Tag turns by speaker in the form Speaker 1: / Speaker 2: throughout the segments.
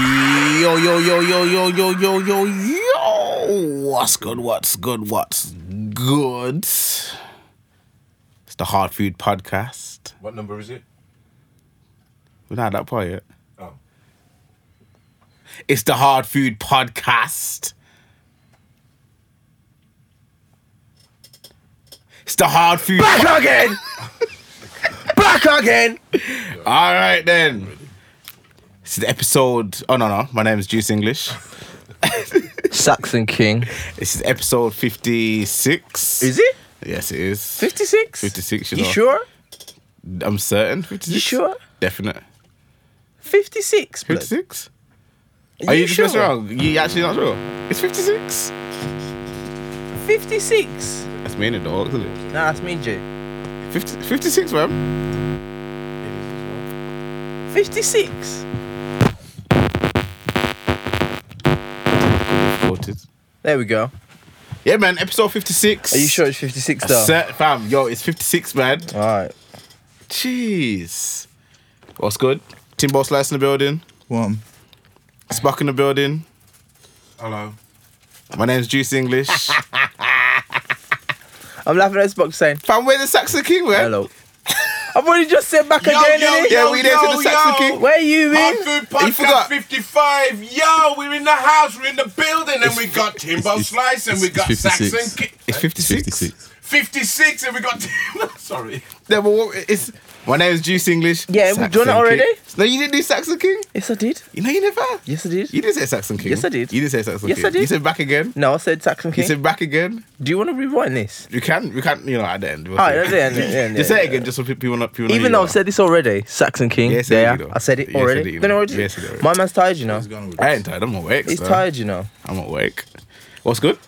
Speaker 1: yo, yo, yo, yo, yo, yo, yo, yo, yo. What's good? What's good? What's good? It's the Hard Food Podcast.
Speaker 2: What number is it?
Speaker 1: We're not at that part yet.
Speaker 2: Oh.
Speaker 1: It's the Hard Food Podcast. It's the Hard Food.
Speaker 3: Back again! Back again!
Speaker 1: All right then. This is the episode. Oh no no, my name is Juice English.
Speaker 3: Saxon King.
Speaker 1: This is episode fifty-six.
Speaker 3: Is it?
Speaker 1: Yes, it is.
Speaker 3: 56?
Speaker 1: 56, you
Speaker 3: You
Speaker 1: know.
Speaker 3: sure?
Speaker 1: I'm certain. 56.
Speaker 3: You sure?
Speaker 1: Definite.
Speaker 3: 56? blood.
Speaker 1: 56? Are you, just
Speaker 3: sure?
Speaker 1: messing around? You actually not sure? It's 56.
Speaker 3: 56?
Speaker 1: That's me and the dog, isn't it?
Speaker 3: Nah, that's me, Jay.
Speaker 1: 50, 56, man.
Speaker 3: 56?
Speaker 1: Voted.
Speaker 3: There we go.
Speaker 1: Yeah, man. Episode 56.
Speaker 3: Are you sure it's 56
Speaker 1: I
Speaker 3: though?
Speaker 1: said- fam, yo, it's 56, man.
Speaker 3: Alright.
Speaker 1: Jeez. What's good? Timbo Slice in the building.
Speaker 3: One.
Speaker 1: Spock in the building.
Speaker 2: Hello.
Speaker 1: My name's Juice English.
Speaker 3: I'm laughing at Xbox saying,
Speaker 1: fam, where the Saxon King, man?
Speaker 3: hello. I've already just said back again,
Speaker 2: yo,
Speaker 3: innit?
Speaker 1: yeah,
Speaker 2: Yo,
Speaker 1: we there to
Speaker 2: yo,
Speaker 1: the Saxon
Speaker 2: yo.
Speaker 1: King.
Speaker 3: Where you
Speaker 2: Hard
Speaker 3: been?
Speaker 2: Food
Speaker 1: You forgot.
Speaker 2: Podcast 55. Yo, we're in the house, we're in the building, and we got Timbo
Speaker 4: it's-
Speaker 2: Slice, and we
Speaker 4: it's
Speaker 2: got
Speaker 4: 56.
Speaker 2: Saxon Ki-
Speaker 1: It's 56.
Speaker 4: 56.
Speaker 2: 56, and we got Timbo. Sorry.
Speaker 1: Yeah, but what, it's, my name is Juice English.
Speaker 3: Yeah, we've done it
Speaker 1: Saxon
Speaker 3: already.
Speaker 1: King. No, you didn't do Saxon King.
Speaker 3: Yes, I did.
Speaker 1: You know, you never.
Speaker 3: Yes, I did.
Speaker 1: You did say Saxon King.
Speaker 3: Yes, I did.
Speaker 1: You did say Saxon
Speaker 3: Yes,
Speaker 1: King.
Speaker 3: I did.
Speaker 1: You said back again.
Speaker 3: No, I said Saxon
Speaker 1: You
Speaker 3: King.
Speaker 1: said back again.
Speaker 3: Do you want to rewind this?
Speaker 1: You can, we can, you know, at the end. We'll
Speaker 3: Alright,
Speaker 1: see.
Speaker 3: that's it, yeah, yeah, yeah,
Speaker 1: Just say
Speaker 3: yeah.
Speaker 1: it again, just so pe- people not people. know who Oh,
Speaker 3: Even
Speaker 1: you
Speaker 3: though
Speaker 1: are.
Speaker 3: I've said this already, Saxon King.
Speaker 1: Yes, I
Speaker 3: there.
Speaker 1: did, though.
Speaker 3: I said it
Speaker 1: Yes, I
Speaker 3: already.
Speaker 1: did, you
Speaker 3: Don't
Speaker 1: know.
Speaker 3: know what it
Speaker 1: Yes, I
Speaker 3: is.
Speaker 1: did.
Speaker 3: My man's tired, you know.
Speaker 1: I ain't tired. I'm awake.
Speaker 3: He's
Speaker 1: so
Speaker 3: tired, you know.
Speaker 1: I'm awake. What's good?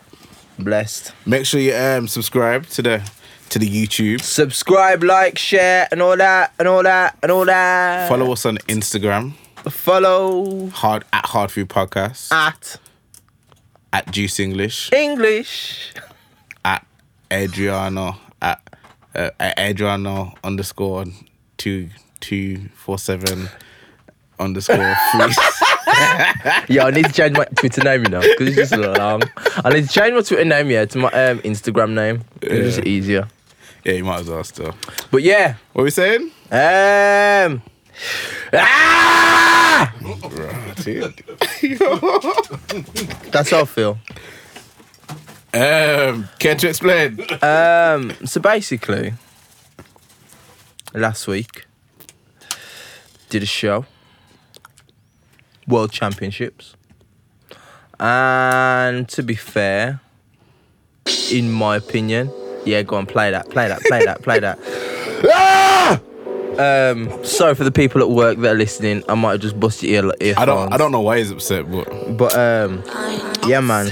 Speaker 3: Blessed.
Speaker 1: Make sure you um subscribe to the to the YouTube.
Speaker 3: Subscribe, like, share, and all that, and all that, and all that.
Speaker 1: Follow us on Instagram.
Speaker 3: Follow
Speaker 1: Hard at Hard Food Podcast.
Speaker 3: at
Speaker 1: at Juice English.
Speaker 3: English.
Speaker 1: At Adriano. At, uh, at Adriano underscore two two four seven underscore three.
Speaker 3: Yeah, I need to change my Twitter name, you know, because it's just long. I need to change my Twitter name, yeah, to my um, Instagram name. It's just easier.
Speaker 1: yeah, you might as well still.
Speaker 3: But yeah,
Speaker 1: What are we saying?
Speaker 3: um, ah! that's how I feel.
Speaker 1: um, can't you explain?
Speaker 3: Um, so basically, last week did a show, World Championships, and to be fair, in my opinion, yeah, go on, play that, play that, play that, play that. Ah! Um, sorry for the people at work that are listening. I might have just busted your ear.
Speaker 1: I don't. I don't know why he's upset, but
Speaker 3: But um, yeah, man.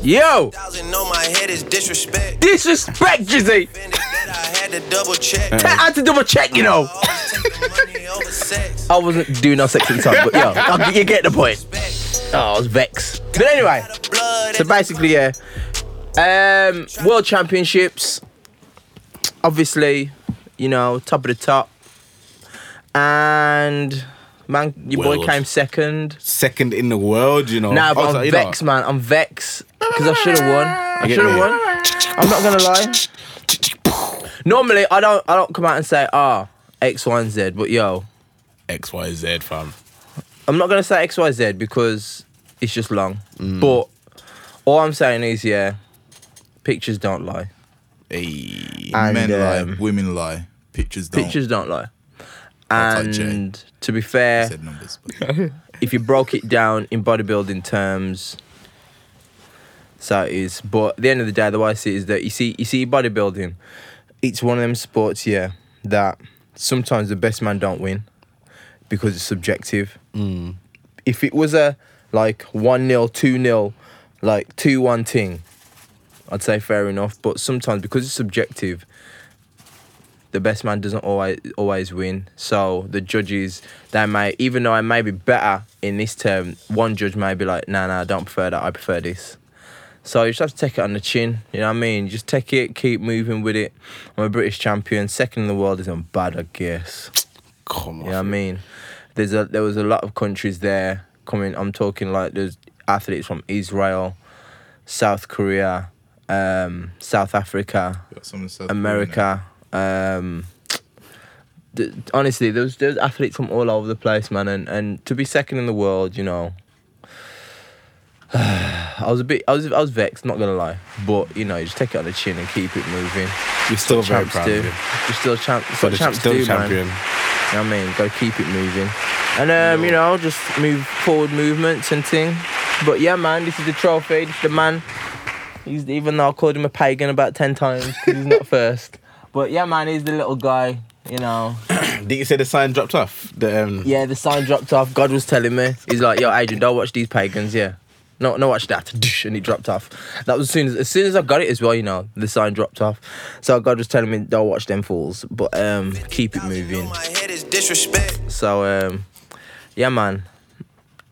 Speaker 3: Yo,
Speaker 5: thousand on my head is disrespect.
Speaker 3: disrespect, Jizzy.
Speaker 5: Offended that I had to double check.
Speaker 3: I had to double check, you know.
Speaker 5: Always taking money over sex.
Speaker 3: I wasn't doing no sex at the time, but yeah, I- you get the point. Oh, I was vexed. But anyway,
Speaker 5: Blood
Speaker 3: so basically, yeah, um, World Championships, obviously, you know, top of the top, and man, your boy
Speaker 1: World.
Speaker 3: came second.
Speaker 1: second in the world, you know.
Speaker 3: Nah, but
Speaker 1: Also,
Speaker 3: I'm
Speaker 1: you know,
Speaker 3: vexed, man. I'm vexed because I should have won. I
Speaker 1: get
Speaker 3: should have
Speaker 1: me?
Speaker 3: won. I'm not gonna lie. Normally, I don't, I don't come out and say, ah, X, Y, and Z, but yo,
Speaker 1: X Y Z fam.
Speaker 3: I'm not gonna say X Y Z because it's just long. But all I'm saying is, yeah, pictures don't lie.
Speaker 1: Hey.
Speaker 3: And,
Speaker 4: Men
Speaker 3: um,
Speaker 4: lie, women lie, pictures don't.
Speaker 3: Pictures don't lie.
Speaker 4: I'll type J.
Speaker 3: And to be
Speaker 4: I
Speaker 3: fair,
Speaker 4: said numbers. but-
Speaker 3: if you broke it down in bodybuilding terms, so it is. But at the end of the day, the way I see it is that you see, you see bodybuilding. It's one of them sports, yeah, that sometimes the best man don't win because it's subjective. If it was a like one 0 two 0 like two one thing, I'd say fair enough. But sometimes because it's subjective, the best man doesn't always always win. So the judges, they may even though I may be better in this term, one judge may be like, nah, nah, I don't prefer that. I prefer this. So you just have to take it on the chin. You know what I mean? Just take it, keep moving with it. I'm a British champion. Second in the world isn't bad, I guess.
Speaker 1: Come on.
Speaker 3: You know what I mean? There's a there was a lot of countries there coming. I'm talking like there's athletes from Israel, South Korea, um, South Africa,
Speaker 4: Got some in South Korea now.
Speaker 3: America. Um, th- honestly, there's there's athletes from all over the place, man, and, and to be second in the world, you know. I was a bit, I was, I was vexed, not gonna lie, but you know, you just take it on the chin and keep it moving.
Speaker 1: You're still very
Speaker 3: Champs
Speaker 1: proud
Speaker 3: do.
Speaker 1: of him.
Speaker 3: You're still champ. It's
Speaker 1: But
Speaker 3: what
Speaker 1: the-
Speaker 3: champs
Speaker 1: still
Speaker 3: do,
Speaker 1: champion.
Speaker 3: man. You know what I mean, gotta keep it moving, and um, you know, just move forward movements and thing. But yeah, man, this is the trophy. This is the man. He's even though I called him a pagan about ten times, 'cause he's not first. But yeah, man, he's the little guy. You know,
Speaker 1: Did you say the sign dropped off? The, um,
Speaker 3: yeah, the sign dropped off. God was telling me, he's like, "Yo, Adrian, don't watch these pagans." Yeah, no, no, watch that. And it dropped off. That was as soon as, as soon as I got it as well. You know, the sign dropped off. So God was telling me, "Don't watch them fools," but um, keep it moving.
Speaker 5: My head is disrespect.
Speaker 3: So um, yeah, man,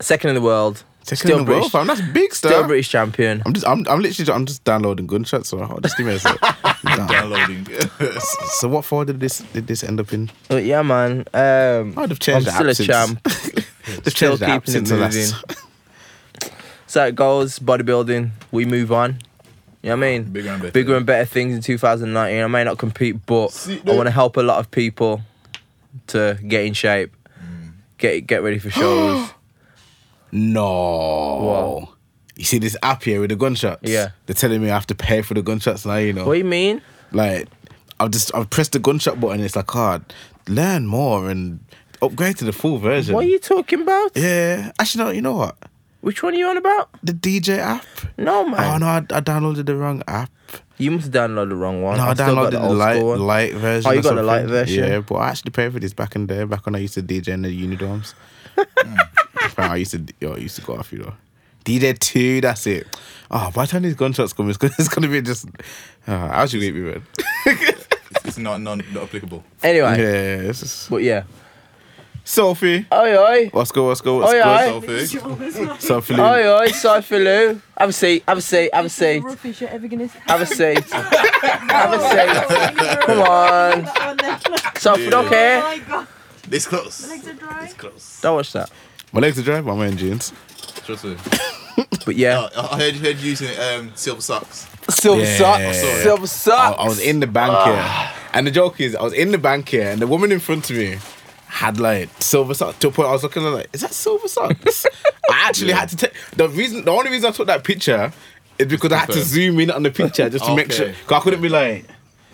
Speaker 3: second in the world,
Speaker 1: Second
Speaker 3: still
Speaker 1: in the
Speaker 3: British,
Speaker 1: world, fam. That's big stuff.
Speaker 3: still British champion.
Speaker 1: I'm just, I'm, I'm literally, I'm just downloading gunshots. So I'll just give me a sec. Down-
Speaker 4: Downloading.
Speaker 1: so what for did this, did this end up in?
Speaker 3: But yeah, man, um,
Speaker 1: I would have changed
Speaker 3: I'm
Speaker 1: the
Speaker 3: still a
Speaker 1: app
Speaker 3: champ.
Speaker 1: since- They've
Speaker 3: Still
Speaker 1: changed the app
Speaker 3: keeping it
Speaker 1: since the last.
Speaker 3: moving. So it goes, bodybuilding, we move on. You know what I mean?
Speaker 4: Bigger and better.
Speaker 3: Bigger and better things in 2019. I may not compete, but
Speaker 4: See,
Speaker 3: I
Speaker 4: no.
Speaker 3: want to help a lot of people to get in shape,
Speaker 4: Mm.
Speaker 3: get get ready for shows.
Speaker 1: No.
Speaker 3: Wow.
Speaker 1: You see this app here with the gunshots?
Speaker 3: Yeah.
Speaker 1: They're telling me I have to pay for the gunshots now, you know.
Speaker 3: what do you mean?
Speaker 1: Like, I've just, I've pressed the gunshot button and it's like, oh, learn more and upgrade to the full version.
Speaker 3: What are you talking about?
Speaker 1: yeah. Actually, no, you know what?
Speaker 3: Which one are you on about?
Speaker 1: The DJ app.
Speaker 3: No,
Speaker 1: Oh,
Speaker 3: man.
Speaker 1: no, I, I downloaded the wrong app.
Speaker 3: You must download the wrong one.
Speaker 1: No, I
Speaker 3: I've still
Speaker 1: downloaded
Speaker 3: got the
Speaker 1: the,
Speaker 3: old
Speaker 1: light,
Speaker 3: school one.
Speaker 1: light version.
Speaker 3: Oh, you
Speaker 1: or
Speaker 3: got the light
Speaker 1: something.
Speaker 3: version.
Speaker 1: Yeah, but I actually paid for this back in the day, back when I used to DJ in the unidoms. Fam, I used to, yo, I used to go off, you know. DJ two, that's it. Oh, by the time these gunshots come, it's gonna, it's gonna be just. Uh, how should we be, man?
Speaker 4: it's not non not applicable.
Speaker 3: Anyway,
Speaker 1: Yeah, it's just...
Speaker 3: but yeah.
Speaker 1: Sophie,
Speaker 3: Oi, oi.
Speaker 1: what's good? What's good? What's
Speaker 3: Oi,
Speaker 1: good?
Speaker 3: oi.
Speaker 4: Selfie.
Speaker 1: Sophie, Lou.
Speaker 3: Oi, oi, Cypher Lou. Have a seat, have a seat, have a seat,
Speaker 6: Rubbish you're ever gonna. Oh,
Speaker 3: have a seat. Have a seat. Come on. Eh? Cypher, don't care.
Speaker 6: Oh, my god,
Speaker 4: It's close.
Speaker 6: legs are dry.
Speaker 4: It's close.
Speaker 3: Don't watch that.
Speaker 1: my legs are dry, but I'm wearing jeans.
Speaker 4: Trust me.
Speaker 3: But yeah.
Speaker 4: I, I heard heard you using um, silver socks.
Speaker 3: Silver
Speaker 1: Yeah.
Speaker 3: socks.
Speaker 1: Sorry.
Speaker 3: Silver
Speaker 1: I,
Speaker 3: socks.
Speaker 1: I was in the bank
Speaker 4: Ah.
Speaker 1: here, and the joke is, I was in the bank here, and the woman in front of me had like silver socks. To a point, I was looking at her like, is that silver socks? I actually had to take the reason. The only reason I took that picture is because I had to
Speaker 4: confirm.
Speaker 1: zoom in on the picture just to make
Speaker 4: Okay.
Speaker 1: sure. Cause I couldn't be like,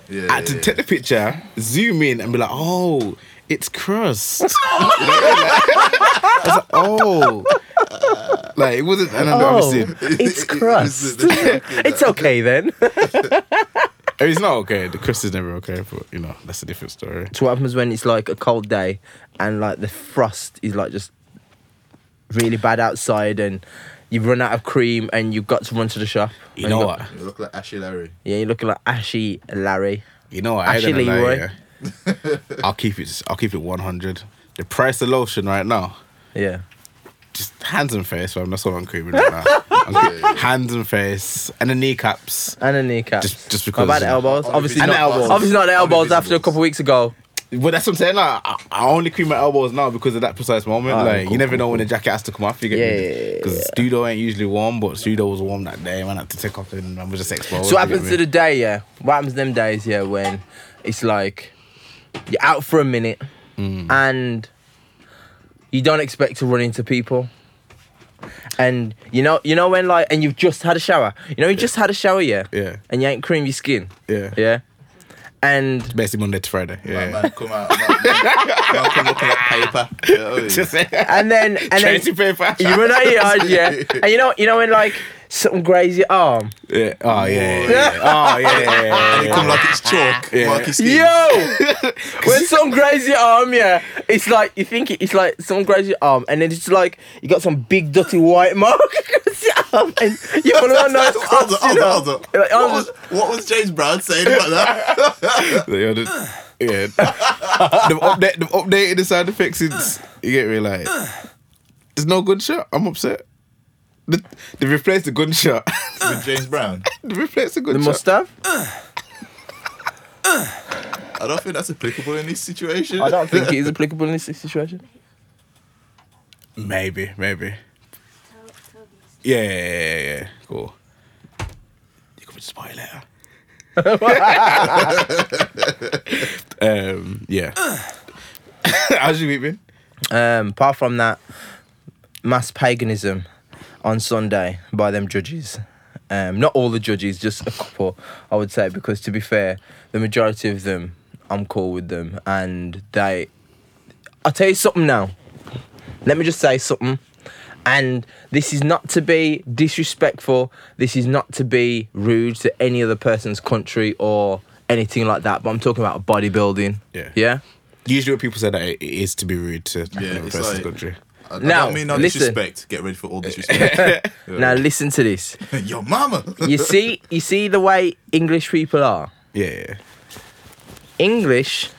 Speaker 4: Yeah.
Speaker 1: I had to
Speaker 4: yeah,
Speaker 1: take the picture, zoom in, and be like, oh, it's crust. I was like, oh. Like it wasn't, and then
Speaker 3: Oh,
Speaker 1: obviously
Speaker 3: it's
Speaker 4: This is
Speaker 3: crust.
Speaker 4: the- the-
Speaker 3: it's okay then.
Speaker 4: Oh.
Speaker 1: it's not okay. The crust is never okay, but you know that's a different story.
Speaker 3: So what happens when it's like a cold day and like the frost is like just really bad outside and you've run out of cream and you've got to run to the shop.
Speaker 1: You
Speaker 3: And
Speaker 1: know
Speaker 3: got-
Speaker 1: what?
Speaker 4: You look like Ashley Larry.
Speaker 3: Yeah, you're looking like ashy Larry.
Speaker 1: You know what? I
Speaker 3: Actually,
Speaker 1: ain't gonna lie,
Speaker 3: Leroy.
Speaker 1: yeah. I'll keep it. I'll keep it one hundred. The price of lotion right now,
Speaker 3: Yeah.
Speaker 1: just hands and face, fam. That's all I'm creaming right now. I'm cre- hands and face and the kneecaps.
Speaker 3: And the kneecaps.
Speaker 1: Just- just
Speaker 3: What
Speaker 1: because,
Speaker 3: about the
Speaker 1: you know,
Speaker 3: elbows? Obviously
Speaker 1: and
Speaker 3: not.
Speaker 1: the elbows.
Speaker 3: Obviously not the
Speaker 4: Only
Speaker 3: elbows after a
Speaker 4: visibles.
Speaker 3: couple of weeks ago.
Speaker 1: But that's what I'm saying. Like, I, I only cream my elbows now because of that precise moment.
Speaker 3: Ah,
Speaker 1: like
Speaker 3: cool,
Speaker 1: you never
Speaker 3: cool,
Speaker 1: know when the jacket has to come off. You get
Speaker 3: Yeah, yeah, yeah,
Speaker 1: because Studio ain't usually warm, but Studio was warm that day. Man, I had to take off and I was just exposed.
Speaker 3: So
Speaker 1: you
Speaker 3: what
Speaker 1: get
Speaker 3: happens
Speaker 1: me?
Speaker 3: to the day, yeah? What happens them days, yeah, when it's like you're out for a minute
Speaker 1: Mm.
Speaker 3: and you don't expect to run into people. And you know, you know when like and you've just had a shower. You know you just had a shower, yeah?
Speaker 1: Yeah.
Speaker 3: And you ain't creamed your skin.
Speaker 1: Yeah.
Speaker 3: Yeah. And
Speaker 1: basically Monday to Friday.
Speaker 4: Man,
Speaker 1: Yeah.
Speaker 4: man, come out. Man, man come looking like paper. You know what I mean?
Speaker 1: Just
Speaker 3: and then and then
Speaker 1: tracing paper.
Speaker 3: you run out of yard, yeah. And you know you know when like something grazes your arm.
Speaker 1: Yeah. Oh yeah. yeah, yeah. Oh yeah. yeah, yeah,
Speaker 4: And it
Speaker 1: yeah.
Speaker 4: come like it's chalk.
Speaker 1: Yeah.
Speaker 4: Mark his skin.
Speaker 3: Yo, when someone grabs your arm, yeah, it's like you think it- it's like someone grabs your arm, and then it's like you got some big dirty white mark across your arm, and you put on nice
Speaker 4: Hold
Speaker 3: cuffs,
Speaker 4: on, hold
Speaker 3: you know.
Speaker 4: on, hold on.
Speaker 3: Like, I
Speaker 4: What
Speaker 3: was-
Speaker 4: was, what was James Brown saying about that?
Speaker 1: Yeah, the- yeah. they've, update, they've updated the sound effects since you get me like there's no gunshot. I'm upset. They, they replaced the gunshot.
Speaker 4: With James Brown.
Speaker 1: they replaced the
Speaker 3: The
Speaker 1: gunshot.
Speaker 3: mustard?
Speaker 4: I don't think that's applicable in this situation.
Speaker 3: I don't think it is applicable in this situation.
Speaker 1: maybe, maybe. Yeah, yeah, yeah, yeah, yeah. Cool. You can just buy it later. um, yeah. How's your week been?
Speaker 3: Um, apart from that, mass paganism on Sunday by them judges. Um, not all the judges, just a couple, I would say, because to be fair, the majority of them, I'm cool with them, and they. I'll tell you something now. Let me just say something. And this is not to be disrespectful. This is not to be rude to any other person's country or anything like that. But I'm talking about bodybuilding.
Speaker 1: Yeah.
Speaker 3: Yeah.
Speaker 1: Usually, when people say that, it it is to be rude to another
Speaker 4: it's
Speaker 1: person's
Speaker 4: like-
Speaker 1: country.
Speaker 4: I,
Speaker 3: Now,
Speaker 4: I don't mean no
Speaker 3: listen.
Speaker 4: disrespect. Get ready for all disrespect.
Speaker 3: Now listen to this.
Speaker 4: Your mama.
Speaker 3: you see, you see the way English people are.
Speaker 1: Yeah, yeah.
Speaker 3: English,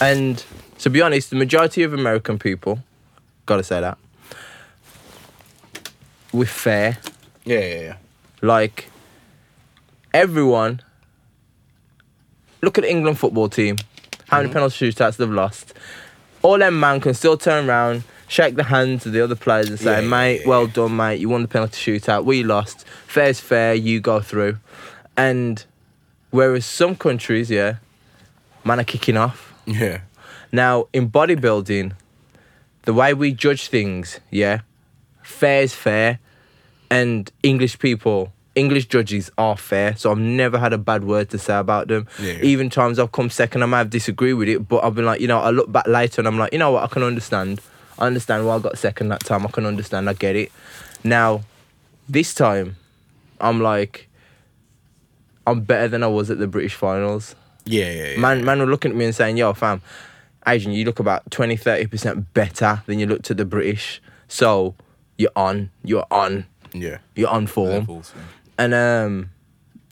Speaker 3: and to be honest, the majority of American people, gotta say that, we're fair.
Speaker 1: Yeah, yeah, yeah.
Speaker 3: Like everyone, look at the England football team.
Speaker 1: Mm-hmm.
Speaker 3: How many penalty shootouts they've lost? All them man can still turn around, shake the hands of the other players and say,
Speaker 1: Yeah,
Speaker 3: "Mate, well done, mate. You won the penalty shootout. We lost. Fair's fair. You go through." And whereas some countries, yeah, man are kicking off.
Speaker 1: Yeah.
Speaker 3: Now, in bodybuilding, the way we judge things, yeah, fair is fair, and English people, English judges are fair. So I've never had a bad word to say about them.
Speaker 1: Yeah.
Speaker 3: Even times I've come second, I might have disagreed with it, but I've been like, you know, I look back later and I'm like, you know what, I can understand. I understand why I got second that time. I can understand. I get it. Now, this time, I'm like, I'm better than I was at the British finals.
Speaker 1: Yeah, yeah, yeah.
Speaker 3: Man, man were looking at me and saying, yo, fam, Asian, you look about 20, 30% better than you looked at the British. So you're on, you're on,
Speaker 1: Yeah.
Speaker 3: you're on form.
Speaker 4: Levels, yeah.
Speaker 3: And um,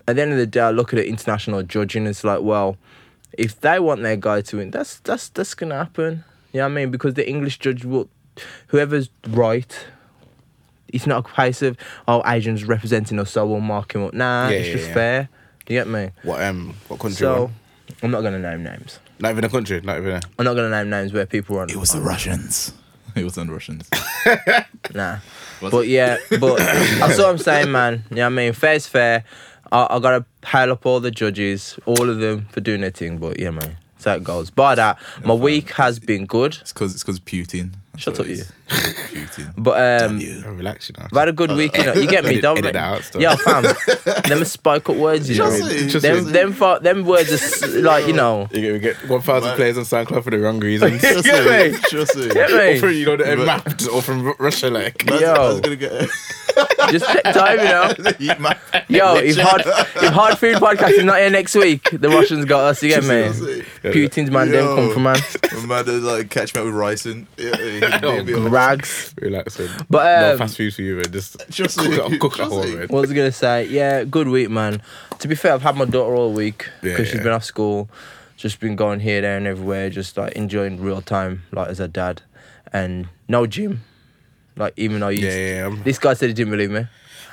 Speaker 3: at the end of the day, I look at it, international judging. It's like, well, if they want their guy to win, that's that's that's gonna happen. You know what I mean? Because the English judge will, whoever's right, it's not a case of oh Asians representing us, so we'll mark him up. Nah,
Speaker 1: Yeah,
Speaker 3: it's
Speaker 1: yeah,
Speaker 3: just
Speaker 1: yeah.
Speaker 3: fair. You get me?
Speaker 1: What um? What country?
Speaker 3: So
Speaker 1: won?
Speaker 3: I'm not gonna name names.
Speaker 1: Not even a country. Not even. A...
Speaker 3: I'm not gonna name names where people were on.
Speaker 4: It was the Russians. It was the Russians.
Speaker 3: Nah.
Speaker 4: Was
Speaker 3: but yeah, but that's what I'm saying, man. You know what I mean? Fair's fair. I, I gotta pile up all the judges, all of them for doing their thing, but yeah, man. So it goes. But that, my week has been good.
Speaker 4: It's because it's because Putin. That's
Speaker 3: Shut
Speaker 4: what
Speaker 3: up,
Speaker 4: it is. Putin.
Speaker 3: But um
Speaker 4: You.
Speaker 1: Oh, relax, you know.
Speaker 3: I've had a good week, you know. You get me,
Speaker 1: Edit-
Speaker 3: don't
Speaker 1: edit that out, stop.
Speaker 3: Yeah, fam. them spike up words, you know.
Speaker 4: Just-
Speaker 1: just-
Speaker 3: Them them fa- them words are s- like, you know.
Speaker 1: You get, we get 1,000
Speaker 4: Man.
Speaker 1: players on SoundCloud for the wrong reasons.
Speaker 4: Trust
Speaker 3: Get
Speaker 4: me.
Speaker 3: me.
Speaker 4: Trust me.
Speaker 3: Get
Speaker 1: or
Speaker 3: me.
Speaker 1: from, you know, the
Speaker 4: But-
Speaker 1: mapped or from Ru- Russia, like.
Speaker 4: That's- I was
Speaker 3: Yo.
Speaker 4: gonna get.
Speaker 3: Just take time, you know.
Speaker 4: Eat my-
Speaker 3: Yo, if hard if hard food podcast is not here next week, the Russians got us, you get
Speaker 4: Trust
Speaker 3: me?
Speaker 4: me.
Speaker 3: Putin's man, them
Speaker 4: Yo.
Speaker 3: come from man.
Speaker 4: My dad like catch me up with ricin. Yeah, he'd
Speaker 1: Oh,
Speaker 4: be a bit-
Speaker 3: Rags.
Speaker 1: Relax, man.
Speaker 3: But,
Speaker 1: no
Speaker 3: um,
Speaker 1: fast food for you, man. Just
Speaker 4: Just-
Speaker 1: cook it up, cook it up
Speaker 4: just-
Speaker 1: all, man.
Speaker 3: What was I gonna say? Yeah, good week, man. To be fair, I've had my daughter all week
Speaker 1: Yeah,
Speaker 3: because she's
Speaker 1: yeah.
Speaker 3: been off school, just been going here, there, and everywhere, just like enjoying real time, like as a dad, and no gym. Like even though you,
Speaker 1: Yeah, yeah, yeah.
Speaker 3: this guy said he didn't believe me.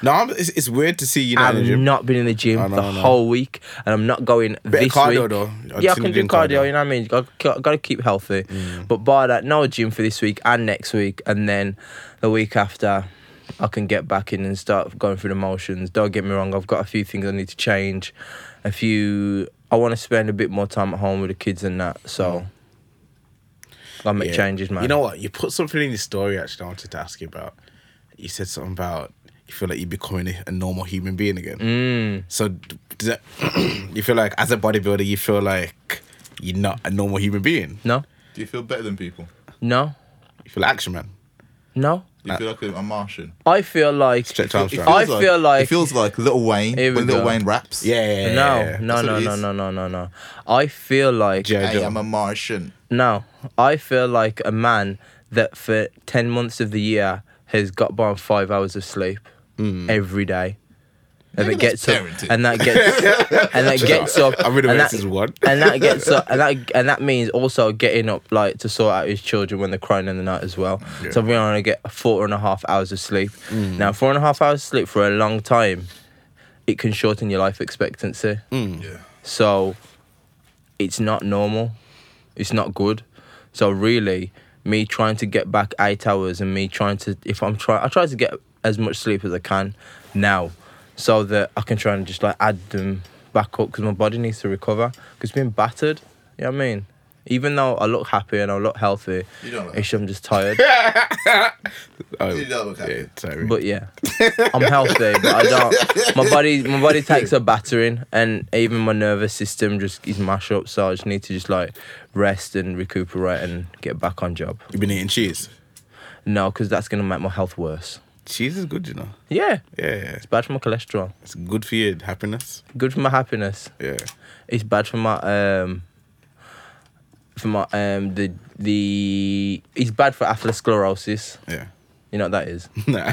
Speaker 1: No, I'm, it's, it's weird to see you know. in the
Speaker 3: I've
Speaker 1: gym.
Speaker 3: not been in the gym
Speaker 1: I know,
Speaker 3: the
Speaker 1: I know.
Speaker 3: whole week, and I'm not going
Speaker 1: Bit of
Speaker 3: this
Speaker 1: cardio,
Speaker 3: week.
Speaker 1: though. I've
Speaker 3: yeah, I
Speaker 1: seen
Speaker 3: can
Speaker 1: you doing
Speaker 3: do cardio,
Speaker 1: cardio. Mm.
Speaker 3: You know what I mean? Got got to keep healthy. But by that, no gym for this week and next week, and then the week after, I can get back in and start going through the motions. Don't get me wrong. I've got a few things I need to change. A few. I want to spend a bit more time at home with the kids and that. So. I'll make
Speaker 1: Mm. Yeah.
Speaker 3: changes, man.
Speaker 1: You know what? You put something in your story actually. I wanted to ask you about. You said something about you feel like you're becoming a, a normal human being again. Mm. So, d- does that, you feel like as a bodybuilder, you feel like you're not a normal human being.
Speaker 3: No,
Speaker 4: Do you feel better than people?
Speaker 3: no,
Speaker 1: You feel like Action Man.
Speaker 3: no.
Speaker 4: Do you
Speaker 1: Uh,
Speaker 4: feel like a Martian?
Speaker 3: I feel like
Speaker 1: Stretch Armstrong.
Speaker 3: I feel like-
Speaker 4: it feels like Little Wayne
Speaker 3: Here we
Speaker 4: when Little
Speaker 3: go.
Speaker 4: Wayne raps.
Speaker 1: Yeah, yeah, yeah, yeah.
Speaker 3: no,
Speaker 4: That's
Speaker 3: no,
Speaker 4: what it
Speaker 3: no,
Speaker 4: is.
Speaker 3: no, no, no, no. I feel like
Speaker 1: G.I.
Speaker 4: I
Speaker 1: Joe.
Speaker 4: am a Martian.
Speaker 3: No, I feel like a man that for 10 months of the year has got by on five hours of sleep every day. And
Speaker 4: Nigga,
Speaker 3: that
Speaker 4: Hmm. that's
Speaker 3: gets up,
Speaker 4: parenting.
Speaker 3: and that gets, and that gets up,
Speaker 1: I'm gonna make
Speaker 3: and that,
Speaker 1: this one.
Speaker 3: and that gets up, and that and that means also getting up like to sort out his children when they're crying in the night as well.
Speaker 1: Yeah.
Speaker 3: So we are gonna get four and a half hours of sleep.
Speaker 4: Hmm.
Speaker 3: Now, four and a half hours sleep for a long time, it can shorten your life expectancy.
Speaker 1: Mm.
Speaker 4: Yeah.
Speaker 3: So it's not normal. It's not good. So really, me trying to get back eight hours and me trying to if I'm trying I try to get as much sleep as I can now, so that I can try and just like add them back up because my body needs to recover because being battered. You know what I mean? Even though I look happy and I look healthy,
Speaker 4: You don't look
Speaker 3: it's, I'm just tired.
Speaker 1: Oh,
Speaker 4: You don't look
Speaker 1: yeah,
Speaker 4: happy.
Speaker 1: sorry.
Speaker 3: But yeah, I'm healthy, but I don't. My body, my body takes a battering, and even my nervous system just is mashed up. So I just need to just like rest and recuperate and get back on job.
Speaker 1: You've been eating cheese.
Speaker 3: No, because that's gonna make my health worse.
Speaker 1: Cheese is good, you know.
Speaker 3: Yeah,
Speaker 1: Yeah, yeah.
Speaker 3: it's bad for my cholesterol.
Speaker 1: It's good for your happiness.
Speaker 3: Good for my happiness.
Speaker 1: Yeah.
Speaker 3: It's bad for my um. For my um the the it's bad for atherosclerosis.
Speaker 1: Yeah.
Speaker 3: You know what that is.
Speaker 1: Nah.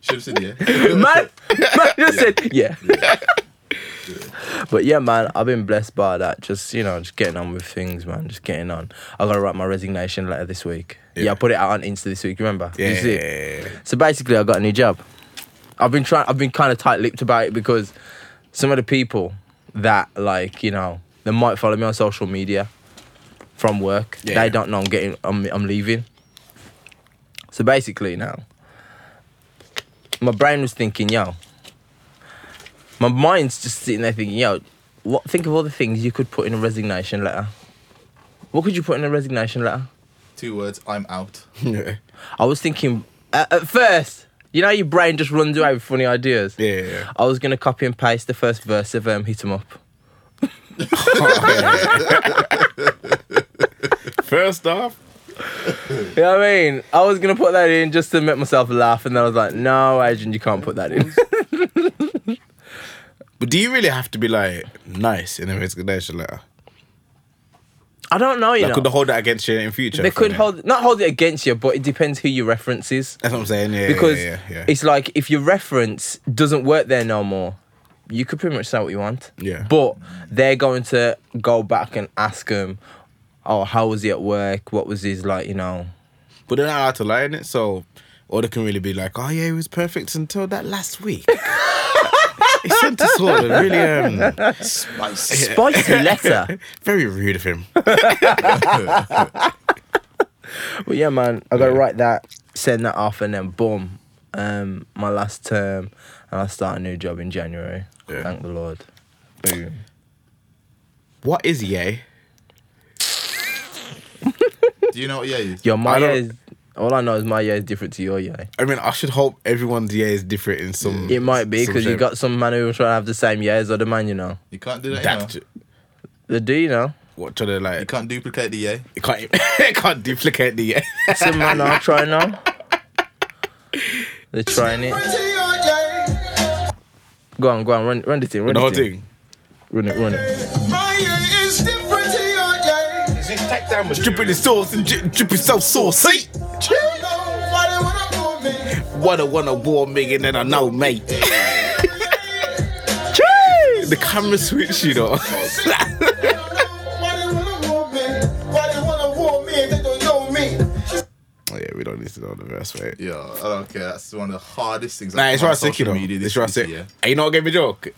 Speaker 4: Should have said yeah.
Speaker 3: man, man just said yeah. but yeah, man, I've been blessed by that. Just you know, just getting on with things, man. Just getting on. I gotta write my resignation letter this week. Yeah,
Speaker 1: Yeah.
Speaker 3: I put it out on Insta this week. Remember?
Speaker 1: Yeah.
Speaker 3: You see it? So basically, I got a new job. I've been trying. I've been kind of tight-lipped about it because some of the people that like you know they might follow me on social media from work.
Speaker 1: Yeah.
Speaker 3: They don't know I'm getting. I'm I'm leaving. So basically now, my brain was thinking, yo. My mind's just sitting there thinking, yo, what? Think of all the things you could put in a resignation letter. What could you put in a resignation letter?
Speaker 4: Two words. I'm out.
Speaker 1: Yeah.
Speaker 3: I was thinking at, at first, you know, how your brain just runs away with funny ideas.
Speaker 1: Yeah. yeah.
Speaker 3: I was gonna copy and paste the first verse of um, "Hit 'Em Up."
Speaker 1: First off,
Speaker 3: You know what I mean? I was gonna put that in just to make myself laugh, and then I was like, "No, Adrian, you can't put that in."
Speaker 1: but do you really have to be like nice in a resignation letter?
Speaker 3: I don't know, you
Speaker 1: Like,
Speaker 3: know.
Speaker 1: could they hold that against you in future?
Speaker 3: they could
Speaker 1: Yeah.
Speaker 3: hold not hold it against you, but it depends who your reference is.
Speaker 1: That's what I'm saying. Yeah.
Speaker 3: Because
Speaker 1: yeah, yeah, yeah.
Speaker 3: it's like if your reference doesn't work there no more, you could pretty much say what you want.
Speaker 1: Yeah.
Speaker 3: But they're going to go back and ask him, "Oh, how was he at work? What was his like? You know."
Speaker 1: but they're not allowed to lie in it, so or they can really be like, oh yeah, he was perfect until that last week. he sent us all a really um,
Speaker 4: Spice.
Speaker 3: Spicy letter.
Speaker 1: very rude of him.
Speaker 3: But yeah, man, I gotta write that, send that off, and then boom, um, my last term, and I start a new job in January.
Speaker 1: Yeah.
Speaker 3: Thank the Lord. Boom.
Speaker 1: What is yay?
Speaker 4: Do you know what yeah is?
Speaker 3: Yo, my
Speaker 1: I
Speaker 3: year
Speaker 1: don't-
Speaker 3: is all I know is my year is different to your year.
Speaker 1: I mean, I should hope everyone's yay is different in some.
Speaker 3: It might be
Speaker 1: some
Speaker 3: because you
Speaker 1: shape.
Speaker 3: got some man who was trying to have the same year as other man. You know,
Speaker 4: You can't do that. You, know?
Speaker 1: that.
Speaker 3: they do. You know,
Speaker 1: What trying to like?
Speaker 4: you can't duplicate the yeah.
Speaker 1: It can't, it can't duplicate the yay.
Speaker 3: some man are trying now. They're trying it. Go on, go on, run, run the thing, run
Speaker 1: The
Speaker 3: the
Speaker 1: whole
Speaker 3: thing.
Speaker 1: thing.
Speaker 3: run it, run it.
Speaker 1: Dripping the sauce and dri- dripping so saucy. What a one a war million and I know, mate. Jeez. The camera switch, you know. Oh yeah, we don't need to know the verse, right?
Speaker 4: Yo, I don't care. That's one of the hardest things.
Speaker 1: Nah, it's
Speaker 4: on
Speaker 1: right sick, you
Speaker 4: social
Speaker 1: know.
Speaker 4: media
Speaker 1: It's
Speaker 4: this
Speaker 1: right
Speaker 4: week,
Speaker 1: sick.
Speaker 4: Yeah.
Speaker 1: And you know what gave me a joke?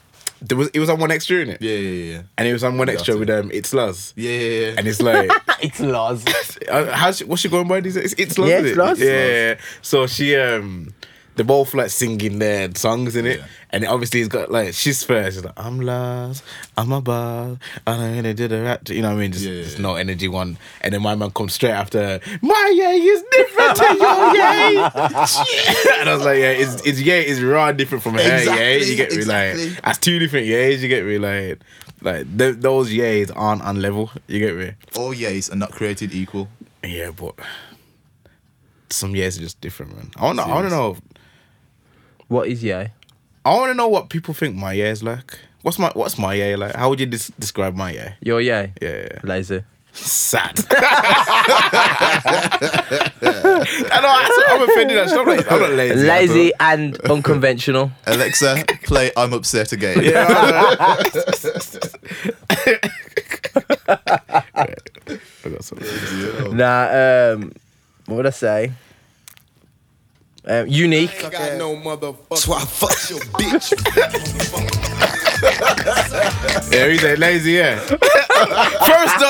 Speaker 1: There was it was on one extra in it.
Speaker 4: Yeah, yeah, yeah.
Speaker 1: And it was on one extra
Speaker 4: That's
Speaker 1: with um it's Luz.
Speaker 4: Yeah, yeah, yeah.
Speaker 1: And it's like
Speaker 3: It's Lars.
Speaker 1: Uh, how's she, what's she going by these days? It's, it's Love,
Speaker 3: Yeah,
Speaker 1: isn't
Speaker 3: it's
Speaker 1: it?
Speaker 3: Love.
Speaker 1: Yeah. So she um they're both like singing their songs in it.
Speaker 4: Yeah.
Speaker 1: And obviously it's got like she's first, she's like, I'm lost, I'm a ball, and I'm gonna do the rap you know what I mean? Just,
Speaker 4: Yeah, yeah,
Speaker 1: just
Speaker 4: yeah.
Speaker 1: no energy one. And then my man comes straight after my yay is different to your yay. and I was like, yeah, it's it's yay is raw different from her yay.
Speaker 4: Exactly,
Speaker 1: You get me
Speaker 4: exactly.
Speaker 1: like that's two different yays, you get me like like th- those yays aren't on level, you get me?
Speaker 4: All yeas are not created equal.
Speaker 1: Yeah, but some years are just different, man. I wanna, I wanna know.
Speaker 3: What is yay?
Speaker 1: I wanna know what people think my year is like. What's my What's my year like? How would you dis- describe my year?
Speaker 3: Your yay?
Speaker 1: Yeah, yeah.
Speaker 3: Lazy.
Speaker 1: sad. I know. I- I'm offended. Actually. I'm, not, I'm not lazy. I don't-
Speaker 3: lazy and unconventional.
Speaker 4: Alexa, play I'm Upset Again.
Speaker 1: I got something.
Speaker 3: nah, um, what would I say? Um, unique.
Speaker 2: Got no motherfucker.
Speaker 4: That's why I fucked your bitch.
Speaker 1: Yeah, he's a lazy. Yeah. First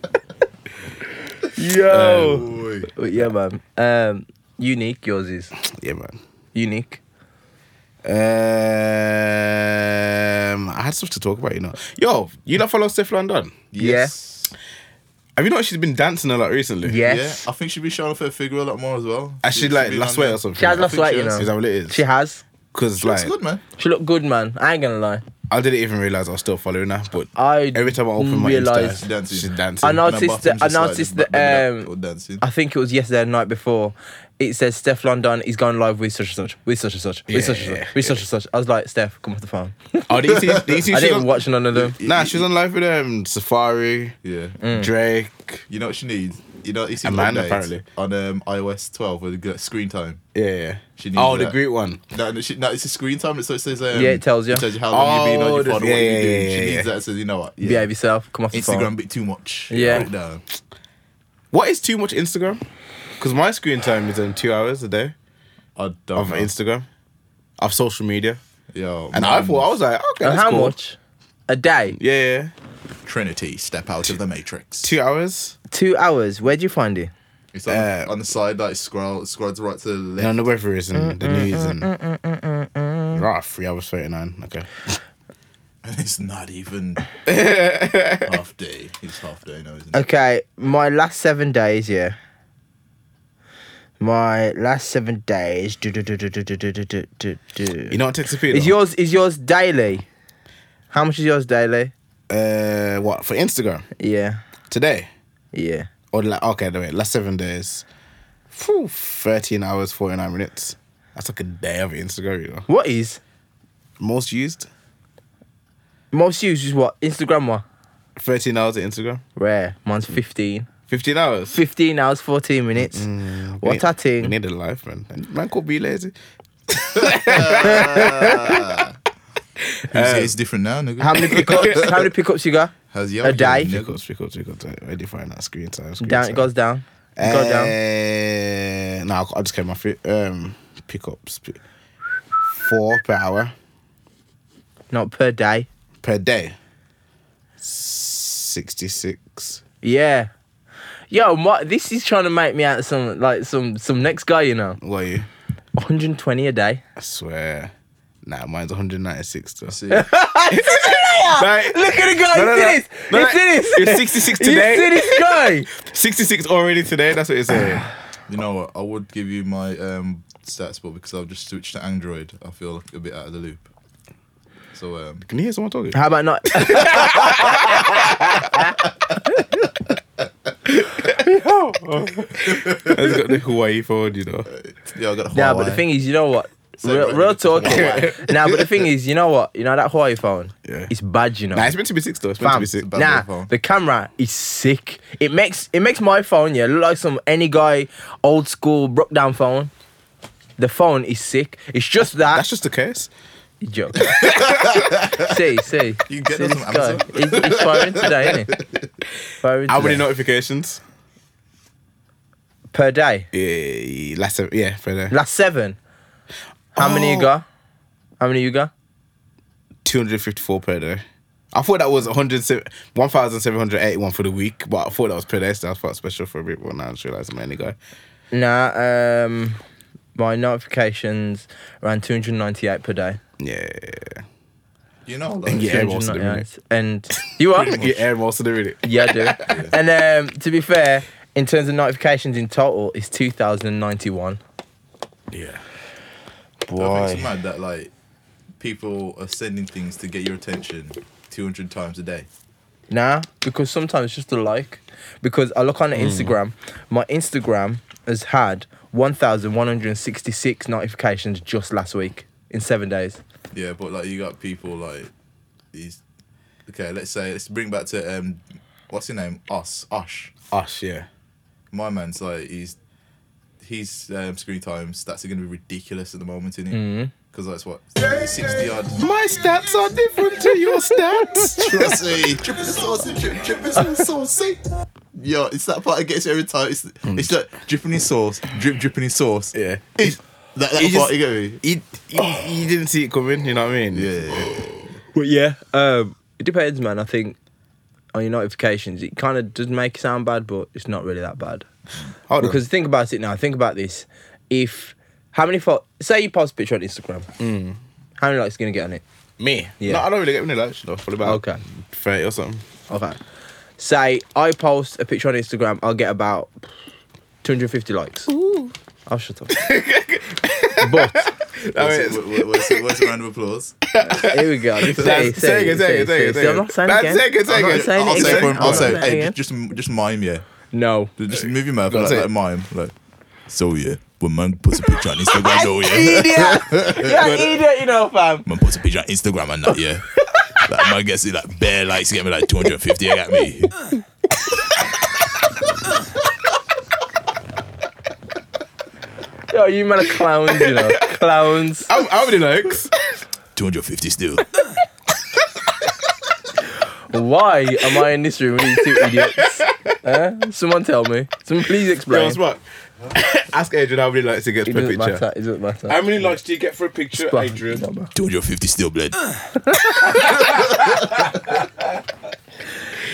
Speaker 1: up.
Speaker 3: Yo.
Speaker 1: Boy.
Speaker 3: But yeah, man. Um, unique. Yours is
Speaker 1: Yeah, man.
Speaker 3: unique.
Speaker 1: Um, I had stuff to talk about, you know. Yo, you not follow Steph London?
Speaker 4: Yes.
Speaker 1: Have you noticed she's been dancing a lot recently?
Speaker 3: Yes.
Speaker 4: Yeah, I think she'd be showing off her figure a lot more as well.
Speaker 1: And she
Speaker 4: She'd
Speaker 1: like
Speaker 4: be
Speaker 1: last
Speaker 4: on
Speaker 1: weight
Speaker 4: there.
Speaker 1: or something.
Speaker 3: She has lost
Speaker 4: think
Speaker 3: weight,
Speaker 4: she
Speaker 3: you
Speaker 4: has.
Speaker 3: know.
Speaker 1: Is that what it is?
Speaker 3: She has.
Speaker 1: Because
Speaker 4: Looks
Speaker 1: like,
Speaker 4: good, man.
Speaker 3: She looked good, man. I ain't gonna lie.
Speaker 1: I didn't even realize I was still following her, but
Speaker 3: I
Speaker 1: every time I open my
Speaker 3: realised-
Speaker 1: Insta,
Speaker 4: Dancing.
Speaker 1: she's dancing.
Speaker 3: I know- Noticed
Speaker 4: When
Speaker 3: that-
Speaker 4: bathroom
Speaker 3: I
Speaker 4: just started,
Speaker 3: noticed
Speaker 4: but-
Speaker 3: that,
Speaker 4: but
Speaker 3: um,
Speaker 4: we're dancing.
Speaker 3: I think it was yesterday, the night before. It says Steph London is going live with such and such, with such and such, with
Speaker 1: Yeah,
Speaker 3: such and
Speaker 1: yeah,
Speaker 3: such, with such and such. I was like, Steph, come off the phone.
Speaker 1: Oh, do you see? Do you see?
Speaker 3: I
Speaker 1: she's
Speaker 3: didn't
Speaker 1: on-
Speaker 3: watch none of them.
Speaker 1: Nah, she's on live with um Safari,
Speaker 4: Yeah.
Speaker 3: Mm.
Speaker 1: Drake.
Speaker 4: You know what she needs? You know, it's
Speaker 1: A
Speaker 4: an
Speaker 1: man,
Speaker 4: update
Speaker 1: apparently.
Speaker 4: on um, iOS 12 with the screen time.
Speaker 1: Yeah, yeah.
Speaker 4: She needs
Speaker 1: oh, the
Speaker 4: that.
Speaker 1: Greek one.
Speaker 4: No, no, she, no, it's a screen time. So it says, um,
Speaker 3: Yeah, it tells you.
Speaker 4: It tells you how long you've been on
Speaker 1: Oh,
Speaker 4: your phone
Speaker 1: the-
Speaker 4: and what
Speaker 1: yeah,
Speaker 4: you're
Speaker 1: yeah,
Speaker 4: doing.
Speaker 1: yeah,
Speaker 4: She
Speaker 1: yeah.
Speaker 4: needs that. It says, you know what? Yeah.
Speaker 3: Behave yourself. Come off the
Speaker 4: Instagram
Speaker 3: phone.
Speaker 4: bit too much.
Speaker 3: Yeah.
Speaker 4: Right now.
Speaker 1: What is too much Instagram? Because my screen time is um, two hours a day
Speaker 4: I don't
Speaker 1: of
Speaker 4: know.
Speaker 1: Instagram, of social media,
Speaker 4: Yo,
Speaker 1: and I
Speaker 4: man.
Speaker 1: thought I was like, okay,
Speaker 3: And
Speaker 1: that's
Speaker 3: how
Speaker 1: cool.
Speaker 3: much? A day?
Speaker 1: Yeah, yeah,
Speaker 4: Trinity, step out of the matrix.
Speaker 1: two hours.
Speaker 3: Two hours. Where'd you find it?
Speaker 4: It's on,
Speaker 1: Uh,
Speaker 4: on the side, like scroll, scroll to right to the left.
Speaker 1: And the weather is and
Speaker 3: Mm,
Speaker 1: the news and right, three hours thirty nine. Okay,
Speaker 4: And it's not even half day. It's half day now, isn't it?
Speaker 3: Okay, my last seven days, yeah. My last seven days. Do, do, do, do, do, do, do, do, do, do, do.
Speaker 1: you know what takes a
Speaker 3: Is yours is yours daily? How much is yours daily?
Speaker 1: uh what for Instagram
Speaker 3: Yeah.
Speaker 1: today?
Speaker 3: Yeah.
Speaker 1: Or like okay, wait, last seven days, Phew, thirteen hours forty nine minutes. That's like a day of Instagram, you know.
Speaker 3: What is?
Speaker 1: Most used,
Speaker 3: Most used is what? Instagram what?
Speaker 1: thirteen hours of Instagram,
Speaker 3: Rare. Mine's
Speaker 1: Mm.
Speaker 3: 15.
Speaker 1: fifteen hours.
Speaker 3: 15 hours, 14 minutes.
Speaker 1: Mm, We
Speaker 3: what
Speaker 1: need-
Speaker 3: a
Speaker 1: We
Speaker 3: thing.
Speaker 1: need a life, man. And Man could be lazy.
Speaker 4: It's- it's different now, nigga.
Speaker 3: How many pickups? how many pickups you got?
Speaker 4: How's your
Speaker 3: a day?
Speaker 4: nigga?
Speaker 1: Pick up, pick up, pick up. Where do you find that screen time? Screen
Speaker 3: Down.
Speaker 1: time. Eh.
Speaker 3: It goes down. It goes down.
Speaker 1: Uh, No, I just came off it. Um, pickups. Pick, four per hour
Speaker 3: Not per day.
Speaker 1: per day. 66.
Speaker 3: Yeah. Yo, my, this is trying to make me out some like some some next guy, you know.
Speaker 1: What are you?
Speaker 3: 120 a day.
Speaker 1: I swear. Nah, mine's 196 though.
Speaker 4: See, I
Speaker 1: Like-
Speaker 3: Look at the guy.
Speaker 1: No, no,
Speaker 3: you
Speaker 1: no.
Speaker 3: see Ah, this?
Speaker 1: No,
Speaker 3: you
Speaker 1: no.
Speaker 3: see this?
Speaker 1: It's 66
Speaker 3: You see
Speaker 1: today.
Speaker 3: this guy?
Speaker 1: 66 already today. That's what it's saying.
Speaker 4: You know what? I would give you my um, stats, but because I've just switched to Android, I feel like a bit out of the loop. So um,
Speaker 1: Can you hear someone talking?
Speaker 3: How about not?
Speaker 1: It's got the Hawaii phone, you know.
Speaker 4: yeah, I got a
Speaker 3: Nah, but the
Speaker 4: Huawei.
Speaker 3: thing is, you know what?
Speaker 4: Same
Speaker 3: real,
Speaker 4: right,
Speaker 3: real
Speaker 4: it's
Speaker 3: talking. now, but the thing is, you know what? You know that Hawaii phone?
Speaker 1: Yeah.
Speaker 3: It's bad, you know.
Speaker 1: Nah, it's meant to be six though. It's meant
Speaker 3: Fam,
Speaker 1: to be six.
Speaker 4: bad
Speaker 3: nah,
Speaker 4: phone.
Speaker 3: the camera is sick. It makes it makes my phone yeah look like some any guy old school broke down phone. The phone is sick. It's just that
Speaker 1: That's just the case.
Speaker 3: joke. see, see.
Speaker 4: You can get
Speaker 3: see
Speaker 4: this
Speaker 3: this
Speaker 4: on
Speaker 3: guy.
Speaker 4: Amazon.
Speaker 3: It's, it's firing today, isn't it? Firing
Speaker 1: How many
Speaker 3: today.
Speaker 1: notifications?
Speaker 3: per day?
Speaker 1: Yeah, last seven, yeah, for the
Speaker 3: Last seven. How many you
Speaker 1: Oh.
Speaker 3: got? How many you got?
Speaker 1: 254 per day. I thought that was 1,781 for the week, but I thought that was per day, so I felt special for a bit, but now I just realised I'm only guy.
Speaker 3: Nah, um, my notifications around 298 per day.
Speaker 1: Yeah.
Speaker 4: you know, like,
Speaker 1: Yeah, most of the
Speaker 3: 298.
Speaker 1: minute.
Speaker 3: And you are?
Speaker 1: You air most of the minute.
Speaker 3: yeah, I do. And um, to be fair, in terms of notifications in total, it's 2,091.
Speaker 1: Yeah.
Speaker 4: I think it's mad that like people are sending things to get your attention 200 times a day.
Speaker 3: Nah, because sometimes it's just a like. Because I look on the Instagram, my Instagram has had 1,166 notifications just last week in seven days.
Speaker 4: Yeah, but like you got people like these. Okay, let's say let's bring back to um, what's your name? Us, Osh.
Speaker 1: Us, yeah.
Speaker 4: My man's like he's his um, screen time stats are gonna be ridiculous at the moment, isn't it?
Speaker 1: Mm-hmm.
Speaker 4: Because that's what sixty odd.
Speaker 1: My stats are different to your stats.
Speaker 4: Saucy, triple saucy, drip, dripping some saucy. Yo, it's that part that gets you every time. It's it's like dripping in sauce, drip dripping in sauce.
Speaker 1: Mm. Yeah.
Speaker 4: It's, that that
Speaker 1: You
Speaker 4: part
Speaker 1: just-
Speaker 4: you get me. Oh.
Speaker 1: You, you, you didn't see it coming, you know what I mean?
Speaker 4: Yeah, yeah, yeah.
Speaker 3: But yeah, um, it depends, man. I think on your notifications, it kind of does make it sound bad, but it's not really that bad.
Speaker 1: Hold on.
Speaker 3: because think about it now. Think about this. If how many fo- say you post a picture on Instagram, how many likes are you gonna get on it?
Speaker 1: Me?
Speaker 3: Yeah.
Speaker 1: No, I don't really get many likes though. Probably about
Speaker 3: Okay.
Speaker 1: thirty or something.
Speaker 3: Okay. Say I post a picture on Instagram, I'll get about 250 likes. Ooh. I'll shut up. but
Speaker 4: Where's, where- where's, where's a round of applause?
Speaker 3: here we go. This- Say
Speaker 1: That's- say it, say it, say it,
Speaker 3: See,
Speaker 1: say
Speaker 3: I'm
Speaker 1: it.
Speaker 3: not saying
Speaker 1: That's-
Speaker 3: again.
Speaker 1: say it, say
Speaker 3: I'm
Speaker 1: it.
Speaker 3: not saying
Speaker 4: I'll
Speaker 3: it
Speaker 4: say,
Speaker 3: again.
Speaker 4: for him, I'll
Speaker 3: I'm
Speaker 4: say,
Speaker 3: not
Speaker 4: hey,
Speaker 3: again.
Speaker 4: ju- just, just mime, yeah.
Speaker 3: no.
Speaker 4: Just move your mouth,
Speaker 1: Go on,
Speaker 4: like,
Speaker 1: say it.
Speaker 4: like a mime. Like, so yeah, when man puts a picture on Instagram, oh yeah.
Speaker 3: idiot. You're an idiot, you know, fam.
Speaker 4: Man puts a picture on Instagram and that, yeah. Like, man gets it like bare likes, get me like 250, I got me.
Speaker 3: Yo, you man are clowns, you know. Clowns.
Speaker 1: How, how many likes?
Speaker 4: 250 still.
Speaker 3: Why am I in this room with these two idiots? Huh? Someone tell me. Someone please
Speaker 1: Yo,
Speaker 3: explain.
Speaker 1: that's what. Ask Adrian how many likes he gets
Speaker 3: it
Speaker 1: per
Speaker 3: doesn't
Speaker 1: picture.
Speaker 3: matter. It doesn't matter.
Speaker 2: How many likes do you get for a picture,
Speaker 3: Bruh, it
Speaker 2: Adrian?
Speaker 3: doesn't matter.
Speaker 4: 250 still, bled.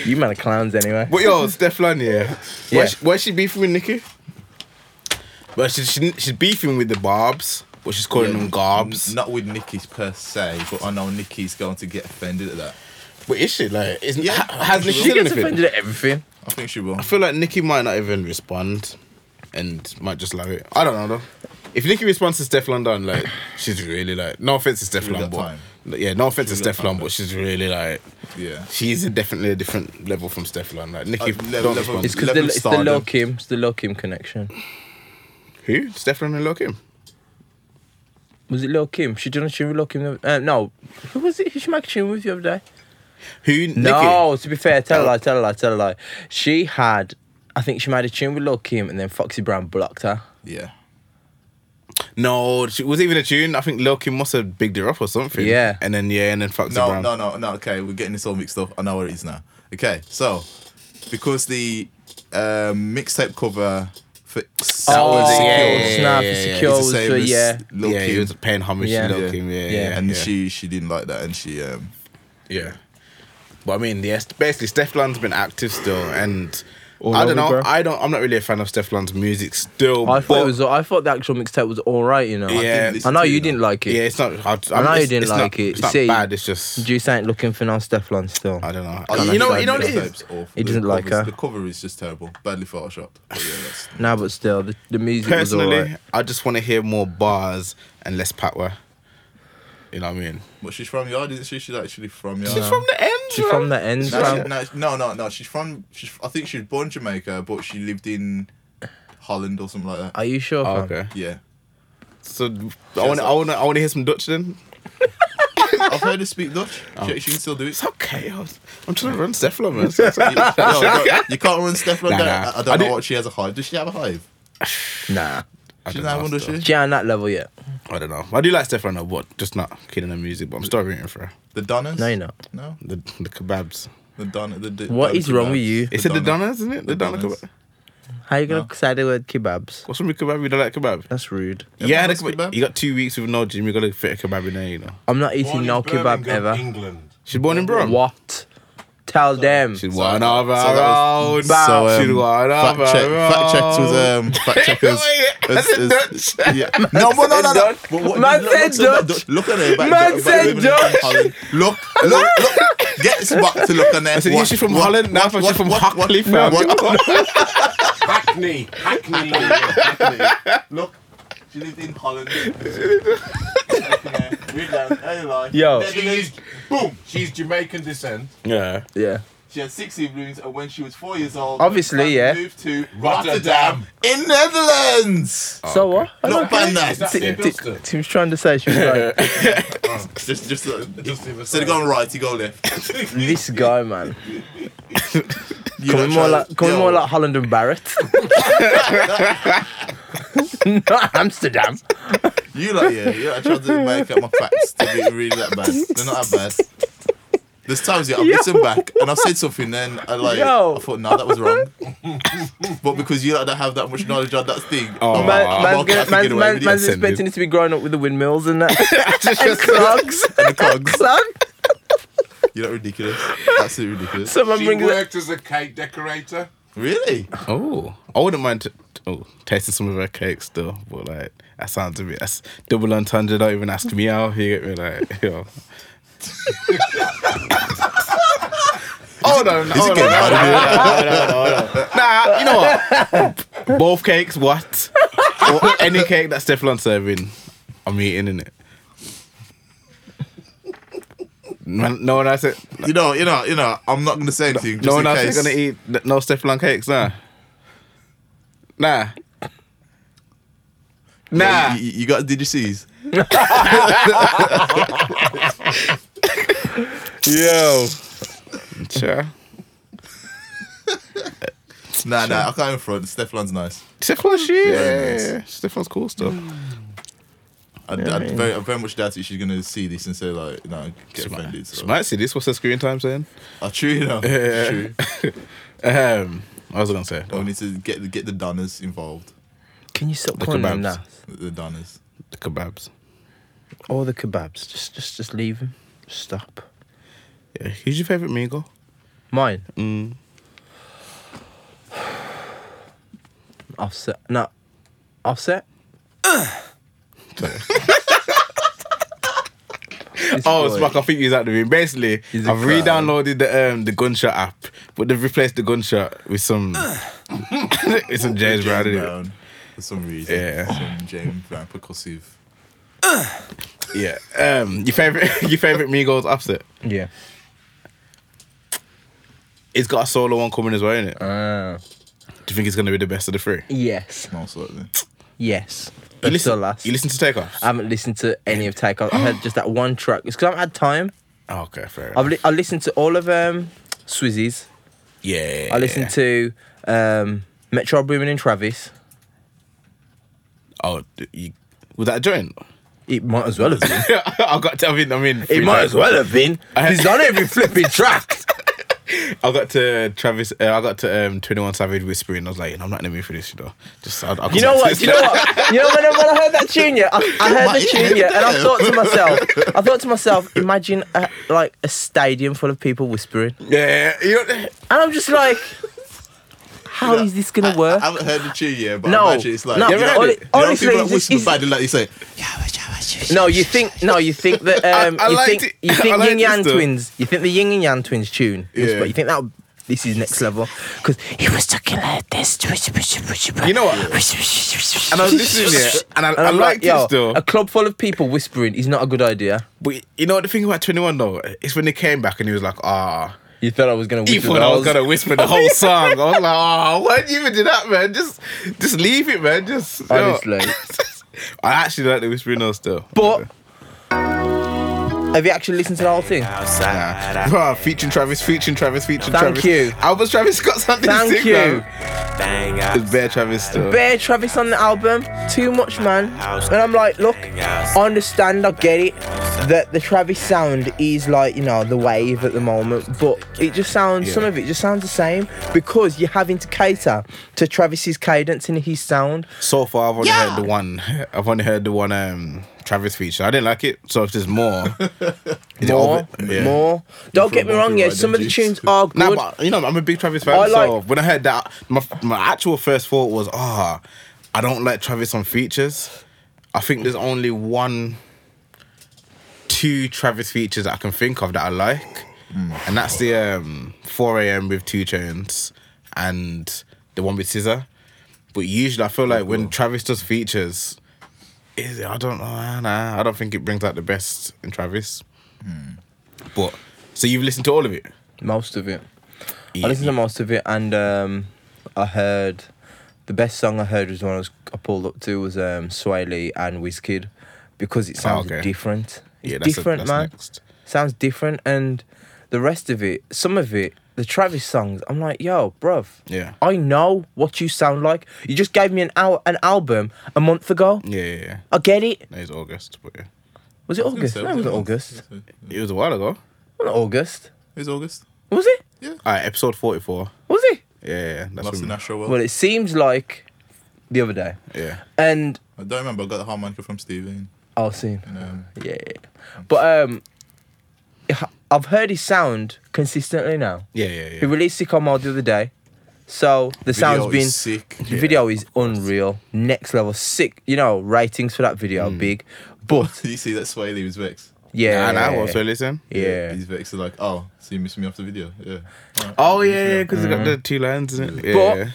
Speaker 3: You man are clowns anyway.
Speaker 1: But yo, Steph Lan, yeah.
Speaker 3: Yeah.
Speaker 1: Why, she, why she beefing with Nikki? But she, she, she's beefing with the Barbs, but she's calling them Garbs.
Speaker 4: Not with Nikki's per se, but I know Nikki's going to get offended at that.
Speaker 1: But is she like? Isn't,
Speaker 4: Yeah.
Speaker 1: ha- has Nikki
Speaker 3: She
Speaker 1: said
Speaker 3: gets
Speaker 1: anything?
Speaker 3: offended at everything.
Speaker 4: I think she will.
Speaker 1: I feel like Nikki might not even respond, and might just allow it. I don't know though. If Nikki responds to Steph Lan, down, like she's really like. No offense to Steph
Speaker 4: She's
Speaker 1: Lan,
Speaker 4: got
Speaker 1: but
Speaker 4: time.
Speaker 1: yeah, no offense to
Speaker 4: She's got
Speaker 1: Steph Lan,
Speaker 4: time.
Speaker 1: but she's really like.
Speaker 4: Yeah.
Speaker 1: She's definitely a different level from Steph Lan. Like Nikki,
Speaker 4: Uh,
Speaker 1: don't
Speaker 4: level- level-
Speaker 1: respond.
Speaker 3: It's because
Speaker 4: Level
Speaker 3: it's the
Speaker 4: stardom.
Speaker 3: low Kim. It's the low Kim connection.
Speaker 1: Who? Steph Lan and Lokim.
Speaker 3: Was it low Kim? She did a tune with low Kim. the- Uh, no. Who was it? Who she made a tune with the other day?
Speaker 1: Who?
Speaker 3: No, to be fair, tell a lie, tell a lie, tell a lie. She had, I think she made a tune with low Kim and then Foxy Brown blocked her.
Speaker 4: Yeah.
Speaker 1: Nikki. No, she- was it even a tune. I think Lokim must have bigged her up or something.
Speaker 3: Yeah.
Speaker 1: And then yeah, and then Foxy
Speaker 4: No,
Speaker 1: Brown.
Speaker 4: no, no, no. Okay, we're getting this all mixed up. I know where it is now. Okay, so because the um, mixtape cover for
Speaker 3: Oh,
Speaker 1: was it, yeah,
Speaker 3: Secure,
Speaker 1: yeah, yeah,
Speaker 3: Snap,
Speaker 1: yeah. It's the
Speaker 3: Secure was the, yeah.
Speaker 4: Lil
Speaker 1: yeah, he
Speaker 4: Kim,
Speaker 1: was paying homage
Speaker 3: Yeah.
Speaker 1: to Lokim. Yeah, yeah,
Speaker 3: Yeah.
Speaker 1: yeah.
Speaker 4: and
Speaker 1: yeah.
Speaker 4: she she didn't like that, and she um,
Speaker 1: Yeah. But I mean, yes, basically Steph Land's been active still, and
Speaker 3: All
Speaker 1: I don't
Speaker 3: over,
Speaker 1: know.
Speaker 3: bro.
Speaker 1: I don't. I'm not really a fan of Steph Land's music still.
Speaker 3: I thought
Speaker 1: but-
Speaker 3: it was. I thought the actual mixtape was all right. You know.
Speaker 1: Yeah.
Speaker 3: I know you
Speaker 4: didn't. listen to it,
Speaker 3: didn't like it.
Speaker 1: Yeah, it's not. I,
Speaker 3: I know
Speaker 1: it's-
Speaker 3: you didn't
Speaker 1: it's
Speaker 3: like
Speaker 1: not,
Speaker 3: it.
Speaker 1: It's not
Speaker 3: See,
Speaker 1: bad. It's just
Speaker 3: Juice ain't looking for no Steflon still.
Speaker 1: I don't know.
Speaker 4: though. I
Speaker 1: Oh, you
Speaker 4: like
Speaker 1: know.
Speaker 4: the
Speaker 1: You know what it
Speaker 4: mixtape's
Speaker 1: is.
Speaker 4: awful. The
Speaker 3: He didn't like
Speaker 4: covers-
Speaker 3: her.
Speaker 4: The cover is just terrible, badly photoshopped. But yeah, that's,
Speaker 3: Nah, but still, the, the music was
Speaker 1: Personally,
Speaker 3: alright.
Speaker 1: I just want to hear more bars and less patwa. You know what I mean?
Speaker 4: but she's from Yard, isn't she? She's actually from Yard.
Speaker 1: She's from the ends.
Speaker 3: She's from the ends,
Speaker 4: No,
Speaker 3: fam.
Speaker 4: she- no, she- no, no, no. She's from. She's, I think she was born Jamaica, but she lived in Holland or something like that.
Speaker 3: Are you sure, fam?
Speaker 1: Oh, okay.
Speaker 4: Yeah,
Speaker 1: So I want. I want. I want to hear some Dutch then.
Speaker 4: I've heard her speak Dutch.
Speaker 1: Oh.
Speaker 4: She, she can still do it.
Speaker 1: It's okay. I was, I'm trying to run Stefla, man. It's- it's-
Speaker 4: you, no, bro, you can't run Stefan
Speaker 1: Nah,
Speaker 4: down.
Speaker 1: nah.
Speaker 4: I, I
Speaker 1: I
Speaker 4: don't know
Speaker 1: did-
Speaker 4: what she has a hive. Does she have a hive?
Speaker 3: Nah.
Speaker 1: I
Speaker 4: She
Speaker 1: don't
Speaker 4: doesn't have
Speaker 1: know
Speaker 4: one, does
Speaker 1: still.
Speaker 4: she?
Speaker 3: She ain't on that level yet.
Speaker 1: I don't know. I do like Stefan, but just not kidding her music. But I'm still rooting for her.
Speaker 4: The Donners?
Speaker 3: No, you're not.
Speaker 4: No,
Speaker 1: The the kebabs.
Speaker 4: the Donna. The, the,
Speaker 3: What is wrong with you?
Speaker 1: It's it the
Speaker 4: Donna-
Speaker 1: Donna, isn't it? The,
Speaker 4: The
Speaker 1: Donna
Speaker 4: Donnas.
Speaker 1: kebab.
Speaker 3: How you gonna
Speaker 4: No.
Speaker 3: say the word kebabs?
Speaker 1: What's wrong with kebab? You don't like kebab?
Speaker 3: That's rude.
Speaker 1: Yeah, the
Speaker 4: Everyone
Speaker 1: kebab.
Speaker 4: likes kebab.
Speaker 1: You got two weeks with no gym. You got to fit a kebab in there. You know.
Speaker 3: I'm not eating
Speaker 2: Born in
Speaker 3: no kebab
Speaker 2: Birmingham,
Speaker 3: ever.
Speaker 2: England.
Speaker 1: She's born in Brum.
Speaker 3: What? Tell them.
Speaker 1: She's
Speaker 4: So-
Speaker 1: one of
Speaker 4: so
Speaker 1: our
Speaker 4: that
Speaker 1: own.
Speaker 4: was- so, um,
Speaker 1: She's one of
Speaker 4: Fact check.
Speaker 1: our
Speaker 4: Fact checks was
Speaker 1: own.
Speaker 4: um. Fact checkers.
Speaker 1: That's a Dutch.
Speaker 4: yeah. No, but no, no, no.
Speaker 3: Dutch.
Speaker 4: But what-
Speaker 3: Man
Speaker 4: look-
Speaker 3: said
Speaker 4: look at
Speaker 3: Dutch.
Speaker 4: that Look at her. back-
Speaker 3: Man
Speaker 4: back-
Speaker 3: said
Speaker 4: back- back- back- Look, look, look. Get back to looking there.
Speaker 1: I said, yeah, she's from Holland. Now she's from Hockley, fam.
Speaker 2: Hackney. Hackney. London.
Speaker 4: Look, she lived in Holland.
Speaker 3: Yo.
Speaker 2: She is, boom, she's Jamaican descent.
Speaker 1: Yeah.
Speaker 3: Yeah.
Speaker 4: She had six siblings, and when she was four years old,
Speaker 3: Obviously,
Speaker 4: her family
Speaker 3: yeah.
Speaker 4: moved to
Speaker 2: Rotterdam.
Speaker 4: in Netherlands.
Speaker 3: so what? I
Speaker 4: Not
Speaker 3: don't
Speaker 2: Is that
Speaker 4: pandas.
Speaker 2: Tim
Speaker 3: Ti-
Speaker 2: Dunster?
Speaker 3: Tim's trying to say she was right.
Speaker 4: Just, just. uh,
Speaker 2: Just the other
Speaker 4: So they
Speaker 2: side.
Speaker 4: go on right, you go left.
Speaker 3: this guy, man.
Speaker 4: You
Speaker 3: Coming
Speaker 4: know, try-
Speaker 3: more like coming
Speaker 4: Yo,
Speaker 3: more like Holland and Barrett. Not Amsterdam.
Speaker 4: You like yeah, yeah. I tried to make up my facts to be really that bad. They're not that bad. There's times yeah, I've
Speaker 3: Yo.
Speaker 4: listened back and I've said something, then I like
Speaker 3: Yo.
Speaker 4: I thought no, that was wrong. but because you like don't have that much knowledge on that thing,
Speaker 1: Oh,
Speaker 4: I'm,
Speaker 1: man-
Speaker 4: I'm
Speaker 3: man's
Speaker 4: okay, I
Speaker 3: gonna-
Speaker 4: can
Speaker 3: man's-
Speaker 4: get away
Speaker 3: man's-
Speaker 4: with it.
Speaker 1: Send
Speaker 3: man's
Speaker 1: you.
Speaker 3: expecting it to be growing up with the windmills and that.
Speaker 1: Just- just-
Speaker 3: Clogs.
Speaker 4: And the cogs.
Speaker 3: Clog.
Speaker 4: You're not ridiculous. Absolutely ridiculous.
Speaker 3: Someone
Speaker 2: She
Speaker 3: brings it-
Speaker 2: worked as a cake decorator.
Speaker 4: really?
Speaker 1: Oh, I wouldn't mind t- t- oh, tasting some of her cakes though, but like that sounds a bit that's double entendre. Not even asking me out. You get me like, yo. hold on, hold on, hold on, hold on, hold on, hold on. Nah, you know what? Both cakes, what? or any cake that's Teflon serving, I'm eating in it. No one else,
Speaker 4: You know, you know, you know. I'm not gonna say anything. Just
Speaker 1: no one
Speaker 4: in
Speaker 1: else
Speaker 4: case.
Speaker 1: is gonna eat n- no Teflon cakes, nah. Nah. Nah.
Speaker 4: You, you got did you seize?
Speaker 3: Yo.
Speaker 1: Sure.
Speaker 4: Nah, nah. I can't even front. Steflan's nice.
Speaker 1: Teflon shit.
Speaker 4: Very
Speaker 1: Yeah, Mm. Teflon's cool stuff.
Speaker 4: I, I, very, I very much doubt that she's gonna see this and say like, no, get offended.
Speaker 1: She
Speaker 4: So.
Speaker 1: might see this. What's the screen time saying?
Speaker 4: I true, you know. True.
Speaker 1: Um, I was I gonna say
Speaker 4: But we need to get the- get the donners involved.
Speaker 3: Can you stop
Speaker 1: The
Speaker 3: calling them
Speaker 1: kebabs.
Speaker 3: that?
Speaker 4: The donners.
Speaker 1: the kebabs.
Speaker 3: All the kebabs. Just, just, just leave them. Stop.
Speaker 1: Yeah. Who's your favorite Mingo?
Speaker 3: Mine.
Speaker 1: Mm.
Speaker 3: Offset. No. Offset. This
Speaker 1: Oh,
Speaker 3: boy.
Speaker 1: Smack! I think he's out the room. Basically,
Speaker 3: He's a
Speaker 1: I've re-downloaded the um the gunshot app, but they've replaced the gunshot with some it's some James Brown.
Speaker 4: James
Speaker 1: innit?
Speaker 4: Brown, for some reason.
Speaker 1: Yeah.
Speaker 4: Some James Brown percussive.
Speaker 1: Yeah. Um, your favorite your favorite Migos offset.
Speaker 3: Yeah.
Speaker 1: It's got a solo one coming as well, isn't it?
Speaker 3: Ah.
Speaker 1: Do you think it's gonna be the best of the three?
Speaker 3: yes.
Speaker 4: Most likely.
Speaker 3: Yes.
Speaker 1: You
Speaker 3: That's the
Speaker 1: listen,
Speaker 3: last.
Speaker 1: you listen to takeoffs.
Speaker 3: I haven't listened to any of Takeoff. I heard just that one track. It's because I've had time.
Speaker 1: Oh, okay, fair enough.
Speaker 3: I've li- I listened to all of um, Swizzy's.
Speaker 1: yeah.
Speaker 3: I listened to um, Metro Boomin and Travis.
Speaker 1: Oh, d- you, was that a joint?
Speaker 3: It might as well have been.
Speaker 1: I got to. I mean, I mean,
Speaker 3: It might as well have been.
Speaker 1: I-
Speaker 3: He's on every flipping track.
Speaker 1: I got to Travis. Uh, I got to um, Twenty One Savage whispering. I was like, I'm not in the mood for this, you know. Just, I'll, I'll
Speaker 3: You
Speaker 1: come
Speaker 3: know
Speaker 1: back to this
Speaker 3: what? You know what? You know when I, when I heard that tune, yeah, I, I heard the tune, yeah, and I thought to myself, I thought to myself, imagine a, like a stadium full of people whispering, and
Speaker 1: later. Yeah, you know,
Speaker 3: I'm just like, how is this gonna work?
Speaker 4: I haven't heard the tune yet, but
Speaker 3: No.
Speaker 4: I imagine it's like
Speaker 3: No,
Speaker 4: you know,
Speaker 3: hon-
Speaker 4: you know when
Speaker 3: honestly,
Speaker 4: people like
Speaker 3: it's-
Speaker 4: whisper
Speaker 3: it's-
Speaker 4: badly like you say,
Speaker 3: no, you think, no, you think that, um,
Speaker 1: I
Speaker 3: you
Speaker 1: liked
Speaker 3: think,
Speaker 1: it.
Speaker 3: you
Speaker 1: I
Speaker 3: think
Speaker 1: liked
Speaker 3: Yin Yang
Speaker 1: this though.
Speaker 3: Twins, you think the Yin and Yang Twins tune,
Speaker 4: Yeah.
Speaker 3: but you think that this is next level because he was talking like this.
Speaker 1: you know what? And I was listening yeah, and I,
Speaker 3: And
Speaker 1: I
Speaker 3: I'm
Speaker 1: liked
Speaker 3: yo,
Speaker 1: it still.
Speaker 3: A club full of people whispering is not a good idea.
Speaker 1: But you know what the thing about Twenty One though? It's when they came back and he was like, ah.
Speaker 3: You thought I was gonna
Speaker 1: You
Speaker 3: whisper
Speaker 1: thought I was
Speaker 3: those.
Speaker 1: gonna whisper the whole song. I was like, oh, why'd you even do that, man? Just just leave it, man. Just you know."
Speaker 3: Honestly.
Speaker 1: I actually like the whispering though still.
Speaker 3: But have you actually listened to the whole thing?
Speaker 1: Nah. Bruh, featuring Travis, featuring Travis, featuring
Speaker 3: Thank
Speaker 1: Travis.
Speaker 3: you.
Speaker 1: Albus Travis Scott's on this
Speaker 3: Thank
Speaker 1: thing,
Speaker 3: you.
Speaker 1: It's bare Travis still.
Speaker 3: Bear Travis on the album, too much man. And I'm like, look, I understand, I get it. That the Travis sound is like, you know, the wave at the moment, but it just sounds some
Speaker 1: Yeah.
Speaker 3: of it just sounds the same because you're having to cater to Travis's cadence and his sound.
Speaker 1: so far, I've only heard the one. I've only heard the one um, Travis feature. I didn't like it. So if there's more, is it
Speaker 3: More,
Speaker 1: over? Yeah.
Speaker 3: more. Don't
Speaker 4: for
Speaker 3: get me
Speaker 4: one
Speaker 3: wrong,
Speaker 4: thing
Speaker 3: yeah.
Speaker 4: right
Speaker 3: Some
Speaker 4: then,
Speaker 3: of the
Speaker 4: Juice.
Speaker 3: tunes are
Speaker 1: Nah,
Speaker 3: good.
Speaker 1: but you know, I'm a big Travis fan.
Speaker 3: I
Speaker 1: so
Speaker 3: like-
Speaker 1: when I heard that, my my actual first thought was, ah, I don't like Travis on features. I think there's only one, two Travis features that I can think of that I like,
Speaker 3: Mm.
Speaker 1: and that's the um, 4 a.m. with Two Chains and the one with Scissor. But usually, I feel like when Travis does features, is I don't know, nah, I don't think it brings out the best in Travis.
Speaker 3: Mm.
Speaker 1: But so you've listened to all of it.
Speaker 3: Most of it.
Speaker 1: Yeah.
Speaker 3: I listened to most of it, and um, I heard the best song I heard was one I, was, I pulled up to was um, Sway Lee and Wizkid because it sounds
Speaker 1: okay.
Speaker 3: different. It's
Speaker 1: Yeah, that's-
Speaker 3: different,
Speaker 1: that's
Speaker 3: man.
Speaker 1: next.
Speaker 3: Sounds different, and the rest of it, some of it, the Travis songs, I'm like, yo, bruv.
Speaker 1: Yeah.
Speaker 3: I know what you sound like. You just gave me an hour, an album a month ago.
Speaker 1: Yeah, yeah, yeah.
Speaker 3: I get it.
Speaker 1: No, it's August, but yeah.
Speaker 3: Was it August?
Speaker 4: so,
Speaker 3: No, it wasn't
Speaker 4: yeah.
Speaker 3: August.
Speaker 1: It was a while ago.
Speaker 3: Wasn't August.
Speaker 4: "It's August."
Speaker 3: Was it?
Speaker 1: All right, episode 44.
Speaker 3: Was it?
Speaker 1: Yeah, yeah, yeah, that's
Speaker 4: Lost
Speaker 1: when-
Speaker 4: in Astro World.
Speaker 3: Well, it seems like the other day,
Speaker 1: Yeah.
Speaker 3: and
Speaker 4: I don't remember. I got the harmonica from Stevie.
Speaker 3: I'll soon.
Speaker 4: And, um,
Speaker 3: Yeah, yeah. But um, I- I've heard his sound consistently now.
Speaker 1: Yeah, yeah, yeah.
Speaker 3: He released Sicko Mode the other day. So the sound's
Speaker 4: is
Speaker 3: been
Speaker 4: sick.
Speaker 3: The video is unreal, next level, sick. You know, ratings for that video are
Speaker 1: Hmm.
Speaker 3: big, but
Speaker 4: Did you see that Swaley was vexed?
Speaker 3: yeah,
Speaker 1: And I also listen.
Speaker 3: yeah.
Speaker 4: He's vexed. Like, oh, so you missed me off the video. Yeah. Alright.
Speaker 1: Oh yeah, yeah, because it got the two lines in it. Yeah.
Speaker 3: Mm-hmm.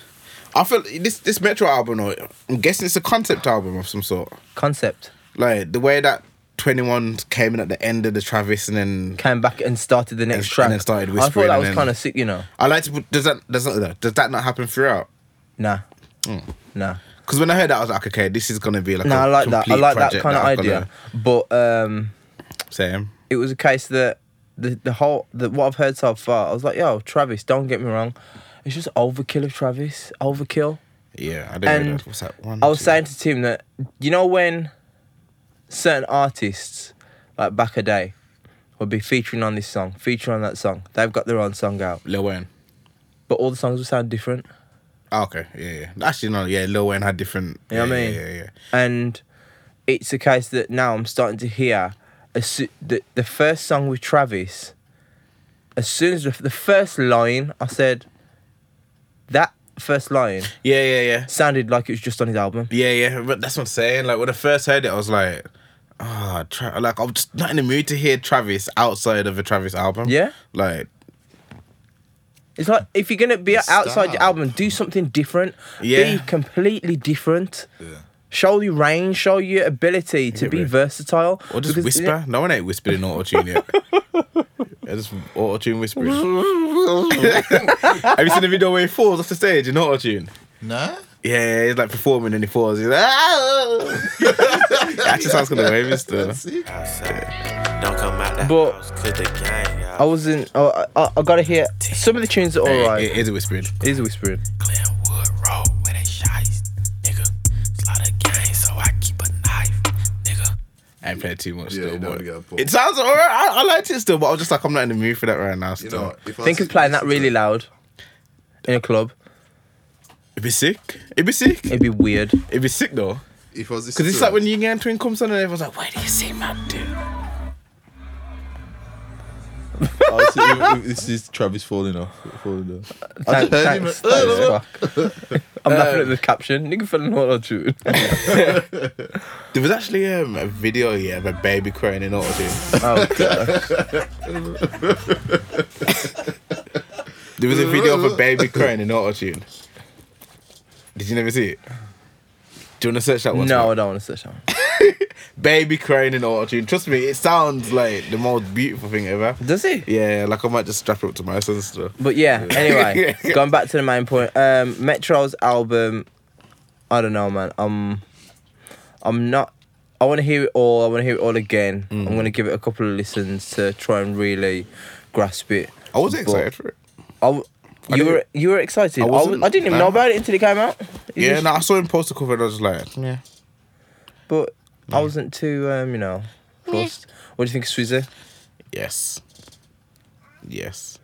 Speaker 3: But-
Speaker 1: I feel this this Metro album. though, I'm guessing it's a concept album of some sort.
Speaker 3: Concept
Speaker 1: Like the way that Twenty One came in at the end of the Travis, and then
Speaker 3: came back and started the next
Speaker 1: And-
Speaker 3: track.
Speaker 1: and then started
Speaker 3: I thought
Speaker 1: whispering
Speaker 3: that
Speaker 1: and
Speaker 3: was
Speaker 1: then-
Speaker 3: kind of sick, you know.
Speaker 1: I like to. put- Does that does that does that not happen throughout?
Speaker 3: Nah, nah.
Speaker 1: Because when I heard that, I was like, okay, this is gonna be Hmm. like.
Speaker 3: No,
Speaker 1: a
Speaker 3: I like that. I
Speaker 1: complete
Speaker 3: like that
Speaker 1: project
Speaker 3: kind of
Speaker 1: I'm
Speaker 3: idea. But um,
Speaker 1: gonna- Same.
Speaker 3: it was a case that the the whole the, what I've heard so far, I was like, yo, Travis, don't get me wrong, it's just overkill of Travis, overkill.
Speaker 1: Yeah, I didn't
Speaker 3: And
Speaker 1: realize what's that one.
Speaker 3: I was
Speaker 1: two?
Speaker 3: saying to Tim that you know when certain artists like back a day would be featuring on this song, featuring on that song, they've got their own song out,
Speaker 1: Lil Wayne.
Speaker 3: but all the songs will sound different.
Speaker 1: Oh, okay, yeah, yeah. Actually, no, yeah, Lil Wayne had different.
Speaker 3: You know what I
Speaker 1: yeah,
Speaker 3: mean?
Speaker 1: Yeah, yeah, yeah.
Speaker 3: And it's a case that now I'm starting to hear as soo- the, the first song with Travis, as soon as the, the first line, I said, that first line
Speaker 1: Yeah, yeah, yeah.
Speaker 3: sounded like it was just on his album.
Speaker 1: Yeah, yeah, but that's what I'm saying. Like when I first heard it, I was like, ah, tra-, like I'm just not in the mood to hear Travis outside of a Travis album.
Speaker 3: Yeah?
Speaker 1: like
Speaker 3: It's like if you're gonna be outside your
Speaker 4: style.
Speaker 3: album, do something different.
Speaker 1: Yeah.
Speaker 3: Be completely different.
Speaker 4: Yeah.
Speaker 3: Show your range, show your ability to
Speaker 1: Yeah,
Speaker 3: be
Speaker 1: right.
Speaker 3: versatile.
Speaker 1: or just
Speaker 3: because-
Speaker 1: whisper. No one ain't whispering in auto tune yet. I just auto tune whispering. Have you seen the video where he falls off the stage in auto tune?
Speaker 4: Nah.
Speaker 1: Yeah, he's like performing and he falls. He's like, ah! that just sounds kind of wavy still.
Speaker 5: Don't come out that
Speaker 3: But-
Speaker 5: house, cause the gang,
Speaker 3: I
Speaker 5: y'all.
Speaker 3: wasn't. I, I, I gotta hear some of the tunes
Speaker 1: It-
Speaker 3: are alright.
Speaker 1: it is a whispering.
Speaker 3: It is whispering.
Speaker 5: Glenwood Road, where they shot, nigga. Slaughter gang, so I keep a knife, nigga.
Speaker 1: I ain't played too much
Speaker 4: Yeah,
Speaker 1: still.
Speaker 4: you don't
Speaker 1: but
Speaker 4: get a ball.
Speaker 1: it sounds alright. I, I liked it still, but I was just like, I'm not in the mood for that right now.
Speaker 4: You
Speaker 1: Still.
Speaker 4: know, what, if I
Speaker 3: Think
Speaker 4: was-
Speaker 3: of playing that really loud in a club.
Speaker 1: It'd be sick. It'd be sick.
Speaker 3: It'd be weird.
Speaker 1: It'd be sick though.
Speaker 4: If I was
Speaker 1: Because it's like when you get into Twin comes on and everyone's like, where do you see man do?
Speaker 4: oh, this is Travis falling off. Falling off. I
Speaker 3: Thanks,
Speaker 4: just heard him.
Speaker 3: thanks, thanks, fuck. I'm laughing at the caption. Nigga fell in auto tune.
Speaker 1: There was actually um, a video here of a baby crying in auto tune.
Speaker 3: Oh, God.
Speaker 1: There was a video of a baby crying in auto tune. Did you never see it? Do you want to search that one?
Speaker 3: no, I
Speaker 1: Scott?
Speaker 3: don't want to search that one.
Speaker 1: Baby crying in auto tune. Trust me, it sounds like the most beautiful thing ever.
Speaker 3: Does he?
Speaker 1: Yeah, like I might just strap it up to my son's stuff.
Speaker 3: But yeah, anyway, going back to the main point, um, Metro's album, I don't know, man. I'm, I'm not. I want to hear it all. I want to hear it all again. I'm gonna give it a couple of listens to try and really grasp it.
Speaker 1: I was
Speaker 3: But
Speaker 1: excited for it.
Speaker 3: I w- you were you were excited. I, was,
Speaker 1: wasn't,
Speaker 3: I didn't even
Speaker 1: nah.
Speaker 3: know about it until it came out. It
Speaker 1: Yeah,
Speaker 3: was-
Speaker 1: no, I saw him post the cover and I was like, yeah.
Speaker 3: but I wasn't too, um, you know, fussed. What do you think, of Swizzer?
Speaker 1: Yes. Yes.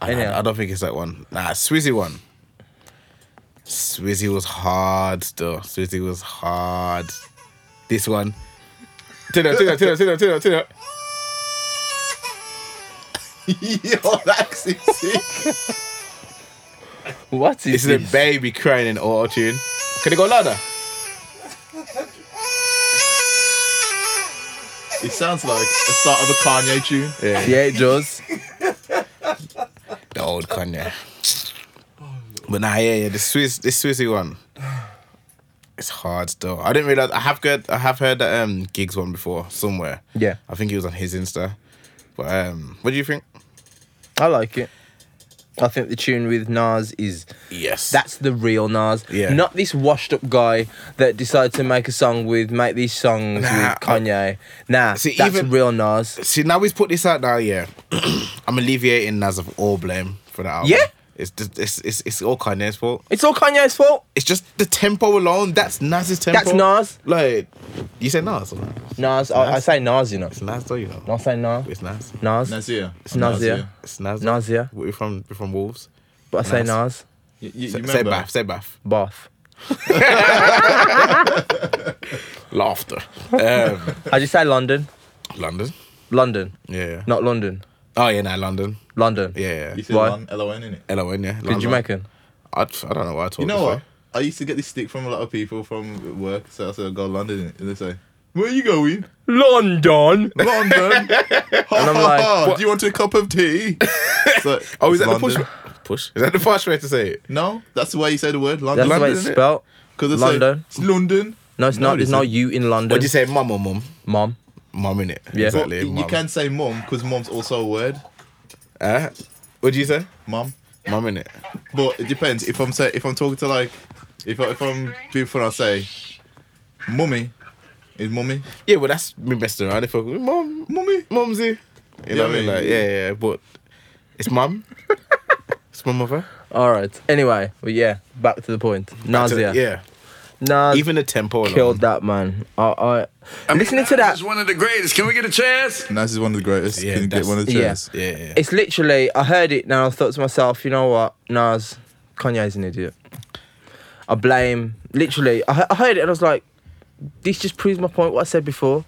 Speaker 3: I
Speaker 1: I,
Speaker 3: know.
Speaker 1: I, I don't think it's that one. Nah, Swizzy one. Swizzy was hard though. Swizzy was hard. This one. Turn up, turn up, turn up, turn up, turn up, turn up.
Speaker 4: Yo, that's it, sick.
Speaker 3: What is
Speaker 1: This
Speaker 3: this?
Speaker 1: is a baby crying in auto tune. Can it go louder?
Speaker 4: It sounds like the start of a Kanye tune.
Speaker 1: Yeah.
Speaker 3: yeah, it does.
Speaker 1: The old Kanye. But nah, yeah, yeah. The Swiss, the Swizzy one. It's hard though. I didn't realize. I have heard. I have heard that um gigs one before somewhere.
Speaker 3: Yeah,
Speaker 1: I think he was on his Insta. But um, what do you think?
Speaker 3: I like it. I think the tune with Nas is
Speaker 1: Yes.
Speaker 3: That's the real Nas.
Speaker 1: Yeah.
Speaker 3: Not this washed up guy that decided to make a song with make these songs
Speaker 1: Nah,
Speaker 3: with Kanye. Nah,
Speaker 1: See,
Speaker 3: that's
Speaker 1: even-
Speaker 3: real Nas.
Speaker 1: see now he's put this out now. Yeah, I'm alleviating Nas of all blame for that album.
Speaker 3: Yeah?
Speaker 1: It's just, it's it's it's all Kanye's fault.
Speaker 3: It's all Kanye's fault.
Speaker 1: It's just the tempo alone. That's Nas's tempo.
Speaker 3: That's Nas.
Speaker 1: Like you said Nas. or not?
Speaker 3: Nas. I, I
Speaker 1: Nas.
Speaker 3: say Nas, you know.
Speaker 1: It's Nas though, you know.
Speaker 3: I say Nas.
Speaker 1: It's Nas.
Speaker 3: Nas.
Speaker 4: Nazir.
Speaker 3: It's Nazir.
Speaker 1: It's Nas.
Speaker 3: Nas, yeah.
Speaker 1: We're from we're from Wolves.
Speaker 3: But I say
Speaker 1: Nas.
Speaker 3: Nas.
Speaker 4: You, you, you
Speaker 1: Say- say
Speaker 4: remember?
Speaker 1: Bath. Say Bath.
Speaker 3: Bath.
Speaker 1: Laughter. Um,
Speaker 3: I just say London.
Speaker 1: London.
Speaker 3: London,
Speaker 1: Yeah.
Speaker 3: not London.
Speaker 1: Oh yeah, nah, London.
Speaker 3: London.
Speaker 1: Yeah,
Speaker 4: You
Speaker 1: yeah.
Speaker 4: said
Speaker 3: Why?
Speaker 4: Lon- LON in it.
Speaker 1: LON, yeah.
Speaker 3: Good
Speaker 1: London.
Speaker 3: Jamaican.
Speaker 1: I, I don't know why I talk.
Speaker 4: You know what? I used to get this stick from a lot of people from work. So I said, "Go London," innit? and they say, "Where you going?"
Speaker 3: London.
Speaker 4: London. and
Speaker 3: I'm like,
Speaker 4: "Do you want a cup of tea?" So,
Speaker 1: Oh, is that
Speaker 4: London.
Speaker 1: the push? Push? Is that the fast way to say it?
Speaker 4: No, that's the way you say the word London.
Speaker 3: That's the way
Speaker 4: London,
Speaker 3: it's
Speaker 4: innit?
Speaker 3: spelled.
Speaker 4: 'Cause they say,
Speaker 3: London.
Speaker 4: it's London.
Speaker 3: No, it's
Speaker 4: No,
Speaker 3: not.
Speaker 4: it
Speaker 3: There's no
Speaker 4: isn't.
Speaker 3: you in London.
Speaker 1: What'd you say, mum or mum?
Speaker 3: Mom.
Speaker 1: Mum in it.
Speaker 3: Yeah.
Speaker 4: But
Speaker 1: Exactly.
Speaker 4: you
Speaker 1: mum.
Speaker 4: can say mum because mum's also a word.
Speaker 1: Uh, what'd you say?
Speaker 4: Mum.
Speaker 1: Mum in it.
Speaker 4: But it depends. If I'm say, if I'm talking to like, if I, if I'm being fun, I say, mummy, is mummy,
Speaker 1: Yeah, but that's me messing around. If I go, mum,
Speaker 4: mummy.
Speaker 1: mumsy. You know
Speaker 4: Yeah,
Speaker 1: what I mean?
Speaker 4: I mean-
Speaker 1: Like, yeah, yeah. But it's mum. it's my mother.
Speaker 3: All right. Anyway, well, yeah. Back to the point. Nausea.
Speaker 1: Yeah.
Speaker 3: Nas
Speaker 1: Even the tempo. alone.
Speaker 3: killed that man. I, I, listening to that.
Speaker 5: It's one of the greatest. Can we get a chance?
Speaker 4: Nas is one of the greatest.
Speaker 1: Yeah,
Speaker 4: Can you get
Speaker 1: that's-
Speaker 4: one of the
Speaker 3: yeah.
Speaker 4: chairs.
Speaker 1: Yeah, yeah.
Speaker 3: It's literally. I heard it now. I thought to myself, you know what, Nas, Kanye's an idiot. I blame. Literally, I, he- I heard it and I was like, this just proves my point. What I said before,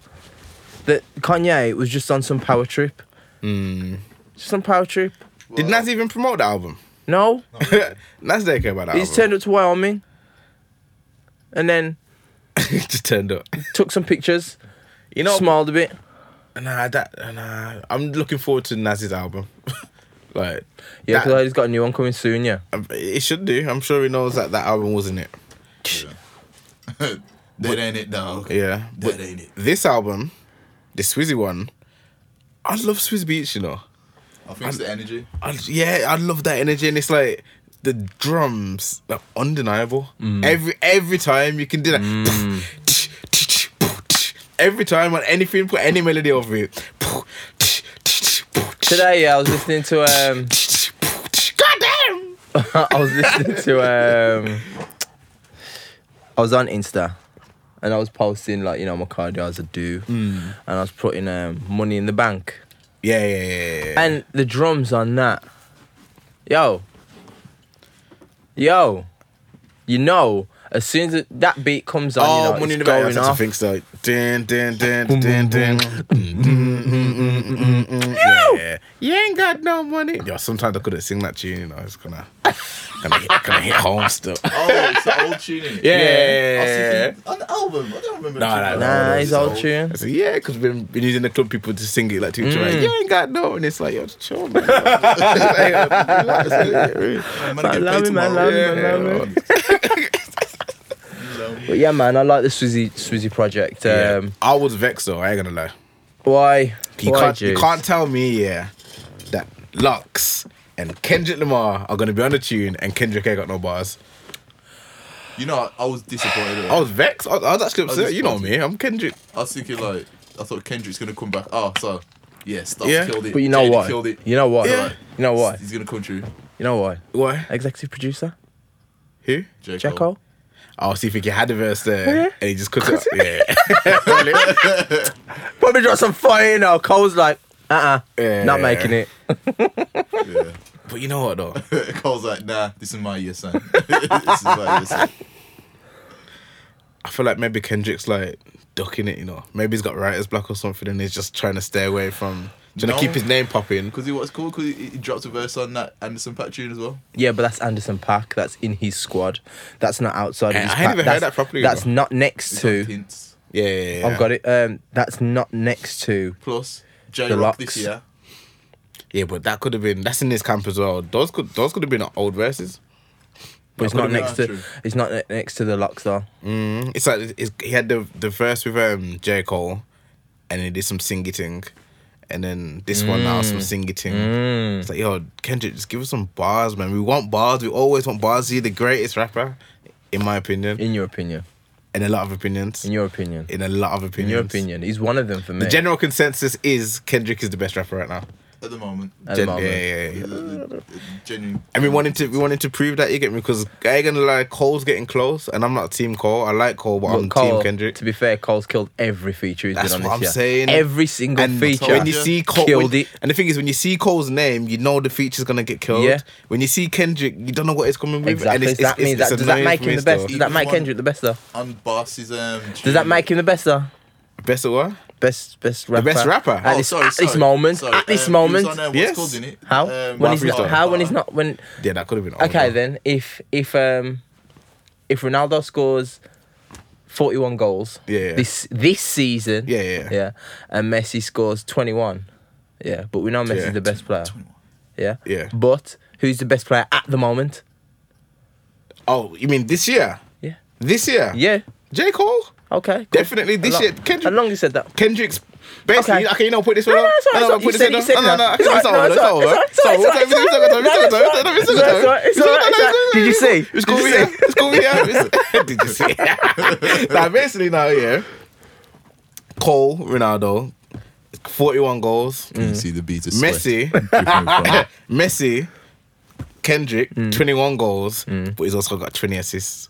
Speaker 3: that Kanye was just on some power trip. Just on power trip.
Speaker 1: Did Nas even promote the album?
Speaker 3: No,
Speaker 1: Nas didn't care about that
Speaker 3: he's turned up to Wyoming, and then
Speaker 1: He just turned up.
Speaker 3: took some pictures.
Speaker 1: You know,
Speaker 3: smiled a bit.
Speaker 1: nah, that nah. I'm looking forward to Nas's album. like,
Speaker 3: Yeah,
Speaker 1: that- um,
Speaker 3: because he's got a new one coming soon. Yeah.
Speaker 1: it should do. I'm sure he knows that that album wasn't it.
Speaker 4: That ain't it, dog.
Speaker 1: Yeah,
Speaker 4: That ain't it.
Speaker 1: this album, the Swizzy one, I love Swizz Beats. You know,
Speaker 4: I think it's the energy.
Speaker 1: I, yeah, I love that energy, and it's like the drums are undeniable. Every every time you can do that. Every time on anything, put any melody over it.
Speaker 3: Today, yeah, I was listening to um,
Speaker 1: God damn!
Speaker 3: I was listening to um, I was on Insta, and I was posting like you know my cardio as I do,
Speaker 1: Hmm.
Speaker 3: and I was putting um money in the bank,
Speaker 1: Yeah, yeah, yeah, yeah.
Speaker 3: and the drums on that, yo, yo, you know, as soon as that beat comes
Speaker 1: Oh,
Speaker 3: on, you know, it's
Speaker 1: Bank,
Speaker 3: going
Speaker 1: that's
Speaker 3: off.
Speaker 1: such a thing. So, dun, dun, dun, dun, dun. Mm, Yeah, you ain't got no money. Yo, sometimes I couldn't sing that tune. You know, it's gonna, gonna, hit, gonna hit home still.
Speaker 4: Oh, it's an old tune. innit?
Speaker 1: Yeah,
Speaker 4: I see
Speaker 1: yeah.
Speaker 4: it on the album. I don't remember.
Speaker 1: Nah,
Speaker 4: the
Speaker 1: nah,
Speaker 4: tune.
Speaker 1: nah,
Speaker 3: Nah,
Speaker 1: Oh,
Speaker 3: his
Speaker 4: it's
Speaker 3: old tune.
Speaker 1: I said, yeah, because we've been using the club people to sing it like to each other. Like, you ain't got no, and it's like, yo, chill, man. Relax, relax.
Speaker 4: I'm
Speaker 3: I
Speaker 4: gonna get
Speaker 3: love
Speaker 4: paid
Speaker 3: him, I
Speaker 4: tomorrow.
Speaker 3: love him, I
Speaker 1: Yeah,
Speaker 3: love him. But yeah, man, I like the Swizzy Swizzy project.
Speaker 1: Yeah.
Speaker 3: Um,
Speaker 1: I was vexed though. I ain't gonna lie.
Speaker 3: Why?
Speaker 1: You
Speaker 3: why,
Speaker 1: can't, you
Speaker 3: Jude?
Speaker 1: can't tell me, yeah, that Lux and Kendrick Lamar are gonna be on the tune and Kendrick ain't got no bars.
Speaker 4: You know, I was disappointed. innit?
Speaker 1: I was vexed. I was, I was actually upset.
Speaker 4: was
Speaker 1: you know me. I'm Kendrick.
Speaker 4: I was thinking like, I thought Kendrick's gonna come back. Oh, so yeah, Stubbs
Speaker 1: Yeah.
Speaker 4: killed it.
Speaker 3: But you know
Speaker 4: Jada
Speaker 3: why?
Speaker 4: Killed it.
Speaker 3: You know why?
Speaker 1: Yeah.
Speaker 3: You know why?
Speaker 4: He's gonna come true.
Speaker 3: You know why?
Speaker 1: Why?
Speaker 3: Executive producer
Speaker 1: Who?
Speaker 4: J. Cole.
Speaker 3: Jacko.
Speaker 1: Oh, so you think he had a verse there and he just cut it. Yeah.
Speaker 3: Probably dropped some fire. You know, Cole's like, uh, uh
Speaker 1: Yeah.
Speaker 3: not making it.
Speaker 4: Yeah.
Speaker 1: but you know what though?
Speaker 4: Cole's like, nah, this is my year, son. this is my year, son.
Speaker 1: I feel like maybe Kendrick's like ducking it. You know, maybe he's got writer's block or something, and he's just trying to stay away from trying
Speaker 4: No.
Speaker 1: to keep his name popping.
Speaker 4: Because he what's cool, because he, he dropped a verse on that Anderson Paak tune as well.
Speaker 3: Yeah, but that's Anderson Pack. That's in his squad. That's not outside of
Speaker 1: Eh,
Speaker 3: his
Speaker 1: I ain't
Speaker 3: pack.
Speaker 1: even heard
Speaker 3: that's,
Speaker 1: that properly,
Speaker 3: That's
Speaker 1: you
Speaker 3: not next
Speaker 4: It's
Speaker 3: to.
Speaker 4: got hints.
Speaker 1: Yeah, yeah, yeah.
Speaker 3: I've got it. Um, that's not next to.
Speaker 4: Plus, J
Speaker 3: The
Speaker 4: Rock
Speaker 3: Lux.
Speaker 4: this year.
Speaker 1: Yeah, but that could have been that's in his camp as well. Those could those could have been old verses.
Speaker 3: But it's
Speaker 4: could
Speaker 3: not
Speaker 4: have been
Speaker 3: next
Speaker 4: that,
Speaker 3: to.
Speaker 4: true.
Speaker 3: It's not ne- next to the Lux though. Mm.
Speaker 1: It's like it's, he had the the verse with um J Cole, and he did some singiting, and then this one now
Speaker 3: Mm.
Speaker 1: some singiting. It's like yo Kendrick, just give us some bars, man. We want bars. We always want bars. You're the greatest rapper, in my opinion,
Speaker 3: In your opinion.
Speaker 1: in a lot of opinions,
Speaker 3: In your opinion.
Speaker 1: in a lot of
Speaker 3: In
Speaker 1: opinions.
Speaker 3: your opinion, he's one of them for me.
Speaker 1: the general consensus is Kendrick is the best rapper right now.
Speaker 4: At the moment.
Speaker 3: at the
Speaker 1: Gen- yeah,
Speaker 3: moment.
Speaker 1: yeah,
Speaker 4: The-
Speaker 1: yeah.
Speaker 4: the- the Genuine.
Speaker 1: And we wanted to we wanted to prove that you get me because I ain't gonna lie, Cole's getting close, and I'm not Team Cole. I like Cole, but,
Speaker 3: But
Speaker 1: I'm
Speaker 3: Cole,
Speaker 1: Team Kendrick.
Speaker 3: To be fair, Cole's killed every feature he's
Speaker 1: That's
Speaker 3: done on
Speaker 1: what
Speaker 3: this
Speaker 1: I'm
Speaker 3: year.
Speaker 1: saying.
Speaker 3: Every single feature.
Speaker 1: when you see Cole,
Speaker 3: killed
Speaker 1: when-
Speaker 3: it.
Speaker 1: and the thing is, when you see Cole's name, you know the feature's gonna get killed.
Speaker 3: Yeah.
Speaker 1: When you see Kendrick, you don't know what it's coming with. And
Speaker 3: Exactly.
Speaker 1: it's,
Speaker 3: so that
Speaker 1: it's-
Speaker 3: means
Speaker 1: it's
Speaker 3: that does that
Speaker 1: annoying
Speaker 3: make
Speaker 1: for me
Speaker 3: him the best?
Speaker 1: still.
Speaker 3: Does that
Speaker 4: Even
Speaker 3: make
Speaker 4: one-
Speaker 3: Kendrick the best though?
Speaker 4: On Boss's um.
Speaker 3: Does that make him the best though?
Speaker 1: Best of what?
Speaker 3: Best best rapper.
Speaker 1: best rapper?
Speaker 3: At,
Speaker 1: Oh,
Speaker 3: this, at this moment. At
Speaker 4: Um,
Speaker 1: Um,
Speaker 3: this moment.
Speaker 4: uh,
Speaker 1: Yes.
Speaker 3: How?
Speaker 1: um,
Speaker 3: when he's not, how? When he's not? When?
Speaker 1: Yeah, that could have been.
Speaker 3: Okay
Speaker 1: older.
Speaker 3: then. If if um if Ronaldo scores forty one goals.
Speaker 1: Yeah, yeah.
Speaker 3: This this season.
Speaker 1: Yeah, yeah.
Speaker 3: Yeah. And Messi scores twenty one. Yeah, but we know Messi's
Speaker 1: Yeah.
Speaker 3: the best player. Yeah.
Speaker 1: Yeah.
Speaker 3: But who's the best player at the moment?
Speaker 1: Oh, you mean this year?
Speaker 3: Yeah.
Speaker 1: This year?
Speaker 3: Yeah.
Speaker 1: J Cole.
Speaker 3: Okay. cool.
Speaker 1: Definitely this
Speaker 3: How
Speaker 1: year.
Speaker 3: long- How
Speaker 1: Kendrick.
Speaker 3: long you said that?
Speaker 1: Kendrick's. Basically,
Speaker 3: Okay.
Speaker 1: okay. you know, put this
Speaker 3: No,
Speaker 1: one
Speaker 3: no,
Speaker 1: up.
Speaker 3: it's alright,
Speaker 1: put
Speaker 3: it's alright, you
Speaker 1: this
Speaker 3: said-
Speaker 1: one
Speaker 3: you
Speaker 1: up. No, no,
Speaker 3: said
Speaker 1: no,
Speaker 3: that.
Speaker 1: it's over.
Speaker 3: It's
Speaker 1: It's
Speaker 3: alright,
Speaker 1: over.
Speaker 3: it's alright, it's alright, it's alright, it's alright, it's alright, it's alright, it's alright, it's alright. Did you see?
Speaker 1: It's
Speaker 3: Did
Speaker 1: cool
Speaker 3: you
Speaker 1: here.
Speaker 3: see?
Speaker 1: It's cool here. Did you see? Now, basically, now, yeah. Cole, Ronaldo, 41
Speaker 3: Mm.
Speaker 1: goals.
Speaker 4: You see the beat of sweat
Speaker 1: Messi,
Speaker 4: dripping from-
Speaker 1: Messi, Kendrick,
Speaker 3: Mm.
Speaker 1: 21 goals, but he's also got 20 assists.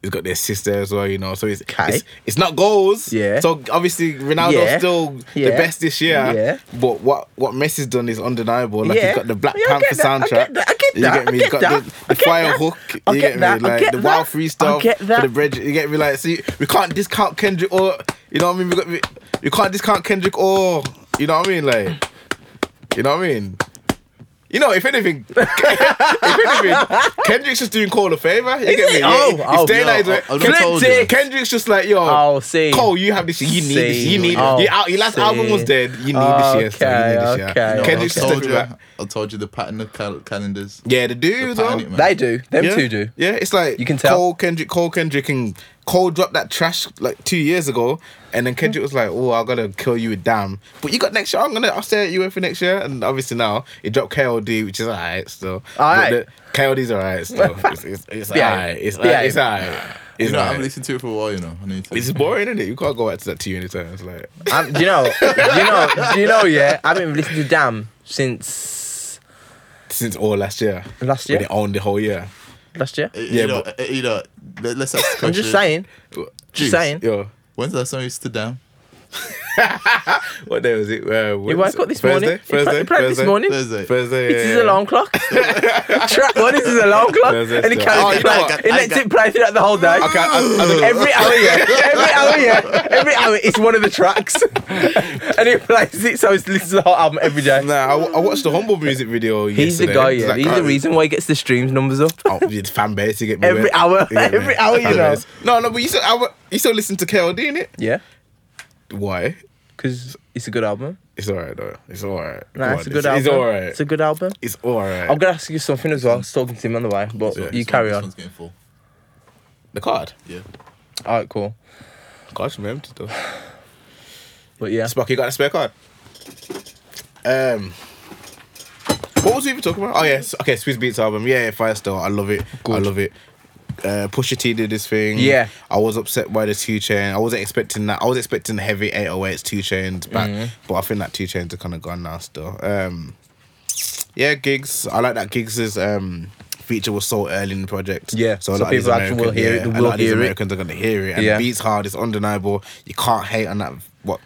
Speaker 1: He's got the assist there as well, you know. So it's it's, it's not goals.
Speaker 3: Yeah.
Speaker 1: So obviously Ronaldo's
Speaker 3: Yeah.
Speaker 1: still
Speaker 3: Yeah.
Speaker 1: the best this year.
Speaker 3: Yeah.
Speaker 1: But what what Messi's done is undeniable. Like
Speaker 3: Yeah.
Speaker 1: he's got the Black
Speaker 3: Yeah, I
Speaker 1: Panther
Speaker 3: get that, I
Speaker 1: soundtrack.
Speaker 3: get that, I get
Speaker 1: You
Speaker 3: that,
Speaker 1: get me? He's
Speaker 3: I get
Speaker 1: got
Speaker 3: that,
Speaker 1: the,
Speaker 3: I
Speaker 1: the
Speaker 3: get
Speaker 1: fire
Speaker 3: that,
Speaker 1: hook. You
Speaker 3: I get
Speaker 1: get,
Speaker 3: that,
Speaker 1: me?
Speaker 3: I
Speaker 1: Like
Speaker 3: get
Speaker 1: the
Speaker 3: that,
Speaker 1: wild
Speaker 3: I
Speaker 1: freestyle
Speaker 3: get
Speaker 1: for the
Speaker 3: that.
Speaker 1: bridge. You get me? Like see, we can't discount Kendrick or you know what I mean. We got we, you can't discount Kendrick or you know what I mean. Like you know what I mean. You know, if anything, if anything, Kendrick's just doing Cole a favor. You get me?
Speaker 3: it? Oh,
Speaker 1: yeah,
Speaker 3: oh,
Speaker 1: it's daylight.
Speaker 4: no, I-
Speaker 1: right?
Speaker 4: I've not told you.
Speaker 1: Kendrick- Kendrick's just like yo.
Speaker 3: Oh, see.
Speaker 1: Cole, you have this. You need this.
Speaker 3: See.
Speaker 1: You need.
Speaker 3: Oh,
Speaker 1: your, al- your last
Speaker 3: see.
Speaker 1: album was dead. You need this year. so you
Speaker 3: Okay,
Speaker 1: need this year.
Speaker 3: okay,
Speaker 4: No,
Speaker 1: Kendrick's
Speaker 4: I
Speaker 1: just
Speaker 4: told
Speaker 1: stepping
Speaker 4: you.
Speaker 1: back.
Speaker 4: I told you the pattern of cal- calendars.
Speaker 1: Yeah, the dudes.
Speaker 4: The
Speaker 1: though.
Speaker 4: panic, man.
Speaker 3: They do. Them
Speaker 1: yeah.
Speaker 3: two do.
Speaker 1: Yeah, it's like
Speaker 3: You can tell.
Speaker 1: Cole Kendrick, Cole Kendrick, and Cole dropped that trash like two years ago, and then Kendrick was like, "Oh, I gotta kill you with damn." But you got next year. I'm gonna. I'll stay at you for next year, and obviously now it dropped KLD, which is alright still.
Speaker 3: Alright.
Speaker 1: But the- KLD's alright still. It's, it's, it's
Speaker 3: Yeah.
Speaker 1: alright. It's
Speaker 3: Yeah.
Speaker 1: alright. It's alright. It's
Speaker 4: You know, I
Speaker 1: alright.
Speaker 4: haven't listened to it for a while. You know, I need to.
Speaker 1: It's boring, isn't it? You can't go back to that to you anytime. It's like
Speaker 3: Um, do you know? do you know? Do you know? Yeah, I haven't listened to Damn since
Speaker 1: since all last year.
Speaker 3: Last
Speaker 1: When
Speaker 3: year?
Speaker 1: they owned the whole year.
Speaker 3: last year.
Speaker 4: yeah,
Speaker 1: Yeah,
Speaker 4: you know, eh, you know, let, us ask the question.
Speaker 3: I'm just saying. Just
Speaker 4: Juice.
Speaker 3: saying.
Speaker 1: Yo,
Speaker 4: When's the last time you stood down?
Speaker 1: what day was it? Uh,
Speaker 3: You woke up this
Speaker 1: Thursday?
Speaker 3: morning. You
Speaker 1: Thursday.
Speaker 3: pla- you played this
Speaker 1: Thursday?
Speaker 3: morning.
Speaker 4: Thursday.
Speaker 1: Thursday.
Speaker 3: It's
Speaker 1: yeah,
Speaker 3: his
Speaker 1: yeah.
Speaker 3: alarm clock. Track one is his alarm clock,
Speaker 1: There's this
Speaker 3: and he
Speaker 1: guy.
Speaker 3: carries
Speaker 1: Oh,
Speaker 3: it
Speaker 1: you know
Speaker 3: play.
Speaker 4: what?
Speaker 3: It
Speaker 4: I
Speaker 3: lets
Speaker 4: got-
Speaker 3: it play throughout the whole day.
Speaker 1: Okay, I, I think
Speaker 3: Every hour, yeah. Every hour, yeah. Every hour, it's one of the tracks, and he plays it, so he listens to the whole album every day.
Speaker 1: Nah, I, wa- I watched the Humble music video.
Speaker 3: He's the
Speaker 1: yesterday.
Speaker 3: guy,
Speaker 1: It's
Speaker 3: yeah.
Speaker 1: like,
Speaker 3: He's
Speaker 1: oh,
Speaker 3: the reason why he gets the streams numbers up.
Speaker 1: Oh, the fan base, you get me.
Speaker 3: Every
Speaker 1: wet.
Speaker 3: hour-
Speaker 1: You get me.
Speaker 3: every hour, you
Speaker 1: Fan
Speaker 3: know.
Speaker 1: base. No, no, but you still, I, wa- you still listen to KLD in it.
Speaker 3: Yeah,
Speaker 1: Why?
Speaker 3: because it's a good album.
Speaker 1: It's alright though. It's alright.
Speaker 3: Nah,
Speaker 1: Come
Speaker 3: it's a
Speaker 1: on,
Speaker 3: good
Speaker 1: it's,
Speaker 3: album.
Speaker 1: It's alright.
Speaker 3: It's a good album.
Speaker 1: It's alright.
Speaker 3: I'm gonna ask you something as well. I was talking to him on the way, but
Speaker 1: Yeah,
Speaker 3: you
Speaker 4: This
Speaker 3: carry
Speaker 4: one-
Speaker 3: on.
Speaker 4: This one's getting full.
Speaker 1: the card.
Speaker 4: Yeah.
Speaker 3: All right, cool.
Speaker 1: Gosh, man, empty though.
Speaker 3: But yeah,
Speaker 1: Spock, you got a spare card? Um, what was we even talking about? Oh yes, okay, Swiss Beats album. Yeah, yeah Firestone. I love it. I
Speaker 3: Good.
Speaker 1: love it. Uh, Pusha T did this thing.
Speaker 3: Yeah.
Speaker 1: I was upset by the two chain. I wasn't expecting that. I was expecting heavy 808s, two chains back,
Speaker 3: Mm-hmm.
Speaker 1: but I think that two chains are kind of gone now. Still, um, yeah, gigs. I like that gigs' um, feature was so early in the project.
Speaker 3: Yeah,
Speaker 1: so, a
Speaker 3: so
Speaker 1: lot of these
Speaker 3: people actually will
Speaker 1: American-
Speaker 3: hear it,
Speaker 1: yeah, a
Speaker 3: they
Speaker 1: lot
Speaker 3: will
Speaker 1: of these
Speaker 3: hear it.
Speaker 1: Americans are gonna hear it, and
Speaker 3: Yeah.
Speaker 1: the beats hard. It's undeniable. You can't hate on that. What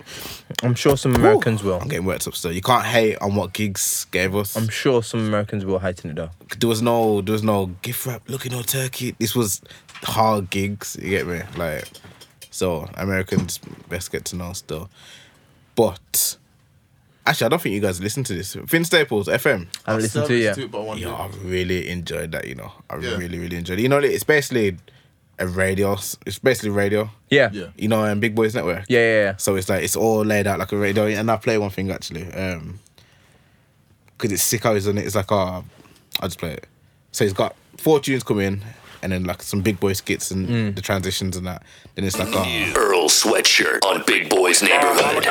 Speaker 3: I'm sure some Americans
Speaker 1: Ooh,
Speaker 3: will.
Speaker 1: I'm getting worked up still. You can't hate on what gigs gave us.
Speaker 3: I'm sure some Americans will heighten it though.
Speaker 1: there was no, there was no gift wrap. Look at no turkey. This was hard gigs. You get me? Like, so Americans best get to know still. But actually, I don't think you guys listen to this. Finn Staples FM.
Speaker 3: I haven't
Speaker 4: still
Speaker 3: listened to it
Speaker 4: listened
Speaker 3: yet.
Speaker 4: but I want
Speaker 1: Yeah,
Speaker 4: to.
Speaker 1: I really enjoyed that. You know, I
Speaker 4: Yeah.
Speaker 1: really, really enjoyed it. You know, it's basically a radio. It's basically radio.
Speaker 3: Yeah.
Speaker 4: Yeah.
Speaker 1: You know, and Big Boys Network.
Speaker 3: Yeah, yeah, yeah.
Speaker 1: So it's like it's all laid out like a radio. And I play one thing actually, um, because it's sick how he's on it. It's like oh, I'll just play it. So he's got four tunes come in, and then like some big boy skits and
Speaker 3: Mm.
Speaker 1: the transitions and that. Then it's like oh,
Speaker 6: Earl Sweatshirt on Big Boy's Neighborhood.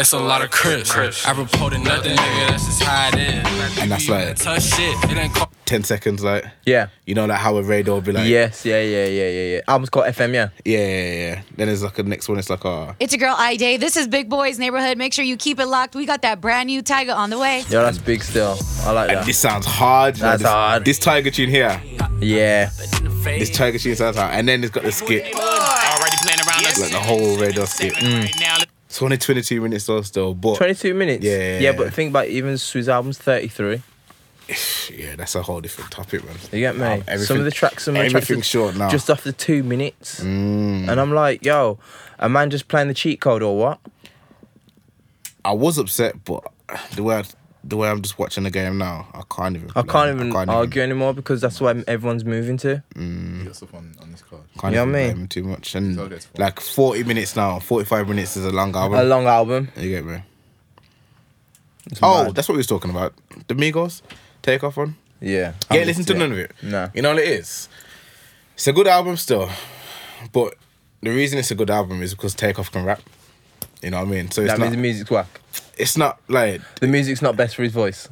Speaker 5: It's a lot of Chris. I reported nothing, nigga. That's just how it is.
Speaker 1: And that's
Speaker 5: You
Speaker 1: like-
Speaker 5: even touch shit. It ain't called
Speaker 1: 10 seconds like
Speaker 3: Yeah.
Speaker 1: you know like how a radio will be like
Speaker 3: Yes, yeah, yeah, yeah, yeah, yeah. Album's called FM, yeah.
Speaker 1: yeah yeah yeah. yeah. Then there's like a next one. It's like oh.
Speaker 7: It's your girl I Day. This is Big Boys Neighborhood. Make sure you keep it locked. We got that brand new Tiger on the way.
Speaker 3: Yeah, that's big still. I like
Speaker 1: And
Speaker 3: that.
Speaker 1: this sounds hard. you know,
Speaker 3: That's
Speaker 1: this,
Speaker 3: hard.
Speaker 1: This tiger tune here.
Speaker 3: Yeah.
Speaker 5: in the face.
Speaker 1: This tiger tune sounds hard. And then it's got the skit.
Speaker 5: Already playing around.
Speaker 1: Like the whole Mm. radio skit.
Speaker 3: Mm.
Speaker 5: Right now,
Speaker 1: It's only 22 minutes or still, but
Speaker 3: 22 minutes.
Speaker 1: Yeah, yeah,
Speaker 3: Yeah,
Speaker 1: yeah.
Speaker 3: but think about even Swizz album's 33.
Speaker 1: yeah, that's a whole different topic, man.
Speaker 3: You get me?
Speaker 1: Um, everything-
Speaker 3: some of the tracks, some of the tracks
Speaker 1: everything's
Speaker 3: are
Speaker 1: short now. Mm.
Speaker 3: Just after two minutes, and I'm like, yo, a man just playing the cheat code or what?
Speaker 1: I was upset, but the way I, the way I'm just watching the game now, I can't even.
Speaker 3: I
Speaker 1: play.
Speaker 3: can't even
Speaker 1: can't
Speaker 3: argue anymore because that's where everyone's moving to. Mm.
Speaker 4: You got stuff on, on this card.
Speaker 1: Can't
Speaker 3: You
Speaker 1: even
Speaker 3: know what I
Speaker 1: blame
Speaker 3: mean?
Speaker 1: him too much, and
Speaker 4: all good.
Speaker 1: like 40 minutes now, 45 minutes is a long album.
Speaker 3: A long album.
Speaker 1: you get me? Oh,
Speaker 3: mad.
Speaker 1: that's what we was talking about. The Migos take off on.
Speaker 3: Yeah.
Speaker 1: Yeah, listen to none of it.
Speaker 3: No.
Speaker 1: You know what it is? It's a good album still. But the reason it's a good album is because Takeoff can rap. You know what I mean? So it's
Speaker 3: That means
Speaker 1: not,
Speaker 3: the music's whack.
Speaker 1: it's not like
Speaker 3: The music's not best for his voice.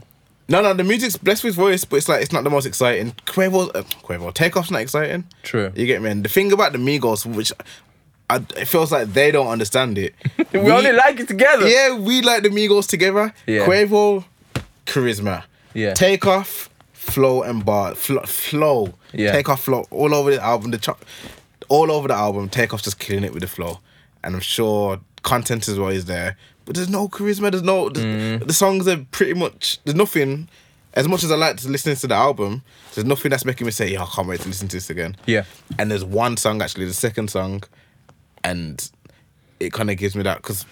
Speaker 1: no no the music's blessed with voice, but it's like it's not the most exciting. Quavo uh, Quavo Takeoff's not exciting.
Speaker 3: True.
Speaker 1: You get me? And the thing about the Migos, which I, it feels like they don't understand it.
Speaker 3: We, only like it together.
Speaker 1: yeah, we like the Migos together.
Speaker 3: Yeah.
Speaker 1: Quavo, charisma.
Speaker 3: Yeah.
Speaker 1: Take off, flow and bar, flo- flow.
Speaker 3: Yeah.
Speaker 1: Take off, flow all over the album. The chop, all over the album. Take off, just killing it with the flow, and I'm sure content as well is there. But there's no charisma. There's no
Speaker 3: Mm.
Speaker 1: there's- the songs are pretty much there's nothing. As much as I like to listen to the album, there's nothing that's making me say, "Yeah, I can't wait to listen to this again."
Speaker 3: Yeah.
Speaker 1: And there's one song actually, the second song, and it kind of gives me that because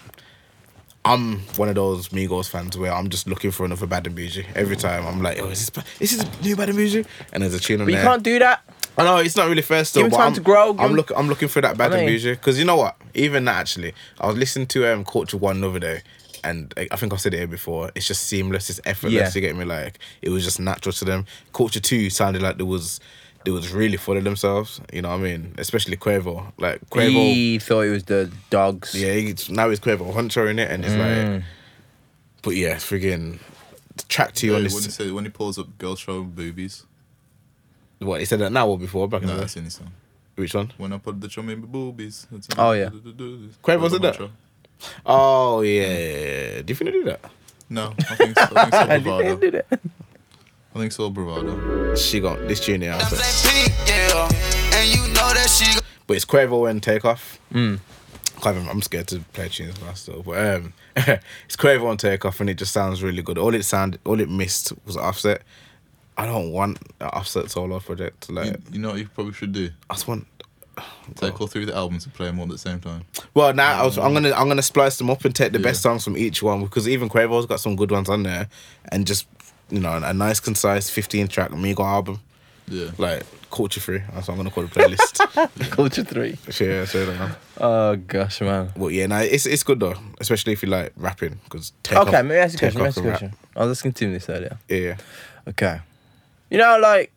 Speaker 1: I'm one of those Migos fans where I'm just looking for another Bad and Bougie every time. I'm like, oh, is this this is new Bad and Bougie? And there's a tune on
Speaker 3: But you
Speaker 1: there.
Speaker 3: can't do that.
Speaker 1: I know it's not really fair still.
Speaker 3: Give him
Speaker 1: but
Speaker 3: time
Speaker 1: I'm,
Speaker 3: to grow, give
Speaker 1: I'm
Speaker 3: him-
Speaker 1: looking. I'm looking for that Bad
Speaker 3: I
Speaker 1: and
Speaker 3: mean-
Speaker 1: Bougie because you know what? Even that actually, I was listening to um Culture One the other day. And I I think I've said it here before. It's just seamless. It's effortless.
Speaker 3: Yeah.
Speaker 1: You get me? Like it was just natural to them. Culture Two sounded like there was, there was really full of themselves. You know what I mean? Especially Quavo. Like Quavo.
Speaker 3: He thought it was the dogs.
Speaker 1: Yeah, it's, now it's Quavo Hunter in it, and it's like, but yeah, it's friggin' track two on
Speaker 4: When, he
Speaker 1: this.
Speaker 4: said- when he pulls up girl show boobies,
Speaker 1: What he said that now or before? Back
Speaker 3: Mm.
Speaker 4: no,
Speaker 1: in
Speaker 4: that's
Speaker 1: the
Speaker 4: in his song.
Speaker 1: which one?
Speaker 4: When I put the chum in my boobies. it's-
Speaker 3: Oh, yeah.
Speaker 1: Quavo said that? Oh yeah, do you think they do that?
Speaker 4: No, I think, so, I think it's all
Speaker 3: I didn't
Speaker 4: bravado.
Speaker 3: do that.
Speaker 4: I think it's all bravado.
Speaker 1: She got this junior,
Speaker 8: I
Speaker 1: outfit.
Speaker 8: play peak, yeah. And you know that she
Speaker 1: but it's Quavo and Takeoff. Mm. Can't even, I'm scared to play tunes now still, but um, it's Quavo and Takeoff, and it just sounds really good. All it sound, all it missed was Offset. I don't want an Offset solo project. Like
Speaker 4: You, you know what you probably should do?
Speaker 1: I just want
Speaker 4: Take all three of the albums and play them all at the same time.
Speaker 1: Well, now I was,
Speaker 3: Um,
Speaker 1: I'm gonna I'm gonna splice them up and take the best
Speaker 4: Yeah.
Speaker 1: songs from each one because even Quavo's got some good ones on there, and just you know a nice concise 15 track Amigo album
Speaker 4: Yeah.
Speaker 1: like culture free. That's what I'm gonna call the playlist.
Speaker 3: Culture three.
Speaker 1: yeah, so that.
Speaker 3: Oh gosh, man.
Speaker 1: But yeah, nah, it's it's good though, especially if you like rapping because
Speaker 3: Okay, maybe ask a question. Ask a question. I was asking Tim this earlier.
Speaker 1: Yeah,
Speaker 3: Okay. You know, like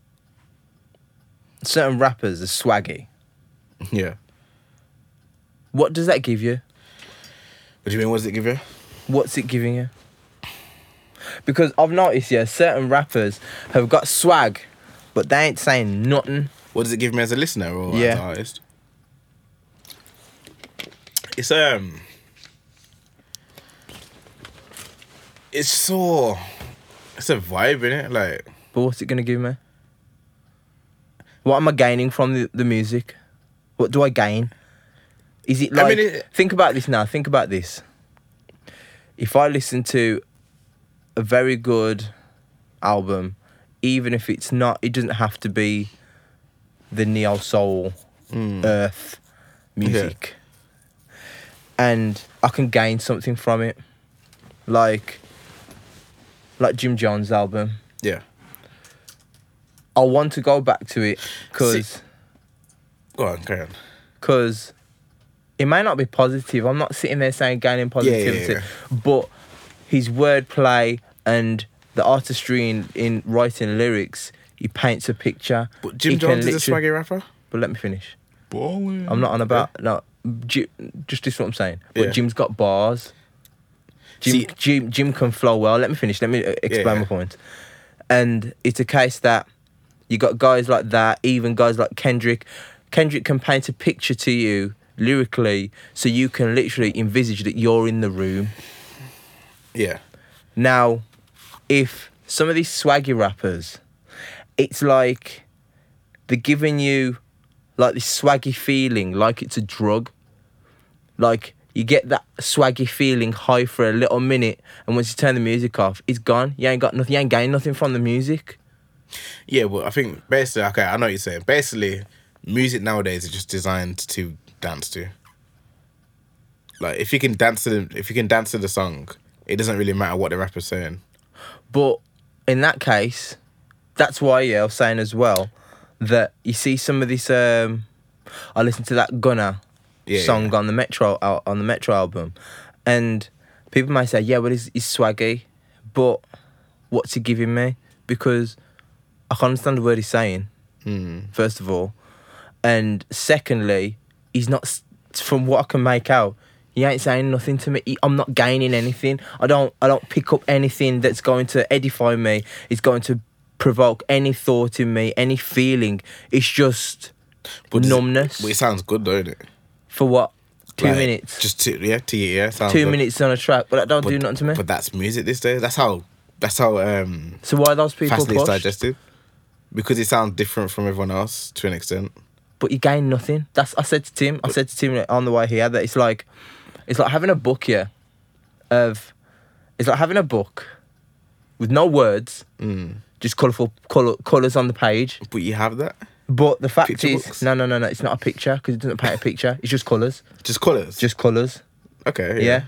Speaker 3: certain rappers are swaggy.
Speaker 1: yeah.
Speaker 3: What does that give you?
Speaker 1: What do you mean? What does it give you?
Speaker 3: What's it giving you? Because I've noticed, yeah, certain rappers have got swag, but they ain't saying nothing.
Speaker 1: What does it give me as a listener or as
Speaker 3: Yeah.
Speaker 1: an artist? It's um It's so it's a vibe in it, like
Speaker 3: But what's it gonna give me? What am I gaining from the, the music? What do I gain? Is it
Speaker 1: I
Speaker 3: like
Speaker 1: mean, it-
Speaker 3: think about this now, think about this. If I listen to a very good album, even if it's not it doesn't have to be the neo soul
Speaker 1: Hmm.
Speaker 3: earth music. And I can gain something from it. Like like Jim Jones' album.
Speaker 1: yeah.
Speaker 3: I want to go back to it
Speaker 1: See-
Speaker 3: because
Speaker 1: Go on, carry on.
Speaker 3: because it might not be positive. I'm not sitting there saying gaining positivity, but his wordplay and the artistry in, in writing lyrics, he paints a picture.
Speaker 1: But Jim
Speaker 3: He can
Speaker 1: Jones is a
Speaker 3: literally-
Speaker 1: swaggy rapper?
Speaker 3: But let me finish.
Speaker 4: Ballin'.
Speaker 3: I'm not on about no. Jim, just this is what I'm saying. But
Speaker 1: Mm. Yeah.
Speaker 3: Jim's got bars. Jim,
Speaker 1: See-
Speaker 3: Jim, Jim can flow well. Let me finish. Let me uh, explain
Speaker 1: yeah.
Speaker 3: my point. And it's a case that you got guys like that, even guys like Kendrick. Kendrick can paint a picture to you lyrically, so you can literally envisage that you're in the room.
Speaker 1: Yeah.
Speaker 3: Now, if some of these swaggy rappers, it's like they're giving you like this swaggy feeling, like it's a drug. Like You get that swaggy feeling high for a little minute, and once you turn the music off, it's gone. You ain't got nothing. You ain't gaining nothing from the music.
Speaker 1: Yeah, but I think basically, okay, I know what you're saying. Basically, music nowadays is just designed to dance to. Like, if you can dance to the, if you can dance to the song, it doesn't really matter what the rapper's saying.
Speaker 3: But in that case, that's why yeah, I was saying as well that you see some of this. Um, I listened to that Gunna
Speaker 1: Yeah,
Speaker 3: song
Speaker 1: yeah.
Speaker 3: on the Metro al- on the Metro album, and people might say, "Yeah, well, he's, he's swaggy," but what's he giving me? eh? Because I can't understand the word he's saying.
Speaker 1: Hmm.
Speaker 3: First of all, and secondly, he's not. s- From what I can make out, he ain't saying nothing to me. He- I'm not gaining anything. I don't. I don't pick up anything that's going to edify me. It's going to provoke any thought in me, any feeling. It's just
Speaker 1: does it-
Speaker 3: numbness
Speaker 1: But it sounds good, though, doesn't it?
Speaker 3: for what two
Speaker 1: Like,
Speaker 3: minutes.
Speaker 1: Just two, yeah, two, yeah. sounds
Speaker 3: two
Speaker 1: good.
Speaker 3: minutes on a track, but that don't
Speaker 1: But-
Speaker 3: do nothing to me.
Speaker 1: But that's music these days. That's how. That's how. um
Speaker 3: so why are those people
Speaker 1: Fastly it's
Speaker 3: pushed?
Speaker 1: digested. Because it sounds different from everyone else to an extent.
Speaker 3: but you gain nothing. That's I said to Tim. I said to Tim on the way here that it's like, it's like having a book here, of, it's like having a book, with no words, just colorful color colors on the page.
Speaker 1: But you have that.
Speaker 3: But the fact
Speaker 1: Picture
Speaker 3: is,
Speaker 1: books?
Speaker 3: no, no, no, no. It's not a picture because it doesn't paint a picture. It's just colors.
Speaker 1: Just colours.
Speaker 3: Just colors.
Speaker 1: okay.
Speaker 3: Yeah.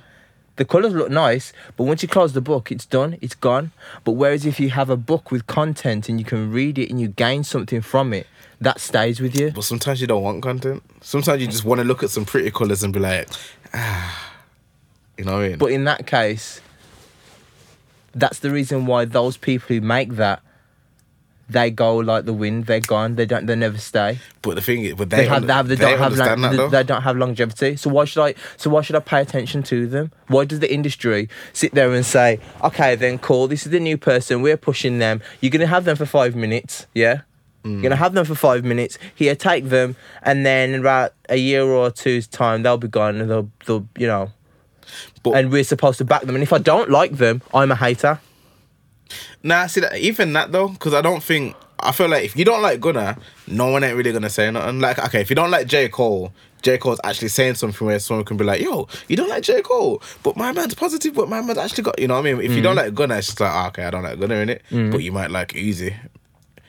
Speaker 3: The colours look nice, but once you close the book, it's done, it's gone. But whereas if you have a book with content and you can read it and you gain something from it, that stays with you.
Speaker 1: But sometimes you don't want content. Sometimes you just want to look at some pretty colours and be like, ah. You know what I mean?
Speaker 3: But in that case, that's the reason why those people who make that, they go like the wind. They're gone. They don't. They never stay.
Speaker 1: But the thing is, but
Speaker 3: They,
Speaker 1: they, under-
Speaker 3: have. They, have, they, don't have.
Speaker 1: understand
Speaker 3: Long,
Speaker 1: that
Speaker 3: they,
Speaker 1: though.
Speaker 3: they don't have longevity. So why should I? So why should I pay attention to them? Why does the industry sit there and say, okay, then cool. This is the new person. We're pushing them. You're gonna have them for five minutes. Yeah.
Speaker 1: Mm.
Speaker 3: You're gonna have them for five minutes. Here, take them, and then in about a year or two's time, they'll be gone, and they'll, they'll, you know,
Speaker 1: But-
Speaker 3: and we're supposed to back them. And if I don't like them, I'm a hater.
Speaker 1: Nah, see that even that though, because I don't think I feel like if you don't like Gunna, no one ain't really gonna say nothing. Like, okay, if you don't like J Cole, J Cole's actually saying something where someone can be like, "Yo, you don't like J Cole, but my man's positive, but my man's actually got," you know what I mean? If you don't like Gunna, it's just like, ah, okay, I don't like Gunna in it, but you might like Uzi,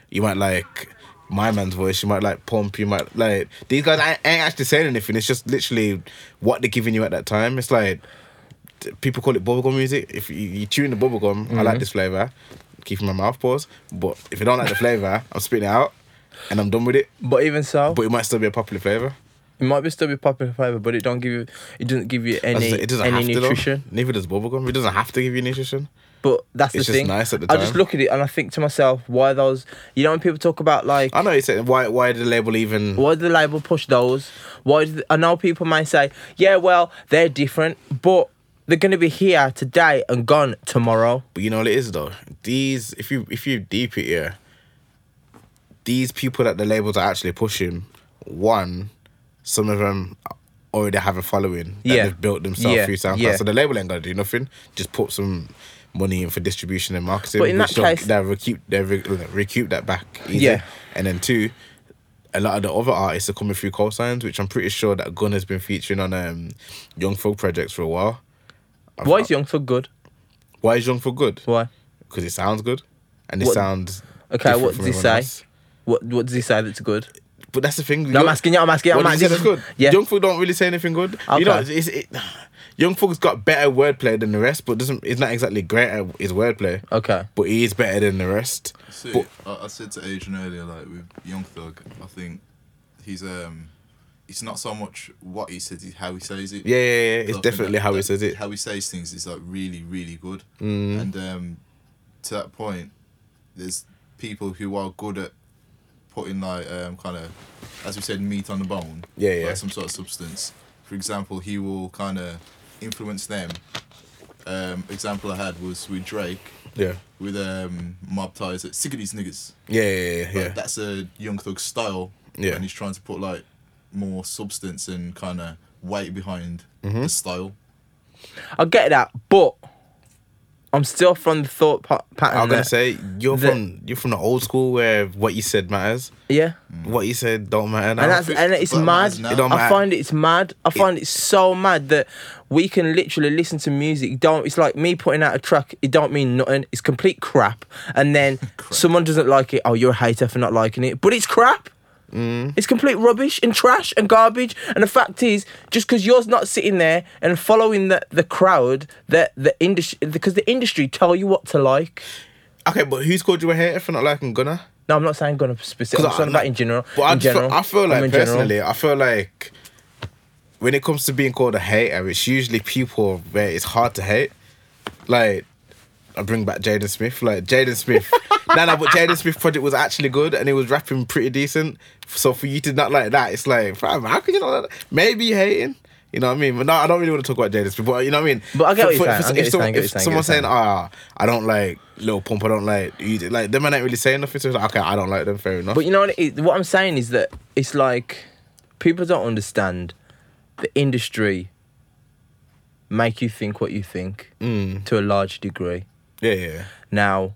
Speaker 1: you might like. My man's voice, you might like pump, you might like these guys. ain't ain't actually saying anything. It's just literally what they're giving you at that time. It's like people call it bubblegum music. If you, you tune the bubblegum, I
Speaker 3: Mhm.
Speaker 1: like this flavor, keeping my mouth paused. But if you don't like the flavor, I'm spitting it out and I'm done with it.
Speaker 3: But even so,
Speaker 1: But it might still be a popular flavor.
Speaker 3: it might be still be popular flavor, but it don't give you. It doesn't give you any
Speaker 1: it doesn't
Speaker 3: any
Speaker 1: have to.
Speaker 3: nutrition.
Speaker 1: Though. Neither does bubblegum. It doesn't have to give you nutrition.
Speaker 3: But that's
Speaker 1: It's
Speaker 3: the
Speaker 1: just
Speaker 3: thing.
Speaker 1: nice at the
Speaker 3: I just
Speaker 1: time.
Speaker 3: look at it and I think to myself, why those? You know when people talk about like,
Speaker 1: I know you said why. Why did the label even?
Speaker 3: why did the label push those? Why? Did, I know people might say, yeah, well, they're different, but they're gonna be here today and gone tomorrow.
Speaker 1: But you know what it is though. These if you if you deep it here, these people that the labels are actually pushing, one, some of them already have a following that
Speaker 3: Yeah.
Speaker 1: they've built themselves
Speaker 3: Yeah,
Speaker 1: through SoundCloud.
Speaker 3: yeah.
Speaker 1: So the label ain't gonna do nothing. Just put some money in for distribution and marketing.
Speaker 3: But in
Speaker 1: which
Speaker 3: that
Speaker 1: they'll-
Speaker 3: case-
Speaker 1: they'll recoup they will recoup that back. Easy.
Speaker 3: Yeah.
Speaker 1: And then two, a lot of the other artists are coming through call signs, which I'm pretty sure that Gunn has been featuring on um Young Thug projects for a while.
Speaker 3: Why is Young Thug good?
Speaker 1: Why is Young Thug good?
Speaker 3: Why?
Speaker 1: because it sounds good and it
Speaker 3: What-
Speaker 1: sounds
Speaker 3: Okay,
Speaker 1: different
Speaker 3: what
Speaker 1: from
Speaker 3: does he
Speaker 1: everyone
Speaker 3: say?
Speaker 1: else.
Speaker 3: What What does he say that's good?
Speaker 1: But that's the thing.
Speaker 3: No, I'm asking you. I'm asking you.
Speaker 1: What
Speaker 3: I'm
Speaker 1: does he
Speaker 3: asking
Speaker 1: say that's good?
Speaker 3: Yeah.
Speaker 1: Young Thug don't really say anything good.
Speaker 3: Okay.
Speaker 1: You know, it's, it's, it, Young Thug's got better wordplay than the rest, but doesn't. It's not exactly great at his wordplay.
Speaker 3: Okay.
Speaker 1: But he is better than the rest.
Speaker 4: So
Speaker 1: But
Speaker 4: I, I said to Adrian earlier, like with Young Thug, I think he's um, it's not so much what he says, it's how he says it.
Speaker 1: yeah, yeah, yeah. It's
Speaker 4: Because I think
Speaker 1: definitely
Speaker 4: that-
Speaker 1: how he
Speaker 4: that-
Speaker 1: says it. Mm.
Speaker 4: How he says things is like really, really good. And um, to that point, there's people who are good at putting like um, kind of, as we said, meat on the bone.
Speaker 1: Yeah, yeah.
Speaker 4: Like some sort of substance. For example, he will kind of influence them. Um, example I had was with Drake
Speaker 1: Yeah.
Speaker 4: with um, mob ties. Like, Sick of these niggas.
Speaker 1: Yeah, yeah, yeah,
Speaker 4: Like,
Speaker 1: yeah.
Speaker 4: That's a Young Thug style.
Speaker 1: Yeah.
Speaker 4: And he's trying to put like more substance and kind of
Speaker 1: Mm-hmm.
Speaker 4: weight behind the style.
Speaker 3: I get that, but I'm still from the thought pa- pattern.
Speaker 1: I'm gonna
Speaker 3: that-
Speaker 1: say you're
Speaker 3: the-
Speaker 1: from you're from the old school where what you said matters,
Speaker 3: yeah,
Speaker 1: what you said don't matter. Now.
Speaker 3: and that's and it's
Speaker 4: but it
Speaker 3: mad.
Speaker 4: matters
Speaker 1: It don't
Speaker 4: now.
Speaker 3: I
Speaker 1: matter.
Speaker 3: find it's mad. I find it so mad that we can literally listen to music. Don't it's like me putting out a track. It don't mean nothing. It's complete crap. And then someone doesn't like it. Oh, you're a hater for not liking it. But it's crap.
Speaker 1: Mm.
Speaker 3: It's complete rubbish and trash and garbage. And the fact is, just because yours not sitting there and following the, the crowd, that the industry, because the industry tell you what to like.
Speaker 1: okay, but who's called you a hater for not liking Gunner?
Speaker 3: No, I'm not saying gonna specific. I'm talking about in general.
Speaker 1: But I,
Speaker 3: in
Speaker 1: just feel-
Speaker 3: general,
Speaker 1: I feel
Speaker 3: I'm
Speaker 1: like
Speaker 3: in general.
Speaker 1: personally, I feel like when it comes to being called a hater, it's usually people where it's hard to hate. Like I bring back Jaden Smith. Like Jaden Smith. no, no, but Jaden Smith project was actually good and it was rapping pretty decent. So for you to not like that, it's like, fam, how could you not like that? Maybe you hating. You know what I mean? But no, I don't really want to talk about Jaden Smith. But you know what I mean?
Speaker 3: But I get
Speaker 1: For-
Speaker 3: what you're
Speaker 1: for-
Speaker 3: saying,
Speaker 1: for-
Speaker 3: I get what
Speaker 1: if
Speaker 3: you're
Speaker 1: someone- if
Speaker 3: saying, I get what you're saying, I get what
Speaker 1: someone's
Speaker 3: you're
Speaker 1: saying, ah, I don't like Lil Pump, I don't like you like them I don't really say nothing. So it's like, okay, I don't like them, fair enough.
Speaker 3: But you know what? It, is- what I'm saying is that it's like people don't understand the industry make you think what you think to a large degree.
Speaker 1: yeah, yeah.
Speaker 3: Now,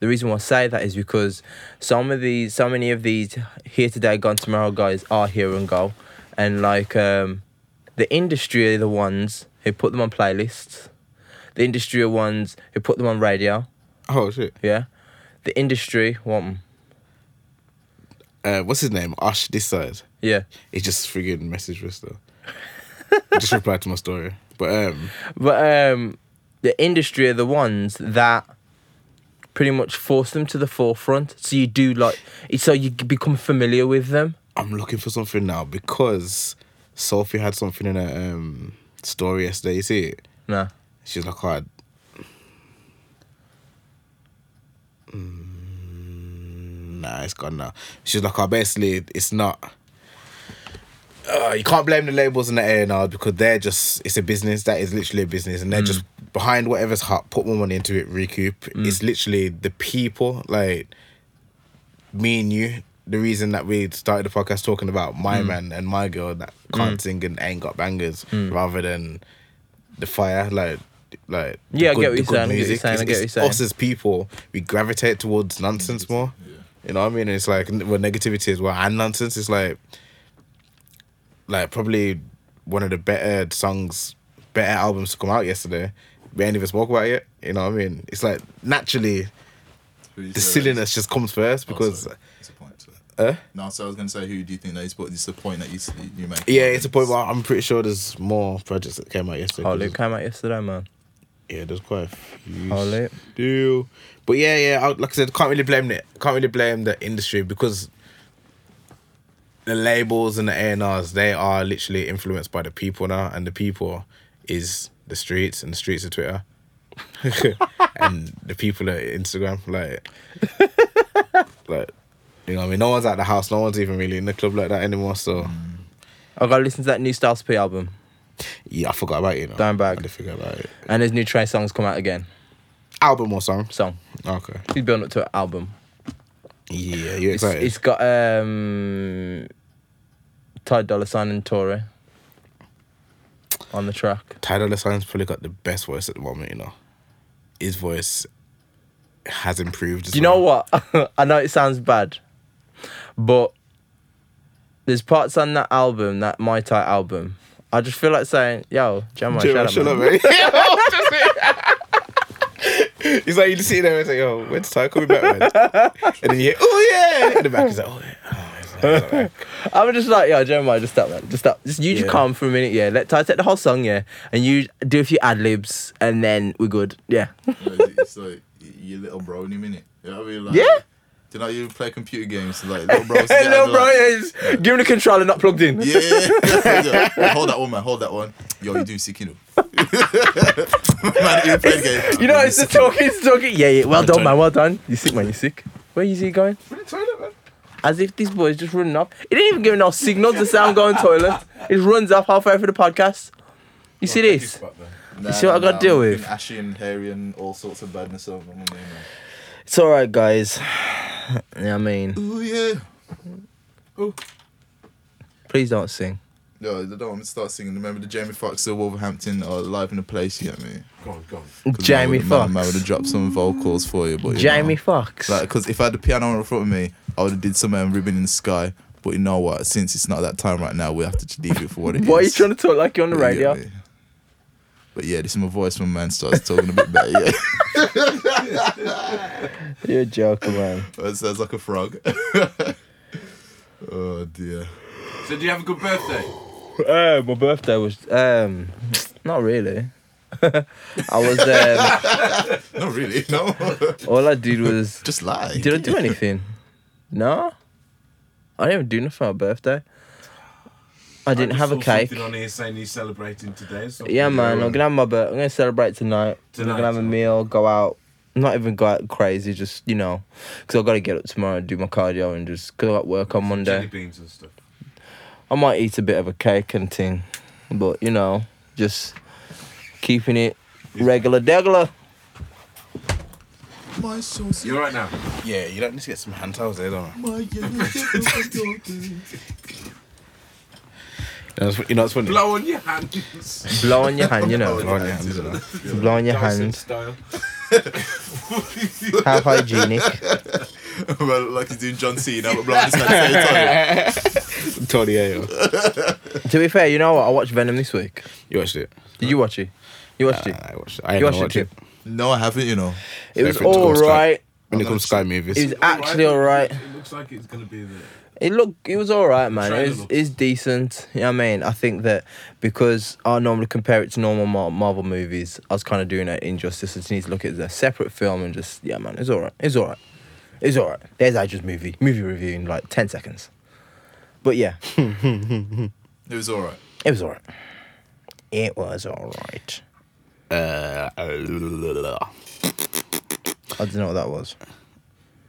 Speaker 3: the reason why I say that is because some of these, so many of these here today, gone tomorrow guys are here and go, and like um, the industry are the ones who put them on playlists. The industry are ones who put them on radio.
Speaker 1: Oh shit.
Speaker 3: Yeah, the industry want 'em,
Speaker 1: Uh, what's his name? Ash this side.
Speaker 3: Yeah,
Speaker 1: He just friggin' messaged us though. He just replied to my story. But um
Speaker 3: but um, the industry are the ones that pretty much force them to the forefront. So you do like, so you become familiar with them.
Speaker 1: I'm looking for something now because Sophie had something in her um story yesterday, you see it?
Speaker 3: Nah.
Speaker 1: She's like, oh, nah, it's gone now. She's like, oh, basically, it's not. Uh, you can't blame the labels and the A and R because they're just. It's a business that is literally a business,
Speaker 3: Mm.
Speaker 1: and they're just behind whatever's hot. Put more money into it, recoup. It's literally the people like me and you, the reason that we started the podcast talking about my
Speaker 3: Mm.
Speaker 1: man and my girl that can't sing and ain't got bangers,
Speaker 3: Mm.
Speaker 1: rather than the fire, like, like the
Speaker 3: Yeah, I
Speaker 1: the
Speaker 3: get what you're saying, I get what you're
Speaker 1: music.
Speaker 3: saying, I
Speaker 1: It's-
Speaker 3: get what
Speaker 1: it's
Speaker 3: you're saying.
Speaker 1: Us as people, we gravitate towards nonsense more. You know what I mean? It's like n- well, negativity as well and nonsense. It's like, like probably one of the better songs, better albums to come out yesterday. We ain't even spoke about it yet. You know what I mean? It's like naturally
Speaker 4: Who do you
Speaker 1: the
Speaker 4: say that is?
Speaker 1: silliness just comes first
Speaker 4: Oh,
Speaker 1: because.
Speaker 4: sorry. It's a point. sorry.
Speaker 1: Eh?
Speaker 4: No, so I was gonna say, who do you think that is? But it's the point that you s- you make.
Speaker 1: Yeah, it's a point where I'm pretty sure there's more projects that came out yesterday.
Speaker 3: Oh,
Speaker 1: 'cause
Speaker 3: Luke came out yesterday, man.
Speaker 1: Yeah, there's quite a few.
Speaker 3: Oh, lit.
Speaker 1: Still. But yeah, yeah, I, like I said, can't really blame it. Can't really blame the industry because the labels and the A&Rs, they are literally influenced by the people now, and the people is the streets and the streets of Twitter. and the people at Instagram, like, like, you know, what I mean, no one's at the house, no one's even really in the club like that anymore. So,
Speaker 3: Mm. I gotta listen to that new Styles P album.
Speaker 1: yeah, I forgot about it. You know,
Speaker 3: Down back.
Speaker 1: I did forget about it.
Speaker 3: And his new Trey song's come out again.
Speaker 1: Album or song?
Speaker 3: Song.
Speaker 1: Okay.
Speaker 3: He's building up to an album.
Speaker 1: Yeah, you
Speaker 3: It's,
Speaker 1: excited?
Speaker 3: it's got um Ty Dolla Sign and Tory on the track.
Speaker 1: Ty Dolla Sign's probably got the best voice at the moment. You know, his voice has improved. as
Speaker 3: You
Speaker 1: well.
Speaker 3: know what? I know it sounds bad, but there's parts on that album, that My Ty album. I just feel like saying, "Yo, Gemma,
Speaker 1: Jim,
Speaker 3: shut, up, man.
Speaker 1: mate. He's like, you just sitting there and say, yo, when's Ty coming back, man? And then you hear, oh, yeah. In the back, he's like, oh, yeah. Oh, it's like- it's like-
Speaker 3: I'm just like, "Yo, Gemma, just stop, man. Just stop. Just you just
Speaker 1: Yeah.
Speaker 3: calm for a minute, eh? yeah. Let Ty take the whole song, yeah, and you do a few ad libs, and then we're good, yeah."
Speaker 4: You know, it's like your little bro in a minute. You know what I mean? Like,
Speaker 3: Yeah.
Speaker 4: Do not even play computer games. Like little bros.
Speaker 3: Hey,
Speaker 4: together,
Speaker 3: little bro,
Speaker 4: like,
Speaker 3: yeah, just give him the controller, not plugged in.
Speaker 4: Yeah, yeah, yeah. yeah. hold that one, man. Hold that one. Yo, you do sick, you know. man, you play the game.
Speaker 3: You know, it's the talking, it's the talking. Yeah, yeah. Well done, man. Well done. You sick, man. You sick. Where is he going? As if this boy is just running up. He didn't even give no signal to sound going toilet. It runs up halfway through the podcast. You see this?
Speaker 4: Nah,
Speaker 3: see what I
Speaker 4: nah,
Speaker 3: gotta
Speaker 4: nah,
Speaker 3: deal
Speaker 4: I'm
Speaker 3: with?
Speaker 4: fucking Ashy and hairy and all sorts of badness. Over my name, man.
Speaker 3: It's all right, guys. yeah, I mean,
Speaker 4: Ooh yeah.
Speaker 3: please don't sing.
Speaker 4: No, they don't want me to start singing. Remember the Jamie Foxx or Wolverhampton or Live in the Place, you know what I mean?
Speaker 2: Go on, go on.
Speaker 4: 'Cause man
Speaker 3: Jamie
Speaker 4: would've- man-
Speaker 3: Foxx.
Speaker 4: Man would have dropped some vocals for you, but you
Speaker 3: Jamie
Speaker 4: know.
Speaker 3: Foxx.
Speaker 4: Like, cause if I had the piano in front of me, I would have did some um, ribbon in the sky. But you know what? Since it's not that time right now, we have to just leave it for what it is.
Speaker 3: Why are you trying to talk like you're on the
Speaker 4: You get
Speaker 3: radio?
Speaker 4: me? But yeah, this is my voice when man starts talking a bit better. Yeah,
Speaker 3: You're a joker, man.
Speaker 4: it sounds like a frog. oh dear.
Speaker 2: So, do you have a good birthday?
Speaker 3: Uh, my birthday was um, not really. I was um,
Speaker 4: Not really. No.
Speaker 3: all I did was
Speaker 4: Just lie.
Speaker 3: did I do anything? No, I didn't even do nothing for my birthday. I didn't
Speaker 2: I
Speaker 3: have a
Speaker 2: saw
Speaker 3: cake.
Speaker 2: Something on here saying he's celebrating today. Or something.
Speaker 3: Yeah, man, I'm gonna have my birthday. I'm gonna celebrate tonight. I'm
Speaker 2: Tonight,
Speaker 3: gonna have a
Speaker 2: tonight.
Speaker 3: meal, go out. Not even go out crazy, just you know, because I gotta get up tomorrow and do my cardio and just go at work on
Speaker 2: Jelly
Speaker 3: Monday.
Speaker 2: beans and stuff.
Speaker 3: I might eat a bit of a cake and thing, but you know, just keeping it regular degular.
Speaker 4: My sauce.
Speaker 2: You're right now.
Speaker 1: Yeah, you don't need to get some hand towels there, don't you?
Speaker 4: My
Speaker 1: You know, it's- You know, it's funny.
Speaker 2: Blow on your hands.
Speaker 3: Blow on your hand, you know.
Speaker 1: Blow on your hands, you know.
Speaker 3: Blow on your
Speaker 2: Oh, Dyson
Speaker 3: hand.
Speaker 2: Style.
Speaker 3: How hygienic.
Speaker 4: well, like he's doing John Cena, but blowing his hand at the same time.
Speaker 1: Tony Ayo.
Speaker 3: to be fair, you know what? I watched Venom this week.
Speaker 1: You watched it?
Speaker 3: Did you watch it? You watched it.
Speaker 1: I watched it. I ain't
Speaker 3: You
Speaker 1: gonna
Speaker 3: watched it
Speaker 1: watch
Speaker 3: too.
Speaker 1: it.
Speaker 4: No, I haven't. You know.
Speaker 3: It was
Speaker 1: Favorite to
Speaker 3: all
Speaker 1: watch, like-
Speaker 3: right.
Speaker 1: When it comes to Sky movies.
Speaker 3: It was actually all right.
Speaker 2: It looks like it's gonna be the.
Speaker 3: It look, it was all right, man.
Speaker 2: trailer
Speaker 3: It was,
Speaker 2: looked-
Speaker 3: it's decent. You know what I mean? I think that because I normally compare it to normal Mar- Marvel movies, I was kind of doing that injustice. I just need to look at it as a separate film and just, yeah, man, it's all right. It's all right. It's all right. There's Adra's movie. Movie review in like 10 seconds. But yeah,
Speaker 4: It was all right.
Speaker 3: it was all right. It was all right.
Speaker 1: Uh,
Speaker 3: I don't know what that was.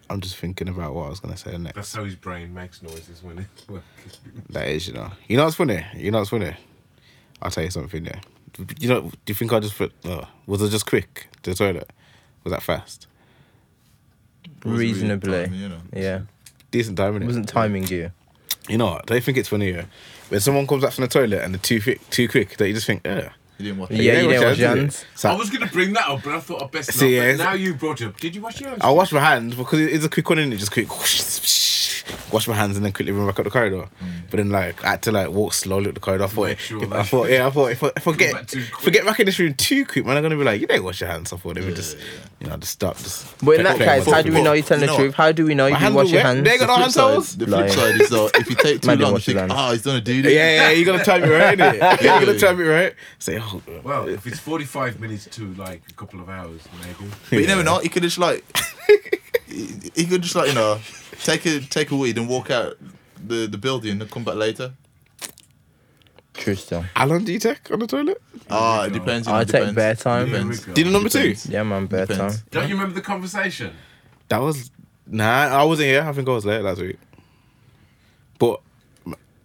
Speaker 1: I'm just thinking about what I was gonna say next.
Speaker 2: That's how his brain makes noises when it's working.
Speaker 1: That is, you know, you know what's funny? You know what's funny? I'll tell you something. Yeah, you know, do you think I just put? Uh, was it just quick to the toilet? Was that fast?
Speaker 4: It was a really good
Speaker 3: Reasonably.
Speaker 4: time, you know.
Speaker 3: Yeah.
Speaker 1: Decent timing.
Speaker 3: It wasn't timing you.
Speaker 1: You know, what? don't you think it's funny? Yeah? When someone comes up from the toilet and they're too quick, too quick, that you just think, uh
Speaker 4: You didn't watch it.
Speaker 3: Yeah, you didn't wash your
Speaker 1: did
Speaker 3: hands.
Speaker 1: So
Speaker 8: Oh,
Speaker 2: I was gonna bring that up, but I thought I best
Speaker 1: See,
Speaker 2: not.
Speaker 1: yeah,
Speaker 2: But
Speaker 1: it's-
Speaker 2: now you brought it up. Did you wash your hands?
Speaker 1: I wash my hands because it- it's a quick one, and it just quick. Wash my hands and then quickly run back up the corridor. But then, like, I had to like walk slowly up the corridor. I thought,
Speaker 2: Mm. Make sure,
Speaker 1: if, I
Speaker 2: like-
Speaker 1: thought, yeah, I thought, if I, if I
Speaker 2: Go back
Speaker 1: get
Speaker 2: too
Speaker 1: if
Speaker 2: quick.
Speaker 1: I get back in this room too quick, man, I'm gonna be like, you don't wash your hands. I thought they would just, you know, just stop. Just
Speaker 3: But in that
Speaker 1: Okay,
Speaker 3: case,
Speaker 1: well,
Speaker 3: how do we know you're telling
Speaker 4: you
Speaker 3: the
Speaker 4: know
Speaker 3: truth?
Speaker 4: what?
Speaker 3: How do we know you
Speaker 1: My
Speaker 3: didn't
Speaker 1: hands
Speaker 3: wash
Speaker 1: were
Speaker 3: your
Speaker 1: wet.
Speaker 3: hands?
Speaker 1: They got no hand towels.
Speaker 4: The
Speaker 3: Lying.
Speaker 4: flip side is though, if you take too
Speaker 3: Man
Speaker 4: long,
Speaker 3: didn't
Speaker 4: you
Speaker 3: watch it
Speaker 4: think,
Speaker 3: then.
Speaker 4: oh, he's done a dude.
Speaker 1: Yeah, yeah, you're gonna time it right. innit? Yeah, you're gonna time it right. Say, oh,
Speaker 2: Well, if it's 45 minutes to like a couple of hours, maybe.
Speaker 4: But you never know. He could just like, he he could just like you know, take a take a weed and walk out the the building and come back later.
Speaker 3: True still.
Speaker 1: how long do you take on the toilet?
Speaker 4: Ah, it depends. you know,
Speaker 3: I
Speaker 4: it
Speaker 3: take
Speaker 4: depends.
Speaker 3: bear time.
Speaker 2: Oh Here we
Speaker 4: Depends.
Speaker 2: go.
Speaker 1: Do you know number two?
Speaker 4: Depends.
Speaker 3: Yeah, man, bear time.
Speaker 4: Depends.
Speaker 2: Don't you remember the conversation?
Speaker 1: That was nah. I wasn't here. I think I was late last week. But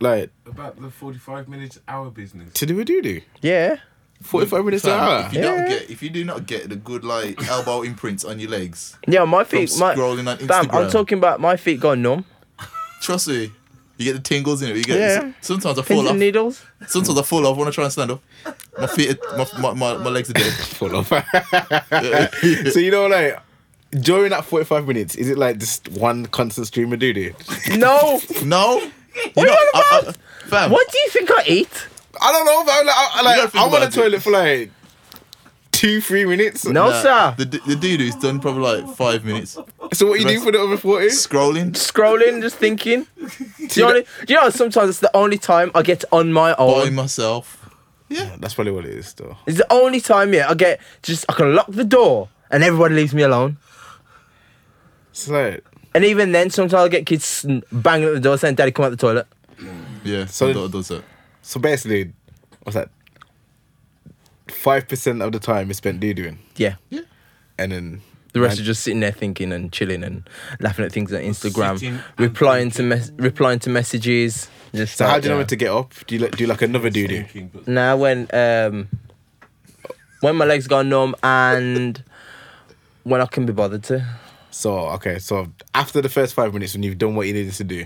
Speaker 1: like,
Speaker 2: About the 45 minutes hour business.
Speaker 1: to do a doo doo.
Speaker 3: Yeah.
Speaker 1: Forty-five minutes an
Speaker 4: Fam,
Speaker 1: hour.
Speaker 4: If you
Speaker 3: Yeah.
Speaker 4: don't get, if you do not get the good like elbow imprints on your legs,
Speaker 3: Yeah, my feet.
Speaker 4: From
Speaker 3: My,
Speaker 4: scrolling on
Speaker 3: Damn, I'm
Speaker 4: Instagram.
Speaker 3: talking about my feet going numb.
Speaker 4: trust me, you get the tingles in it. You get
Speaker 3: Yeah.
Speaker 4: sometimes I fall
Speaker 3: Pins
Speaker 4: off.
Speaker 3: and needles.
Speaker 4: Sometimes I fall off when I try and stand up. My feet, are, my, my, my my legs are dead.
Speaker 1: Full of. so you know, like during that forty-five minutes, is it like just one constant stream of doo doo?
Speaker 3: No.
Speaker 4: No. You
Speaker 3: What
Speaker 4: know,
Speaker 3: are you on
Speaker 4: I-
Speaker 3: about?
Speaker 4: I- fam,
Speaker 3: what do you think I eat?
Speaker 1: I don't know. But I'm
Speaker 4: You
Speaker 1: like,
Speaker 4: gotta
Speaker 1: I,
Speaker 4: think
Speaker 1: am on the
Speaker 4: about it.
Speaker 1: toilet for like two, three minutes.
Speaker 3: No,
Speaker 4: Nah,
Speaker 3: sir.
Speaker 4: uh, The, d- the dude who's done probably like five minutes
Speaker 1: So what you do for the other forty?
Speaker 4: scrolling.
Speaker 3: Scrolling, just thinking. Do you, know, do you know, sometimes it's the only time I get on my
Speaker 4: By
Speaker 3: own.
Speaker 4: myself.
Speaker 1: That's probably what it is, though.
Speaker 3: It's the only time, yeah, I get just, I can lock the door and everybody leaves me alone.
Speaker 1: It's like
Speaker 3: And even then, sometimes I get kids banging at the door saying, Daddy, come out the toilet.
Speaker 4: Yeah,
Speaker 1: So-
Speaker 4: my daughter does it.
Speaker 1: so basically, what's that? Five percent of the time is spent doo dooing,
Speaker 3: Yeah.
Speaker 1: and then
Speaker 3: The rest are just sitting there thinking and chilling and laughing at things on Instagram,
Speaker 2: Sitting and
Speaker 3: replying to mes- replying to messages. Just
Speaker 1: So how do you know
Speaker 3: yeah.
Speaker 1: when to get up? Do you like, do like another doo doo?
Speaker 2: Thinking, but
Speaker 3: Now when um when my legs go numb and when I can be bothered to.
Speaker 1: So okay, so after the first five minutes when you've done what you needed to do,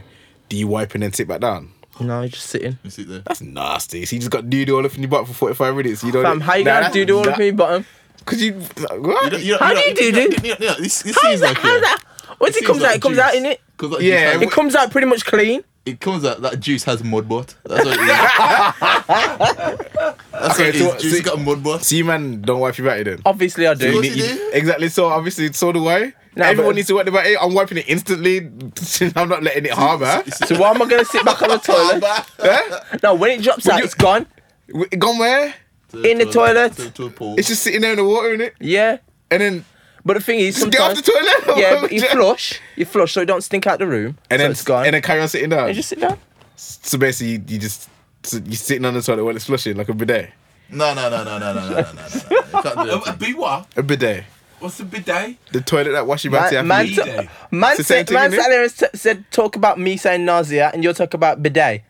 Speaker 1: do you wipe and then sit back down?
Speaker 3: No, he's just sitting.
Speaker 4: You sit there.
Speaker 1: That's nasty. So you just got dude all up in your butt for 45 minutes. You don't.
Speaker 3: Fam, how you
Speaker 1: Nah,
Speaker 3: gonna
Speaker 1: that's-
Speaker 3: do all of
Speaker 1: that-
Speaker 3: me bottom?
Speaker 1: Cause you. What?
Speaker 3: How do you do this?
Speaker 4: This this
Speaker 3: How
Speaker 4: seems
Speaker 3: is that?
Speaker 4: like
Speaker 3: How's that? Once it comes out, it comes out in it.
Speaker 1: Yeah,
Speaker 4: yeah,
Speaker 3: It comes out pretty much clean.
Speaker 4: it comes out that juice has mud butt. That's what it is. That's
Speaker 1: Okay,
Speaker 4: what it
Speaker 1: so-
Speaker 4: is. Juice
Speaker 1: so-
Speaker 4: has got mud butt.
Speaker 1: See, man, don't wipe your back then.
Speaker 3: Obviously, I
Speaker 4: Of
Speaker 3: Oh, do.
Speaker 4: course you do.
Speaker 1: Exactly. So obviously, so do I.
Speaker 3: Nah,
Speaker 1: Everyone
Speaker 3: but-
Speaker 1: needs to wipe their back. I'm wiping it instantly. I'm not letting it harbour.
Speaker 3: So why am I gonna sit back on the toilet? No, when it drops out,
Speaker 1: you-
Speaker 3: it's gone.
Speaker 1: It Gone where?
Speaker 3: In the toilet.
Speaker 4: To, to a pool.
Speaker 1: It's just sitting there in the water, innit?
Speaker 3: Yeah.
Speaker 1: And then
Speaker 3: But the thing is,
Speaker 1: get off
Speaker 3: sometimes
Speaker 1: the toilet.
Speaker 3: yeah, but you flush, you flush, so it don't stink out the room.
Speaker 1: And
Speaker 3: so
Speaker 1: then
Speaker 3: it's gone.
Speaker 1: And then carry on sitting down.
Speaker 3: You just sit down.
Speaker 1: so basically, you, you just so you're sitting on the toilet while it's flushing like a bidet.
Speaker 4: No, no, no, no, no, no, no, no, no, no. You can't do
Speaker 8: A, a
Speaker 4: that.
Speaker 8: bee what?
Speaker 1: A bidet.
Speaker 8: What's a bidet?
Speaker 1: The toilet that washes your back.
Speaker 3: Man, man,
Speaker 1: Man,
Speaker 8: to-
Speaker 3: t- man,
Speaker 1: It's the
Speaker 3: said,
Speaker 1: same
Speaker 3: man
Speaker 1: thing, innit?
Speaker 3: sat there and s- said, talk about me saying nausea, and you're talking about bidet.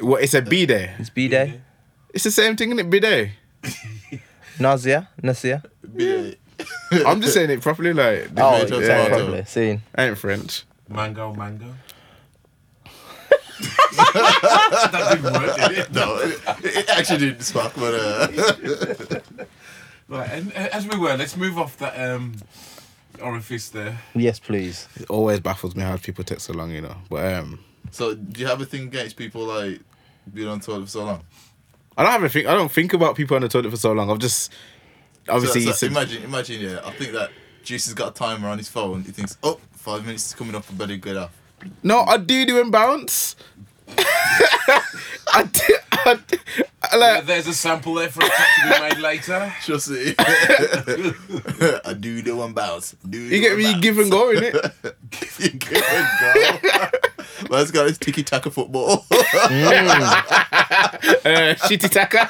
Speaker 1: what? It's a bidet.
Speaker 3: It's bidet,
Speaker 1: It's the same thing, is it? Bidet.
Speaker 3: nausea, nausea.
Speaker 1: I'm just saying it properly. Like
Speaker 3: Oh,
Speaker 4: major
Speaker 3: yeah,
Speaker 4: tomato.
Speaker 3: probably. Seen.
Speaker 1: I ain't French.
Speaker 8: Mango, mango. that didn't work, did it?
Speaker 4: No, it, it actually didn't spark, but uh,
Speaker 8: Right, and and as we were, let's move off that um, orifice there.
Speaker 1: Uh,
Speaker 3: Yes, please.
Speaker 1: It always baffles me how people take so long, you know. But um,
Speaker 4: so do you have a thing against people like being on toilet for so long?
Speaker 1: I don't have a think. I don't think about people on the toilet for so long. I've just
Speaker 4: So-
Speaker 1: obviously
Speaker 4: so
Speaker 1: it's a-
Speaker 4: imagine, imagine, yeah. I think that Juice has got a timer on his phone. He thinks, oh, five minutes is coming up. I better get off.
Speaker 1: no. I do do and bounce. I do. I do- I
Speaker 8: Uh,
Speaker 1: like,
Speaker 8: there's a sample there for a cut to be made later.
Speaker 4: Trust it. I do the one bounce. Do
Speaker 1: you get me? You give and go in it.
Speaker 4: You give and go. Man's got his tiki taka football.
Speaker 1: Uh, shitty taka.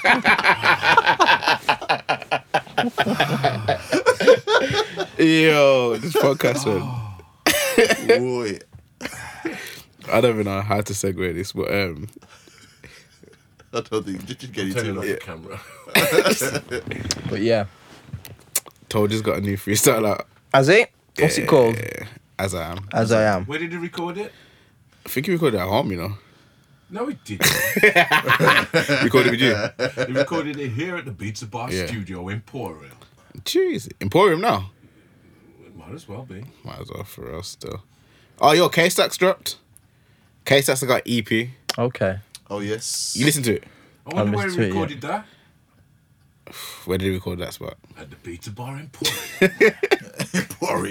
Speaker 1: Yo, this podcast one.
Speaker 4: Boy.
Speaker 1: I don't even know how to segue this, but um,
Speaker 4: I don't think just just get you
Speaker 8: Turn it
Speaker 4: too
Speaker 8: off
Speaker 4: late.
Speaker 8: the camera.
Speaker 3: But yeah,
Speaker 1: Told just got a new freestyle out.
Speaker 3: as it. What's it called?
Speaker 1: Yeah, as I am.
Speaker 3: As I am.
Speaker 8: Where did he record it?
Speaker 1: I think you recorded at home, you know.
Speaker 8: No, he didn't.
Speaker 1: Recorded with you.
Speaker 8: He recorded it here at the Pizza Bar
Speaker 1: Yeah.
Speaker 8: Studio in Poorer.
Speaker 1: Jeez, Emporium now.
Speaker 8: It might as well be.
Speaker 1: Might as well for us still. Oh, yo, K Stacks dropped. K Stacks got EP. You
Speaker 3: Okay.
Speaker 4: Oh yes.
Speaker 1: listen to it.
Speaker 8: I wonder where
Speaker 3: missed
Speaker 8: he
Speaker 3: it, yeah.
Speaker 8: recorded that.
Speaker 1: Where did he record that spot?
Speaker 8: At the Pizza Bar in Poorer.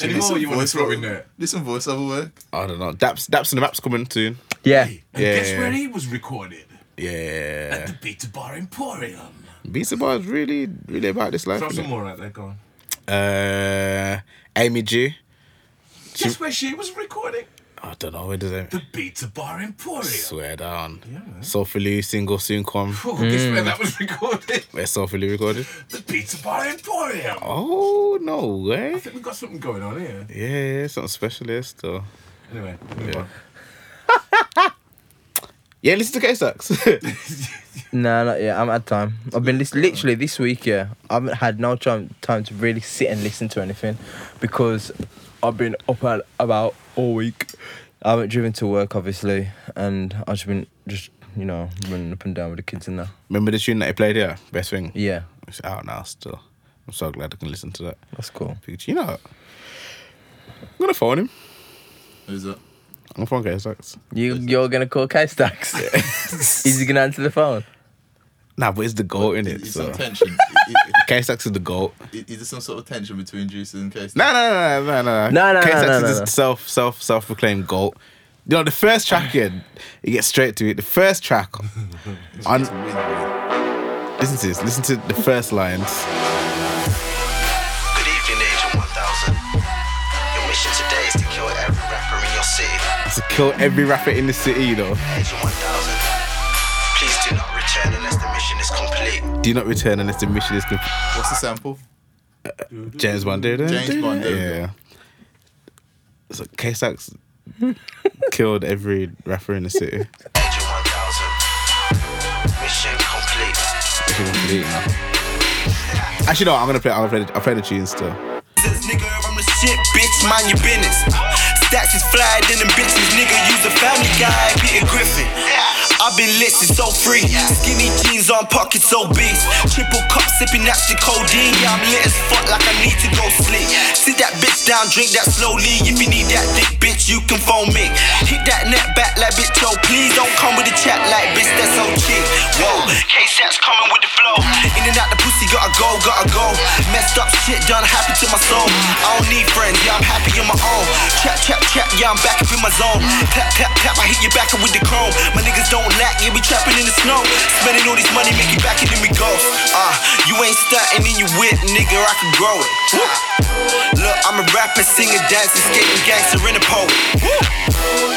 Speaker 8: Any more you want to throw in there?
Speaker 4: Do some voiceover work.
Speaker 1: I don't know. Daps, Daps and the Maps coming soon.
Speaker 3: Yeah.
Speaker 8: And
Speaker 1: Yeah.
Speaker 8: guess where he was recorded? At
Speaker 1: Yeah.
Speaker 8: the Pizza Bar Emporium.
Speaker 1: Beats Bar is really, really about this life.
Speaker 8: Throw some
Speaker 1: innit?
Speaker 8: more out there, go on.
Speaker 1: Uh, Amy G.
Speaker 8: Guess where she was recording?
Speaker 1: I don't know. Where does it?
Speaker 8: The Pizza Bar Emporium.
Speaker 1: Swear down.
Speaker 8: man.
Speaker 1: Sophie Lee single soon come.
Speaker 8: Oh, guess where that was recorded?
Speaker 1: Where's Sophie Lee recorded?
Speaker 8: The Pizza Bar Emporium.
Speaker 1: Oh no
Speaker 8: I
Speaker 1: way.
Speaker 8: think we've got something going on here.
Speaker 1: Yeah, yeah, something specialist or.
Speaker 8: Anyway, move on.
Speaker 1: Yeah, listen to K Stacks.
Speaker 3: No, not yet. I haven't had time. I've been lis- literally this week, yeah. I haven't had no time time to really sit and listen to anything because I've been up and about all week. I haven't driven to work, obviously, and I've just been just you know running up and down with the kids and that.
Speaker 1: Remember the tune that he played here? Best thing.
Speaker 3: Yeah,
Speaker 1: It's out now still. I'm so glad I can listen to that.
Speaker 3: that's cool.
Speaker 1: Pikachu, you know what? I'm gonna phone him.
Speaker 4: Who's that?
Speaker 1: I'm gonna phone K Stacks.
Speaker 3: You you're gonna call K Stacks? Is he gonna answer the phone?
Speaker 1: Nah, but it's uh, the goat in it.
Speaker 4: It's some
Speaker 1: So.
Speaker 4: tension. It- it-
Speaker 1: K Stacks is the goat.
Speaker 4: it- Is there some sort of tension between Juice and Case?
Speaker 1: No, no, no, no, no,
Speaker 3: No, no, no,
Speaker 1: K-Sax
Speaker 3: no,
Speaker 1: is
Speaker 3: no,
Speaker 1: just
Speaker 3: no.
Speaker 1: self, self, self-proclaimed goat. You know, the first track here, it gets straight to it. The first track, on, listen to this. Listen to the first lines.
Speaker 9: Good evening, Agent 1000. Your mission today is to kill every rapper in your city.
Speaker 1: To kill every rapper in the city, you know.
Speaker 9: Agent 1000. Please do not return unless the mission is complete.
Speaker 1: Do not return unless the mission is complete.
Speaker 4: What's the sample?
Speaker 1: James Bond. did it.
Speaker 4: James Bond, there we go.
Speaker 1: Yeah. So K-Sax killed every rapper in the city.
Speaker 9: Agent 1000. Mission complete.
Speaker 1: Actually, no. I'm gonna play. I'm gonna play. The, I'll play the tune still.
Speaker 9: This nigga, I'm the shit, bitch, mind your business. Stacks is fly, then them bitches, nigga, use a family guy.
Speaker 10: I've been lit since so free. Skinny jeans on pockets so big. Triple cup sipping that shit codeine. Yeah, I'm lit as fuck like I need to go sleep. Sit that bitch down, drink that slowly. If you need that dick, bitch, you can phone me. Hit that net back like bitch, yo, please don't come with a chat like bitch, that's so cheap. Whoa, K-Sap's coming with the flow. In and out the pussy, gotta go, gotta go. Messed up shit done happened to my soul. I don't need friends, yeah, I'm happy on my own. Trap, trap, trap, yeah, I'm back up in my zone. Clap, clap, clap, I hit you back up with the chrome. My niggas don't lack, yeah, we trapping in the snow. Spending all this money, make it back, and then we go. Uh, you ain't starting in your whip, nigga, I can grow it. Woo. Look, I'm a rapper, singer, dancer, skating, gangster, and a poet. Woo.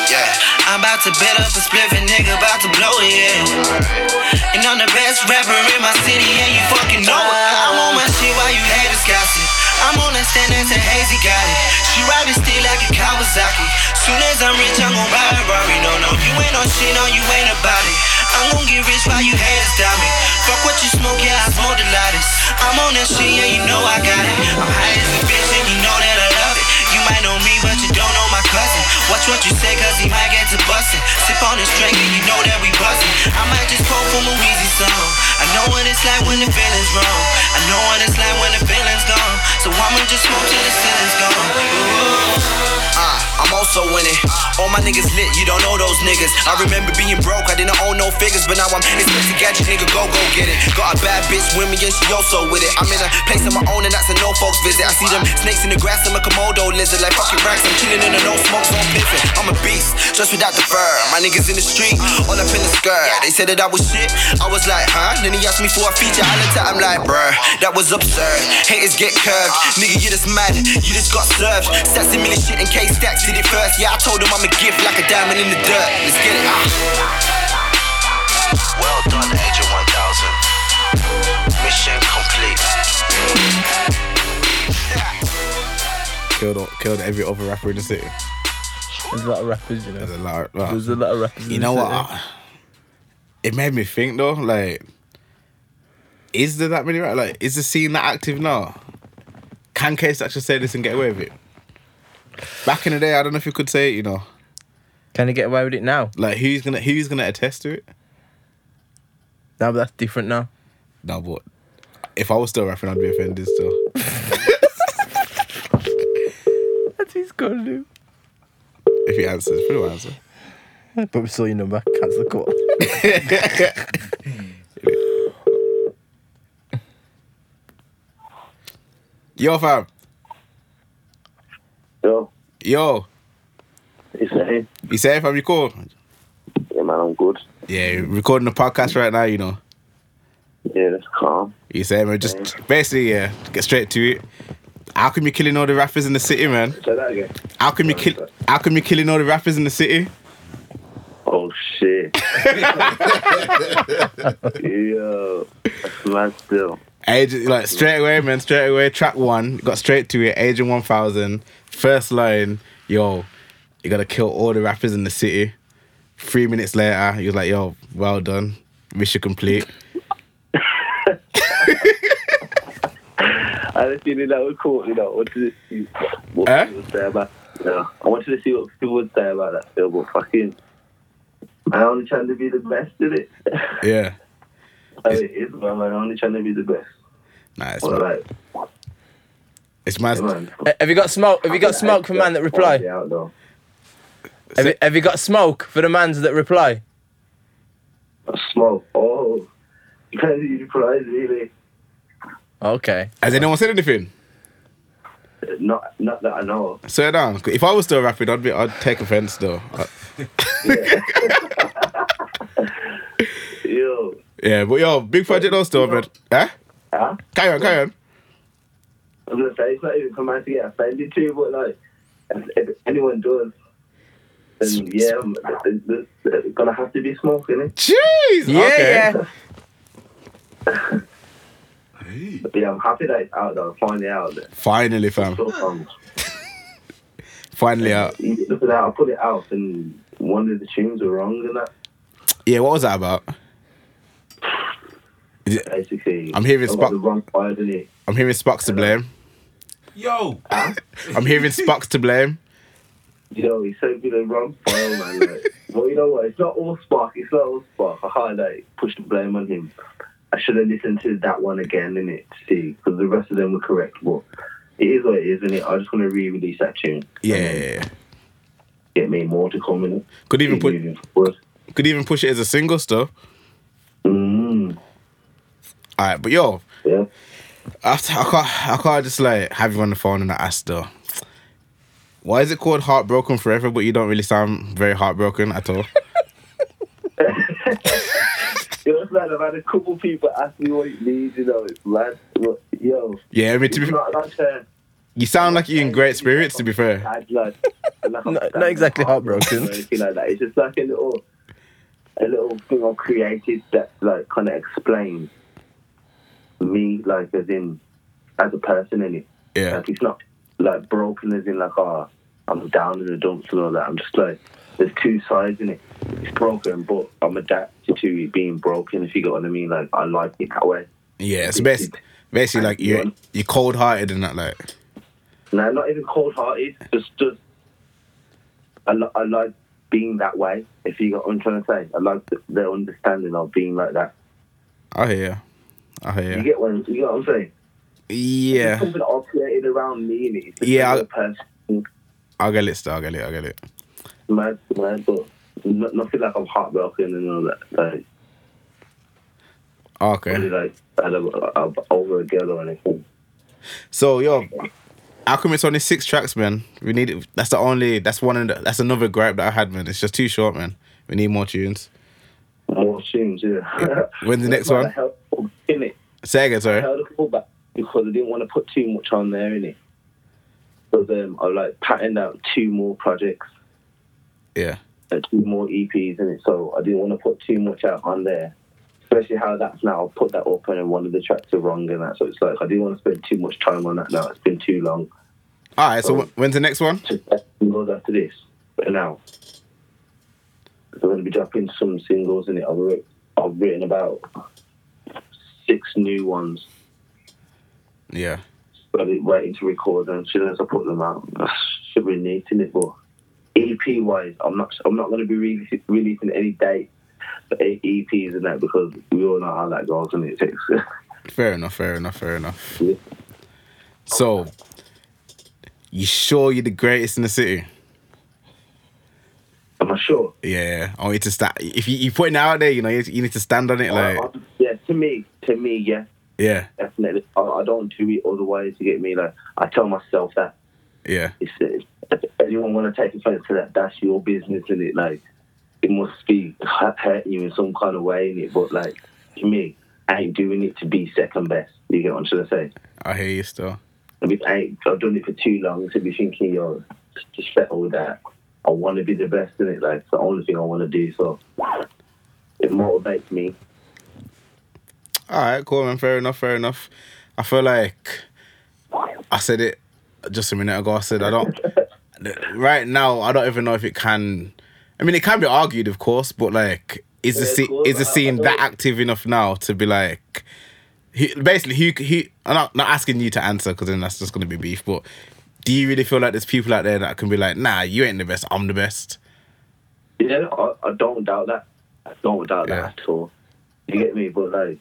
Speaker 10: Yeah.
Speaker 8: I'm about to build up a spliff and nigga about to blow it. yeah. And I'm the best rapper in my city, and you fucking know it. I'm on my shit while you haters gossip. I'm on that stand and say Hazy got it. She ride it still like a Kawasaki. Soon as I'm rich, I'm gon' buy a Ferrari. No, no, you ain't on shit, no, you ain't about it. I'm gon' get rich while you haters doubt me. Fuck what you smoke, yeah, I smoke the loudest. I'm on that shit, yeah, you know I got it. I'm high as a bitch, and you know that I love it. You might know me, but you don't know my cousin. Watch what you say, cause he might get to bustin'. Sip on this drink and you know that we bustin'. I might just quote from a Weezy song. I know what it's like when the feeling's wrong. I know what it's like when the feeling's gone. So I'ma just smoke till the ceiling's gone.
Speaker 10: Uh, I'm also winning. All my niggas lit, you don't know those niggas. I remember being broke, I didn't own no figures, but now I'm expensive. Got you, nigga, go go get it. Got a bad bitch with me and she also with it. I'm in a place of my own and that's a no folks visit. I see them snakes in the grass, I'm a komodo lizard like fucking racks. I'm chilling in a no smoke zone piffin. I'm a beast, just without the fur. My niggas in the street, all up in the skirt. They said that I was shit, I was like, huh? Then he asked me for a feature, I looked at him like, bruh, that was absurd. Haters get curved, nigga, you just mad, you just got served. Sassing me the shit in case stacks did it first. Yeah, I told him I'm a gift like a diamond in the dirt. Let's get it. Ah.
Speaker 8: Well done, Agent 1000. Mission complete.
Speaker 1: Killed, killed every other rapper in the city.
Speaker 3: There's a lot of rappers, you know.
Speaker 1: There's a lot of- well,
Speaker 3: There's a lot of rappers. in
Speaker 1: you know
Speaker 3: the
Speaker 1: what?
Speaker 3: city.
Speaker 1: I- it made me think though, like, is there that many rappers? Like, is the scene that active now? Can Case actually say this and get away with it? Back in the day, I don't know if you could say it, you know.
Speaker 3: Can I get away with it now?
Speaker 1: Like who's gonna who's gonna attest to it?
Speaker 3: Now that's different now.
Speaker 1: No, but if I was still rapping, I'd be offended still.
Speaker 3: That's his gonna do.
Speaker 1: If he answers, for the answer.
Speaker 3: But we saw your number. Cancel the call.
Speaker 1: Yo, fam.
Speaker 11: Yo,
Speaker 1: Yo.
Speaker 11: it's Nate.
Speaker 1: You say, fam, you cool?
Speaker 11: Yeah, man, I'm good.
Speaker 1: Yeah, recording the podcast right now, you know.
Speaker 11: Yeah, that's calm.
Speaker 1: You say, man, just basically, yeah, get straight to it. How come you're killing all the rappers in the city, man?
Speaker 11: Say that again.
Speaker 1: How come you kill? How come you're killing all the rappers in the city?
Speaker 11: Oh shit. Yo, that's mad still.
Speaker 1: Agent, like straight away, man, straight away. Track one, got straight to it. Agent one thousand, first line, yo, you gotta kill all the rappers in the city. Three minutes later, he was like, yo, well done, mission complete.
Speaker 11: I just seen it that was cool, you know. I wanted to see what
Speaker 1: Eh?
Speaker 11: people would say about. You know, I wanted to see what people would say about that still, but fucking, man, I'm only trying to be the best in it.
Speaker 1: Yeah,
Speaker 11: That's it is, man. man. I'm only trying to be the best.
Speaker 1: nah, it's mad.
Speaker 11: But like,
Speaker 1: It's mad.
Speaker 11: man,
Speaker 3: Uh, Have you got smoke? Have you got smoke for man that reply?
Speaker 11: Yeah, out though.
Speaker 3: Have you, have you got smoke for the mans that reply?
Speaker 11: Smoke. Oh, you can't see the prize really.
Speaker 3: Okay.
Speaker 1: Has anyone said anything?
Speaker 11: Not, not that I know. of.
Speaker 1: Swear down. If I was still rapping, I'd be, I'd take offense though. I-
Speaker 11: Yo,
Speaker 1: yeah, but yo, big project though, still, man. Eh?
Speaker 11: huh?
Speaker 1: Carry on, carry on.
Speaker 11: I was gonna say it's not even for man to get offended to, but like if, if anyone does, then yeah, um, th- th- th- it's gonna have to be smoke, innit?
Speaker 1: Jeez.
Speaker 3: Yeah,
Speaker 1: okay.
Speaker 3: yeah.
Speaker 2: Hey.
Speaker 11: But yeah, I'm happy that it's out though, finally out there.
Speaker 1: Finally, fam.
Speaker 11: So, um,
Speaker 1: Finally uh, out.
Speaker 11: you look at that, I put it out and one of the tunes were wrong and that.
Speaker 1: Yeah, what was that about?
Speaker 11: Basically,
Speaker 1: I'm hearing
Speaker 11: I got
Speaker 1: Spock-
Speaker 11: the wrong word in it.
Speaker 1: I'm hearing Spock to blame.
Speaker 2: Yo.
Speaker 1: I'm hearing Spock to blame.
Speaker 11: Yo, he sent me the wrong file, man. Like, what you know what? It's not all Spark. It's not all Spark. I can't like push the blame on him. I should have listened to that one again, innit? To see, because the rest of them were correct. But it is what it is, innit? I just want to re-release that tune.
Speaker 1: Yeah, yeah, yeah.
Speaker 11: Get me more to come in.
Speaker 1: Could even put could even push it as a single stuff.
Speaker 11: Mm.
Speaker 1: All right, but yo,
Speaker 11: yeah.
Speaker 1: after I can't I can't just like have you on the phone and I ask though. Why is it called heartbroken forever? But you don't really sound very heartbroken at all.
Speaker 11: Yo, it's like I've had a couple people ask me what it means. You know, it's mad. But, yo,
Speaker 1: Yeah, I mean, to
Speaker 11: it's
Speaker 1: be,
Speaker 11: not like a
Speaker 1: you sound like you're in great spirits. To be fair,
Speaker 11: bad lad. Like I'm
Speaker 3: Not,
Speaker 11: sad
Speaker 3: not exactly heartbroken.
Speaker 11: or anything like that. It's just like a little, a little thing I've created that like kind of explains me, like as in, as a person in it.
Speaker 1: yeah,
Speaker 11: Like it's not like broken as in like oh, I'm down in the dumps and all that. I'm just like there's two sides in it. It's broken, but I'm adapted to it being broken. If you get what I mean, like I like it that way.
Speaker 1: yeah. It's basically, basically like you're you're cold hearted and that like.
Speaker 11: No, not even cold hearted. Just, just I, li- I like being that way. If you got what I'm trying to say, I like the, the understanding of being like that.
Speaker 1: I hear, ya. I hear.
Speaker 11: You
Speaker 1: ya.
Speaker 11: get what I'm- you know what I'm saying? It's
Speaker 1: Yeah,
Speaker 11: something I've created around me, and it's just
Speaker 1: Yeah, I-
Speaker 11: a person,
Speaker 1: I'll get it. Still, I'll get it. I'll get it.
Speaker 11: man, man, but no- nothing like I'm heartbroken and all that. Like,
Speaker 1: Okay.
Speaker 11: really like I don't, I'm over a girl or anything.
Speaker 1: So yo, how come it's only six tracks, man? We need. That's the only. That's one. And that's another gripe that I had, man. It's just too short, man. We need more tunes.
Speaker 11: More tunes, yeah.
Speaker 1: When's the next
Speaker 11: That's why I
Speaker 1: one?
Speaker 11: held up, innit?
Speaker 1: Say again,
Speaker 11: I
Speaker 1: sorry.
Speaker 11: held a full back because I didn't want to put too much on there, innit? Because um, I like patterned out two more projects,
Speaker 1: Yeah.
Speaker 11: uh, two more EPs, in it. So I didn't want to put too much out on there. Especially how that's now, I put that up and then one of the tracks are wrong and that. So it's like, I didn't want to spend too much time on that now. It's been too long.
Speaker 1: All right. So
Speaker 11: Oh.
Speaker 1: wh- when's the next one?
Speaker 11: Just let singles after this. But now, I'm going to be dropping some singles in it. I've, wrote, I've written about six new ones.
Speaker 1: Yeah.
Speaker 11: I've been waiting to record them. As soon as I put them out, I should be neating it. But EP wise, I'm not. I'm not going to be re- releasing any date for E- EPs and that because we all know how that goes and it takes.
Speaker 1: Fair enough. Fair enough. Fair enough.
Speaker 11: Yeah.
Speaker 1: So, you sure you're the greatest in the city?
Speaker 11: I'm not sure.
Speaker 1: Yeah. oh, I want you to start. If you you putting it out there, you know you, you need to stand on it. Like
Speaker 11: I- I- Uh, yeah, to me, to me, yeah,
Speaker 1: yeah,
Speaker 11: definitely. I, I don't do it otherwise. You get me? Like I tell myself that
Speaker 1: yeah,
Speaker 11: it's, if anyone want to take offense to that, that's your business, and it like it must be hurt you in some kind of way, in it. But like to me, I ain't doing it to be second best. You get what I'm trying to say?
Speaker 1: I hear you still.
Speaker 11: I mean, I ain't, I've done it for too long to be thinking, yo, just settle with that. I want to be the best in it. Like it's the only thing I want to do. So it motivates me.
Speaker 1: All right, cool, man. Fair enough. Fair enough. I feel like I said it just a minute ago. I said I don't. right now, I don't even know if it can. I mean, it can be argued, of course, but like, is the
Speaker 11: Yeah,
Speaker 1: scene
Speaker 11: cool,
Speaker 1: is the
Speaker 11: but I- I
Speaker 1: scene that
Speaker 11: don't-
Speaker 1: active enough now to be like? He, basically, who he? I'm not, not asking you to answer because then that's just gonna be beef. But do you really feel like there's people out there that can be like, nah, you ain't the best. I'm the best.
Speaker 11: Yeah, I, I don't doubt that. I don't doubt
Speaker 1: Yeah.
Speaker 11: that at all. You get me? But like,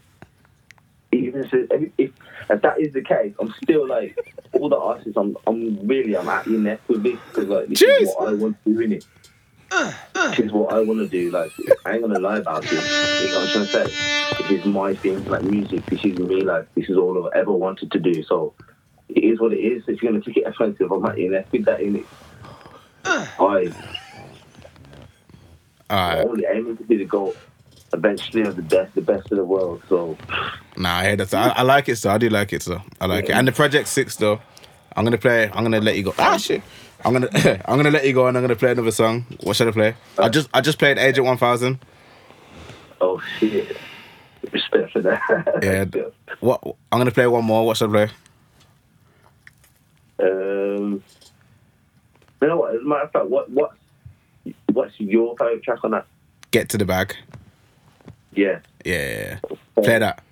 Speaker 11: even if, if, if, that is the case, I'm still like all the artists. I'm I'm really I'm at your neck with this because like this
Speaker 1: Jeez.
Speaker 11: is what I want to do in it. This is what I want to do. Like I ain't gonna lie about it. You know what I'm trying to say? This is my thing. Like music. This is me. Like this is all I've ever wanted to do. So it is what it is. If you're gonna take it offensive, I'm at your neck with that in it. I
Speaker 1: All right.
Speaker 11: I'm only aiming to be the goal eventually of the best, the best of the world. So
Speaker 1: Nah, I hear that. I, I like it, so I do like it, so I like it. And the Project Six, though, I'm gonna play. I'm gonna let you go. Ah, shit. I'm gonna I'm gonna let you go, and I'm gonna play another song. What should I play? I just I just played Agent One Thousand.
Speaker 11: oh shit. Respect for that.
Speaker 1: Yeah. What I'm gonna play one more. What should I play?
Speaker 11: Um You know what, as a matter of fact, what what what's your favourite track on that?
Speaker 1: Get to the bag.
Speaker 11: Yeah.
Speaker 1: Yeah, yeah, yeah. play that.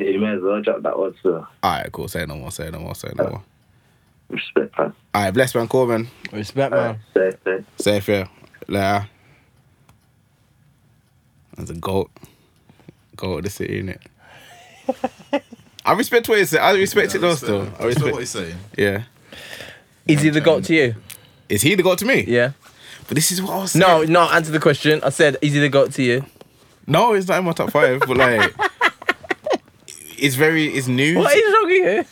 Speaker 11: yeah you may as well drop that one so
Speaker 1: All right, cool. Say no more. Say no more. Say no more.
Speaker 11: respect man.
Speaker 1: All right, bless man, Corbin.
Speaker 3: Respect,
Speaker 11: Uh,
Speaker 3: man.
Speaker 11: say, say.
Speaker 1: Safe yeah. Later. That's a goat. Goat of the city, innit? I respect what he's saying. I respect it though, still. I respect
Speaker 4: what he's saying.
Speaker 1: Yeah.
Speaker 3: Is he the goat to you?
Speaker 1: Is he the goat to me?
Speaker 3: Yeah.
Speaker 1: But this is what I was saying.
Speaker 3: No, no, answer the question. I said, is he the goat to you?
Speaker 1: No, it's not in my top five, but like, it's very, it's new.
Speaker 3: What is wrong here?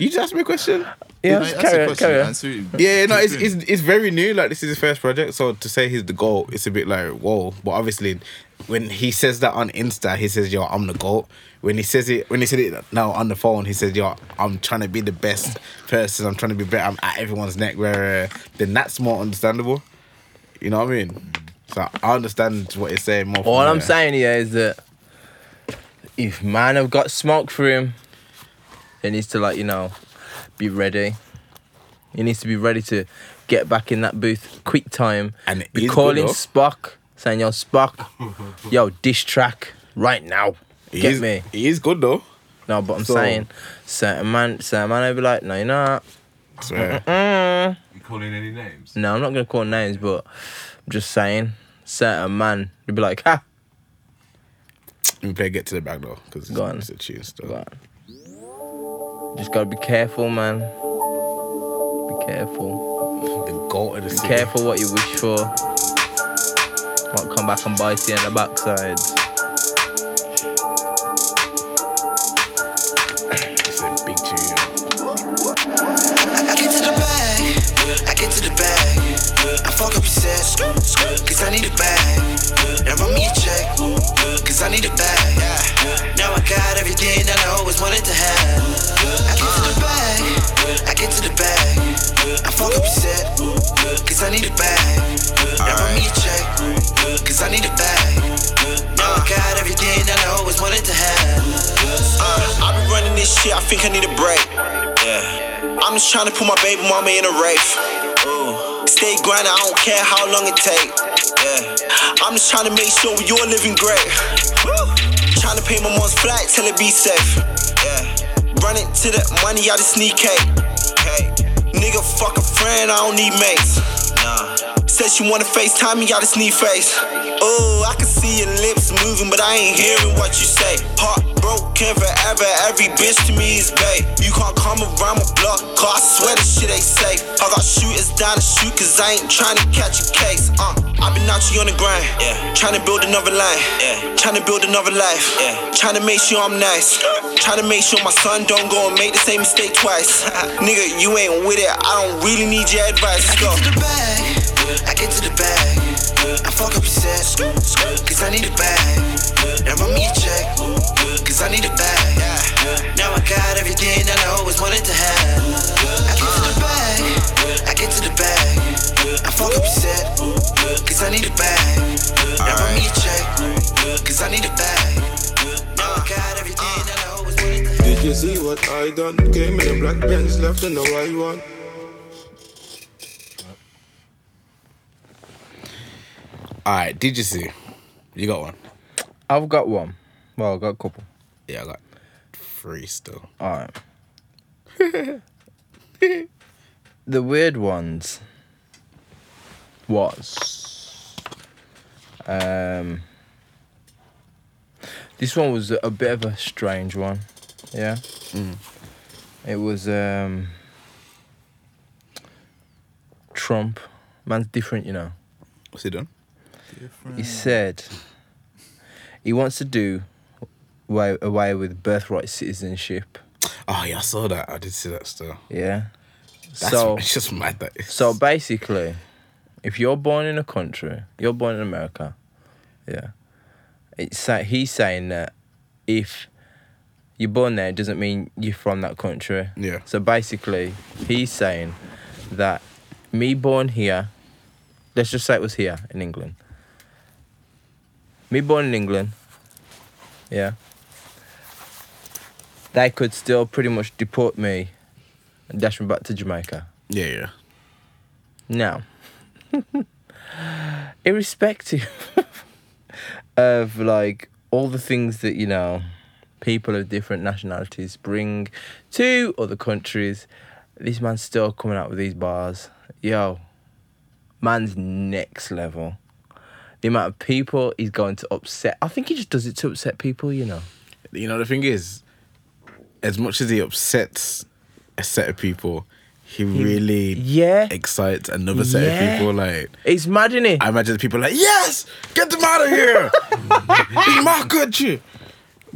Speaker 1: You just asked me a question.
Speaker 3: Yeah,
Speaker 4: Mate, that's
Speaker 3: carry
Speaker 4: the
Speaker 3: on,
Speaker 4: question,
Speaker 3: carry on.
Speaker 4: answer it.
Speaker 1: Yeah, no,
Speaker 4: Keep
Speaker 1: it's,
Speaker 4: doing
Speaker 1: it's it's very new. Like this is his first project, so to say he's the goal, it's a bit like whoa. But obviously, when he says that on Insta, he says, "Yo, I'm the goal." When he says it, when he said it now on the phone, he says, "Yo, I'm trying to be the best person. I'm trying to be better. I'm at everyone's neck." Where uh, then that's more understandable. You know what I mean? So I understand what he's saying more. from
Speaker 3: All I'm
Speaker 1: there.
Speaker 3: saying here is that if man have got smoke for him, he needs to like you know be ready. He needs to be ready to get back in that booth quick time
Speaker 1: And it
Speaker 3: be
Speaker 1: is good
Speaker 3: calling
Speaker 1: though.
Speaker 3: Spock, saying yo Spock, yo dish track right now.
Speaker 1: He
Speaker 3: get
Speaker 1: is-
Speaker 3: me.
Speaker 1: He is good though.
Speaker 3: No, but I'm
Speaker 1: So-
Speaker 3: saying certain man, certain man, will be like, no, you're not.
Speaker 1: I swear.
Speaker 2: You calling any names?
Speaker 3: No, I'm not gonna call names, but I'm just saying certain man, you'll be like, ha,
Speaker 1: Let me play Get to the Bag though, because it's,
Speaker 3: Go on.
Speaker 1: it's a tune still.
Speaker 3: But just gotta be careful, man. Be careful.
Speaker 1: The goat of the
Speaker 3: Be
Speaker 1: city.
Speaker 3: careful what you wish for. Might come back and bite you in the backside.
Speaker 1: It's a big tune.
Speaker 8: I get to the bag, I get to the bag. I fuck up your set, cause I need a bag. Now run me a check, cause I need a bag. Now I got everything that I always wanted to have. I get to the bag, I get to the bag. I fuck up your set, cause I need a bag. Now run me a check, cause I need a bag. Now I got everything that I always wanted to have.
Speaker 10: Uh, I've been running this shit, I think I need a break. Yeah. I'm just trying to put my baby mama in a race. Ooh. Stay grinding, I don't care how long it take. Yeah. I'm just trying to make sure you're living great. Trying to pay my mom's flight, tell her be safe. Yeah. Run it to the money, I just need cake. Hey. Nigga, fuck a friend, I don't need mates. Nah. Said she wanna FaceTime me, I just need face. Ooh, I can see your lips moving, but I ain't hearing what you say. Heartbroken forever, every bitch to me is babe. You can't come around my block, cause I swear this shit ain't safe. I got shooters down to shoot, cause I ain't trying to catch a case. Uh, I've been out here on the grind, yeah. trying to build another line, yeah. trying to build another life, yeah. trying to make sure I'm nice. Trying to make sure my son don't go and make the same mistake twice. Nigga, you ain't with it. I don't really need your advice. Let's go.
Speaker 8: I get to the bag, I get to the bag. I fuck up your set, cause I need a bag. Now run me a check, cause I need a bag. Now I got everything that I always wanted to have. I get to the bag, I get to the bag. I fuck up your set, cause I need a bag. Now run me a check, cause I need a bag. Now I got everything that I always wanted to have.
Speaker 12: Did you see what I done? Came in a black Benz, left in a white one.
Speaker 1: All right, did you see? You got one.
Speaker 3: I've got one. Well, I've got a couple.
Speaker 1: Yeah, I got three still.
Speaker 3: All right. the weird ones was um this one was a bit of a strange one yeah it was um trump man's different you know
Speaker 1: What's he done?
Speaker 3: he said he wants to do away, away with birthright citizenship
Speaker 1: Oh yeah, I saw that. I did see that still.
Speaker 3: yeah
Speaker 1: That's,
Speaker 3: so
Speaker 1: it's just mad that. It's,
Speaker 3: So basically, if you're born in a country, you're born in America, yeah. It's sa- he's saying that if you're born there, it doesn't mean you're from that country.
Speaker 1: Yeah.
Speaker 3: So basically, he's saying that me born here, let's just say it was here in England. Me born in England, yeah. They could still pretty much deport me and dash me back to Jamaica.
Speaker 1: yeah, yeah.
Speaker 3: Now, irrespective of like all the things that you know people of different nationalities bring to other countries, this man's still coming out with these bars. Yo, man's next level. the amount of people he's going to upset. I think he just does it to upset people, you know.
Speaker 1: You know, the thing is, as much as he upsets a set of people, he really
Speaker 3: yeah
Speaker 1: excites another set
Speaker 3: Yeah.
Speaker 1: of people. Like
Speaker 3: it's mad, is
Speaker 1: I imagine people like, yes, get them out of here. He's my country.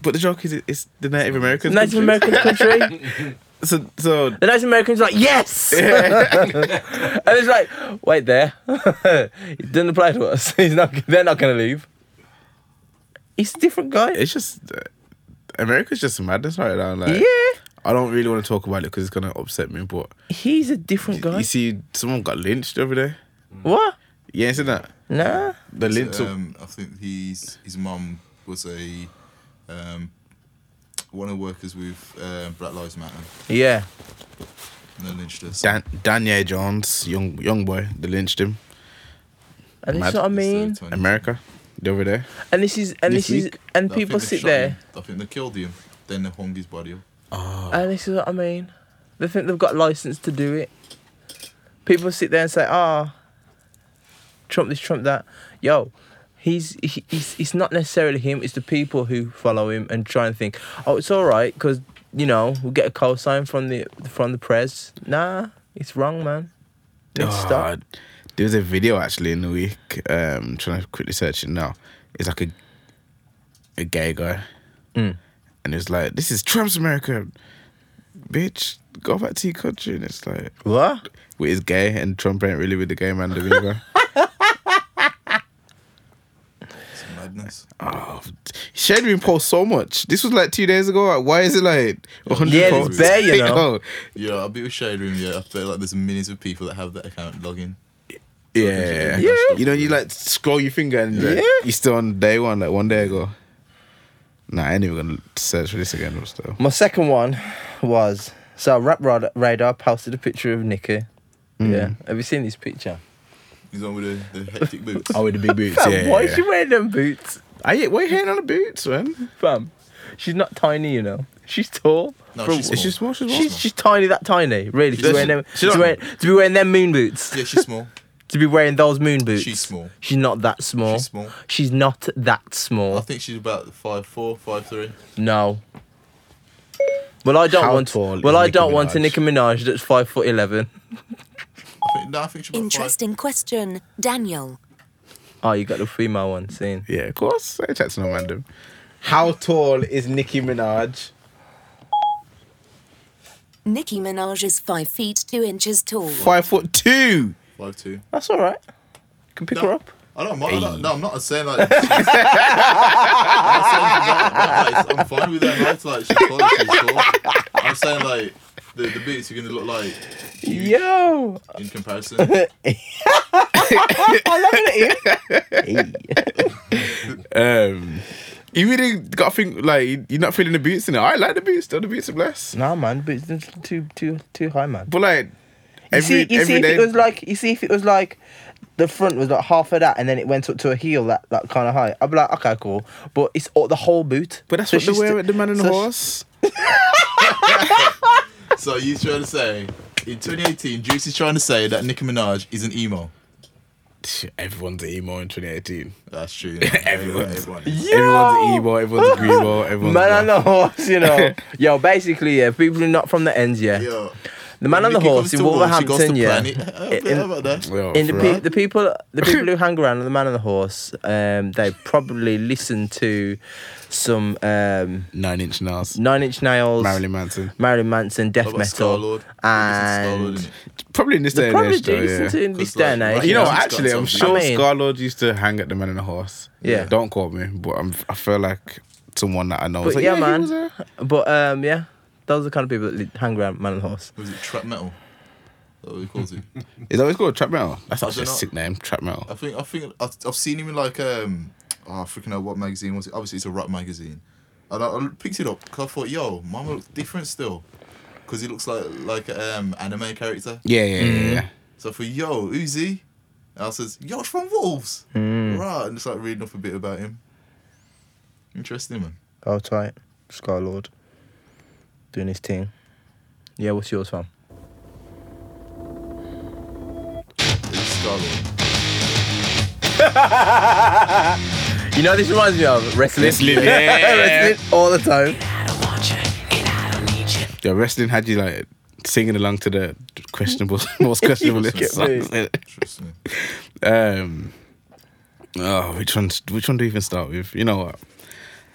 Speaker 1: But the joke is, it- it's the Native Americans.
Speaker 3: Native American country.
Speaker 1: so, so
Speaker 3: The Native American's like, yes! and it's like, wait there. it didn't apply to us. He's not, they're not going to leave. He's a different guy.
Speaker 1: It's just, uh, America's just madness right now. Like,
Speaker 3: yeah.
Speaker 1: I don't really want to talk about it because it's gonna upset me. But
Speaker 3: He's a different guy.
Speaker 1: you see, someone got lynched over there.
Speaker 3: what?
Speaker 1: Yeah, isn't that
Speaker 3: Nah.
Speaker 1: the lynch?
Speaker 4: So, um, I think he's his mum was a um, one of the workers with uh, Black Lives Matter
Speaker 3: Yeah.
Speaker 4: and they lynched us.
Speaker 1: Dan- Daniel Jones, young young boy, they lynched him.
Speaker 3: And
Speaker 1: Mad.
Speaker 3: this is what I mean.
Speaker 4: It's the 20
Speaker 1: America, they over there.
Speaker 3: And this is, and
Speaker 1: This
Speaker 3: this, is,
Speaker 1: week?
Speaker 3: and
Speaker 4: I think
Speaker 3: people
Speaker 4: they
Speaker 3: sit
Speaker 4: shot him.
Speaker 3: there.
Speaker 4: I think they killed him. Then they hung his body up.
Speaker 3: And this is what I mean. They think they've got license to do it. People sit there and say, ah, Trump this, Trump that. Yo, he's, he, he's it's not necessarily him, it's the people who follow him and try and think, oh, it's all right, because, you know, we'll get a call sign from the from the press. Nah, it's wrong, man. Need to stop.
Speaker 1: Oh, there was a video actually in the week. Um, trying to quickly search it now. It's like a a gay guy,
Speaker 3: Mm.
Speaker 1: and it's like, "This is Trump's America, bitch. Go back to your country." And it's like,
Speaker 3: What?
Speaker 1: with his gay, and Trump ain't really with the gay man. The video guy.
Speaker 4: It's madness.
Speaker 1: Oh, Shane been post so much. This was like two days ago. Like, why is it like 100
Speaker 3: Yeah, it's
Speaker 1: posts?
Speaker 3: bare, you know.
Speaker 4: Yeah, I'll be with Shade Room. Yeah, I feel like there's millions of people that have that account login.
Speaker 1: Yeah.
Speaker 4: Yeah.
Speaker 1: You know, you like scroll your finger and like,
Speaker 3: Yeah.
Speaker 1: you're still on day one, like one day ago. Nah, I ain't even gonna search for this again. but Still.
Speaker 3: My second one was so Rap Rad- Radar posted a picture of Nicky. Yeah. Have you seen this picture?
Speaker 4: He's on with the, the hectic boots.
Speaker 1: Oh, with the big boots.
Speaker 3: Fam,
Speaker 1: yeah,
Speaker 3: why
Speaker 1: yeah,
Speaker 3: is she wearing them boots?
Speaker 1: I, why are you hating on the boots, man?
Speaker 3: Fam, she's not tiny, you know. She's tall.
Speaker 4: No,
Speaker 3: From-
Speaker 4: she's
Speaker 1: It's just more, she's more.
Speaker 3: She's, she's tiny, that tiny, really. To be,
Speaker 4: She's-
Speaker 3: wearing them,
Speaker 4: she's
Speaker 3: to,
Speaker 4: not-
Speaker 3: wear- to be wearing them moon boots.
Speaker 4: yeah, she's small.
Speaker 3: To be wearing those moon boots.
Speaker 4: She's small.
Speaker 3: She's not that small.
Speaker 4: She's small.
Speaker 3: She's not that
Speaker 4: I
Speaker 3: small.
Speaker 4: think she's about five four, five three.
Speaker 3: No. Well, I don't
Speaker 1: How
Speaker 3: want.
Speaker 1: tall is
Speaker 3: well, I
Speaker 1: Nicki
Speaker 3: don't want a
Speaker 1: Minaj?
Speaker 3: Nicki Minaj that's five foot eleven.
Speaker 4: I think, no, I think she's about five.
Speaker 13: Interesting question, Daniel.
Speaker 3: Oh, you got the female one seen.
Speaker 1: yeah, of course. I ain't chatting on random. How tall is Nicki Minaj?
Speaker 13: Nicki Minaj is five feet two inches tall.
Speaker 1: Five foot two.
Speaker 4: Five two.
Speaker 3: That's all right. Can pick her up.
Speaker 4: I don't mind. I don't, no, I'm not saying like. I'm, not saying that, but, like, I'm fine with that. Right? Like she's tall, she's tall. I'm saying like the, the boots are gonna look like
Speaker 3: Yo, Oh,
Speaker 4: in comparison.
Speaker 3: I love it.
Speaker 1: Um, you really got to think like you're not feeling the boots in it. I like the boots. Though the boots are blessed.
Speaker 3: nah, man, but it's just too too too high, man.
Speaker 1: But like
Speaker 3: You
Speaker 1: every
Speaker 3: see, you
Speaker 1: every
Speaker 3: see if
Speaker 1: day,
Speaker 3: it was like you see if it was like the front was like half of that, and then it went up to a heel that that kind of height. I'd be like, okay, cool, but it's all the whole boot.
Speaker 1: but that's
Speaker 3: So
Speaker 1: what they
Speaker 3: she's
Speaker 1: wear
Speaker 3: sti-
Speaker 1: at the man and the
Speaker 3: so she-
Speaker 1: horse.
Speaker 4: so you trying to say in 2018, Juice is trying to say that Nicki Minaj is an emo.
Speaker 1: Everyone's an emo in 2018.
Speaker 4: That's true.
Speaker 1: Everyone.
Speaker 4: Everyone.
Speaker 1: Everyone's an emo. Everyone's a grimo. Everyone's
Speaker 3: Man on
Speaker 1: black.
Speaker 3: the horse, you know. Yo, basically, yeah, people who are not from the ends, yeah.
Speaker 4: Yo,
Speaker 3: the man on the
Speaker 4: Nicki
Speaker 3: horse
Speaker 4: comes
Speaker 3: in
Speaker 4: to Wolves, she goes to
Speaker 3: Wolverhampton, yeah.
Speaker 4: Planet. I
Speaker 3: In-
Speaker 4: don't know about that.
Speaker 1: Well,
Speaker 3: In the,
Speaker 1: for
Speaker 3: pe-
Speaker 1: us.
Speaker 3: the people, the people who hang around the man on the horse, um, they probably listen to some um,
Speaker 1: Nine Inch Nails,
Speaker 3: Nine Inch Nails,
Speaker 1: Marilyn Manson.
Speaker 3: Marilyn Manson, death
Speaker 4: What about
Speaker 3: metal,
Speaker 4: Star-Lord?
Speaker 3: and
Speaker 4: Star-Lord,
Speaker 1: Probably in this
Speaker 3: they
Speaker 1: day and
Speaker 3: probably
Speaker 1: age,
Speaker 3: do
Speaker 1: though.
Speaker 3: listen
Speaker 1: Yeah.
Speaker 3: to in this
Speaker 4: 'Cause,
Speaker 3: day and
Speaker 4: like,
Speaker 3: age.
Speaker 4: right
Speaker 1: You know,
Speaker 4: He's got
Speaker 1: actually, I'm sure
Speaker 4: something.
Speaker 3: I mean-
Speaker 1: Scarlord used to hang at the Man and the Horse.
Speaker 3: Yeah.
Speaker 1: Don't quote me, but I'm, I feel like someone that I know. was
Speaker 3: But
Speaker 1: like,
Speaker 3: yeah,
Speaker 1: he
Speaker 3: man.
Speaker 1: was there."
Speaker 3: But um, yeah, those are the kind of people that li- hang around Man and the Horse.
Speaker 4: Was it trap metal? That's what he calls it.
Speaker 1: Is that what it's called? Trap metal. That's
Speaker 4: I
Speaker 1: actually a
Speaker 4: dunno.
Speaker 1: sick name. Trap metal.
Speaker 4: I think I think I've, I've seen him in like um oh, I freaking know what magazine was it? Obviously it's a rap magazine, and I, I picked it up because I thought, yo, Mama looks different still, because he looks like like um anime character.
Speaker 1: Yeah, yeah, yeah,
Speaker 3: Mm.
Speaker 1: yeah, yeah.
Speaker 4: So for yo, who's he? And I says, yo, it's from Wolves,
Speaker 1: Mm.
Speaker 4: right? And just like reading up a bit about him. Interesting man.
Speaker 3: Oh, tight, Sky Lord, doing his thing. Yeah, what's yours, fam?
Speaker 4: It's Star Lord.
Speaker 3: You know, this reminds me of wrestling.
Speaker 1: Wrestling, yeah.
Speaker 3: wrestling all the time.
Speaker 1: Yeah, wrestling had you like singing along to the questionable, most questionable
Speaker 3: Trust me.
Speaker 1: songs. um, oh, which one? Which one do we even start with? You know what?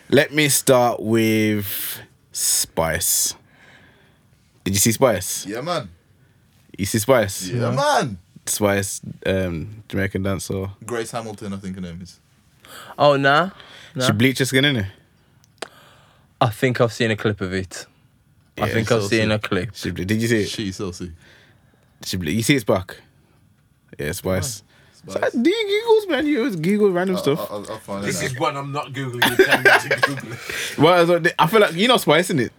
Speaker 1: Let me start with Spice. Did you see Spice?
Speaker 4: Yeah, man.
Speaker 1: You see Spice?
Speaker 4: Yeah, man.
Speaker 1: Spice, um, Jamaican dancer.
Speaker 4: Grace Hamilton, I think her name is.
Speaker 3: Oh, nah. nah.
Speaker 1: She bleached her skin, innit?
Speaker 3: I think I've seen a clip of it. I
Speaker 1: Yeah,
Speaker 3: think
Speaker 1: so
Speaker 3: I've seen
Speaker 1: sick.
Speaker 3: a clip.
Speaker 1: She ble- did you see it?
Speaker 4: She's saucy.
Speaker 1: She ble- you see its back? Yeah, Spice. Uh,
Speaker 4: Spice.
Speaker 1: Do you giggles, man? You always giggle random
Speaker 4: I'll,
Speaker 1: stuff.
Speaker 4: I'll, I'll find
Speaker 2: This
Speaker 4: it.
Speaker 2: is one I'm not googling. You tell me to Google it.
Speaker 1: Well, so they- I feel like you know Spice, isn't it?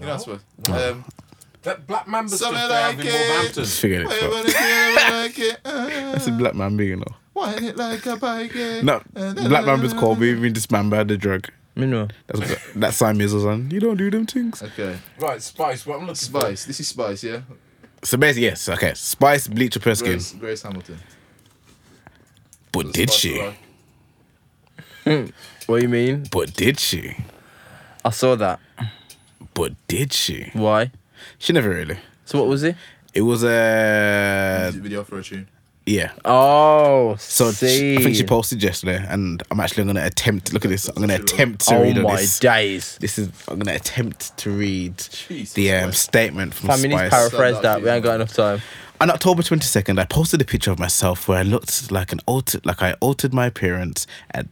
Speaker 4: You know, I swear. Um,
Speaker 2: That black man stuff
Speaker 4: Something
Speaker 2: they
Speaker 4: like
Speaker 2: have in
Speaker 4: it.
Speaker 2: Wolverhampton.
Speaker 1: Just forget it.
Speaker 4: Why
Speaker 1: bro.
Speaker 4: would it feel like it? Uh,
Speaker 1: That's a black man being, you know.
Speaker 4: why it like a eh? bike?
Speaker 1: No, black man was called being dismembered the drug.
Speaker 3: Mineral.
Speaker 1: That's what that Sam Mizzle's on. You don't do them things.
Speaker 4: Okay.
Speaker 2: Right, Spice. What I'm looking for.
Speaker 4: Spice. This is Spice, yeah?
Speaker 1: So basically, yes, okay. Spice bleached her purse skin,
Speaker 4: Grace, Grace Hamilton.
Speaker 1: but did
Speaker 4: Spice
Speaker 1: she?
Speaker 4: Girl.
Speaker 3: What do you mean?
Speaker 1: But did she?
Speaker 3: I saw that.
Speaker 1: But did she?
Speaker 3: Why?
Speaker 1: She never really.
Speaker 3: So what was it?
Speaker 1: It was a
Speaker 4: Music video for a tune.
Speaker 1: yeah.
Speaker 3: Oh,
Speaker 1: So
Speaker 3: see.
Speaker 1: she, I think she posted yesterday, and I'm actually gonna attempt. Look at this. I'm gonna attempt to
Speaker 3: Oh
Speaker 1: read all
Speaker 3: my
Speaker 1: this.
Speaker 3: days!
Speaker 1: This is. I'm gonna attempt to read
Speaker 4: Jesus
Speaker 1: the um,
Speaker 4: Christ.
Speaker 1: statement from
Speaker 3: Five minutes
Speaker 1: Spice.
Speaker 3: paraphrase
Speaker 4: Stand
Speaker 3: that.
Speaker 4: up,
Speaker 3: We ain't got enough time.
Speaker 1: On October 22nd, I posted a picture of myself where I looked like an altered, like I altered my appearance and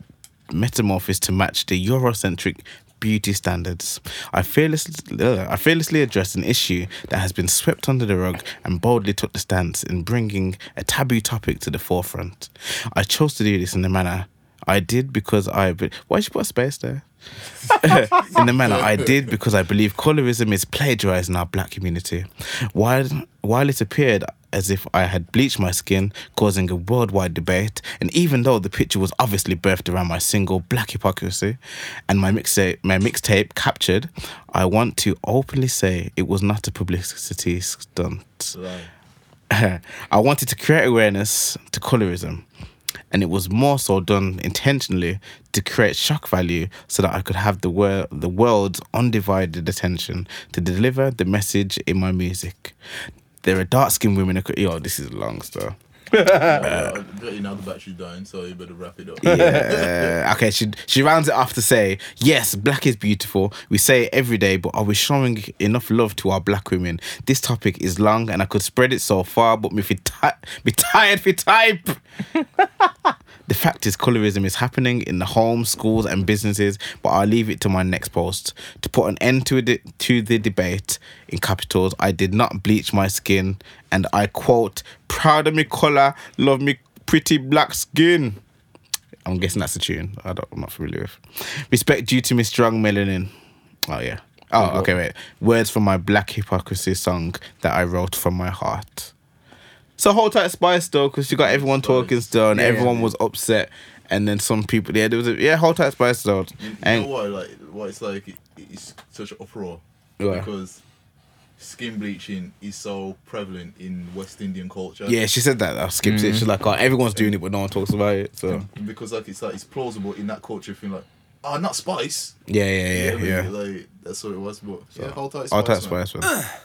Speaker 1: metamorphosed to match the Eurocentric beauty standards. I fearlessly, uh, I fearlessly addressed an issue that has been swept under the rug and boldly took the stance in bringing a taboo topic to the forefront. I chose to do this in the manner I did because I. Be- Why did you put a space there? in the manner I did because I believe colorism is plagiarized in our black community. While while it appeared as if I had bleached my skin, causing a worldwide debate, and even though the picture was obviously birthed around my single Black Hypocrisy and my mixtape my mixtape captured, I want to openly say it was not a publicity stunt. I wanted to create awareness to colorism, and it was more so done intentionally to create shock value so that I could have the wor- the world's undivided attention to deliver the message in my music. There are dark skinned women. ac- Yo, this is long stuff.
Speaker 4: Uh, you know the battery's dying, so you better wrap it up.
Speaker 1: Yeah. Uh, okay, she she rounds it off to say, yes, black is beautiful. We say it every day, but are we showing enough love to our black women? This topic is long and I could spread it so far, but me fi ti- me tired for type. The fact is, colorism is happening in the homes, schools, and businesses, but I'll leave it to my next post. To put an end to, it, to the debate, in capitals, I did not bleach my skin, and I quote, proud of me color, love me pretty black skin. I'm guessing that's the tune. I don't, I'm not familiar with. Respect due to me strong melanin. Oh yeah. Oh okay. Wait. Words from my Black Hypocrisy song that I wrote from my heart. So hold tight, Spice though, because you got everyone talking still, and
Speaker 3: Yeah,
Speaker 1: everyone
Speaker 3: yeah.
Speaker 1: was upset. And then some people, yeah, there was a yeah, hold tight, Spice though.
Speaker 4: You
Speaker 1: And
Speaker 4: know why? Like, why it's like it- it's such an uproar?
Speaker 1: Why?
Speaker 4: Because skin bleaching is so prevalent in West Indian culture.
Speaker 1: yeah, she said that. I skipped it. She's like, oh, everyone's doing it, but no one talks about it. So
Speaker 4: Because like it's like it's plausible in that culture. Thing like, ah, not spice.
Speaker 1: yeah, yeah, yeah,
Speaker 4: You know what I mean?
Speaker 1: yeah.
Speaker 4: Like that's what it was. But yeah, whole tight spice.
Speaker 1: I'll type
Speaker 4: man.
Speaker 1: Spice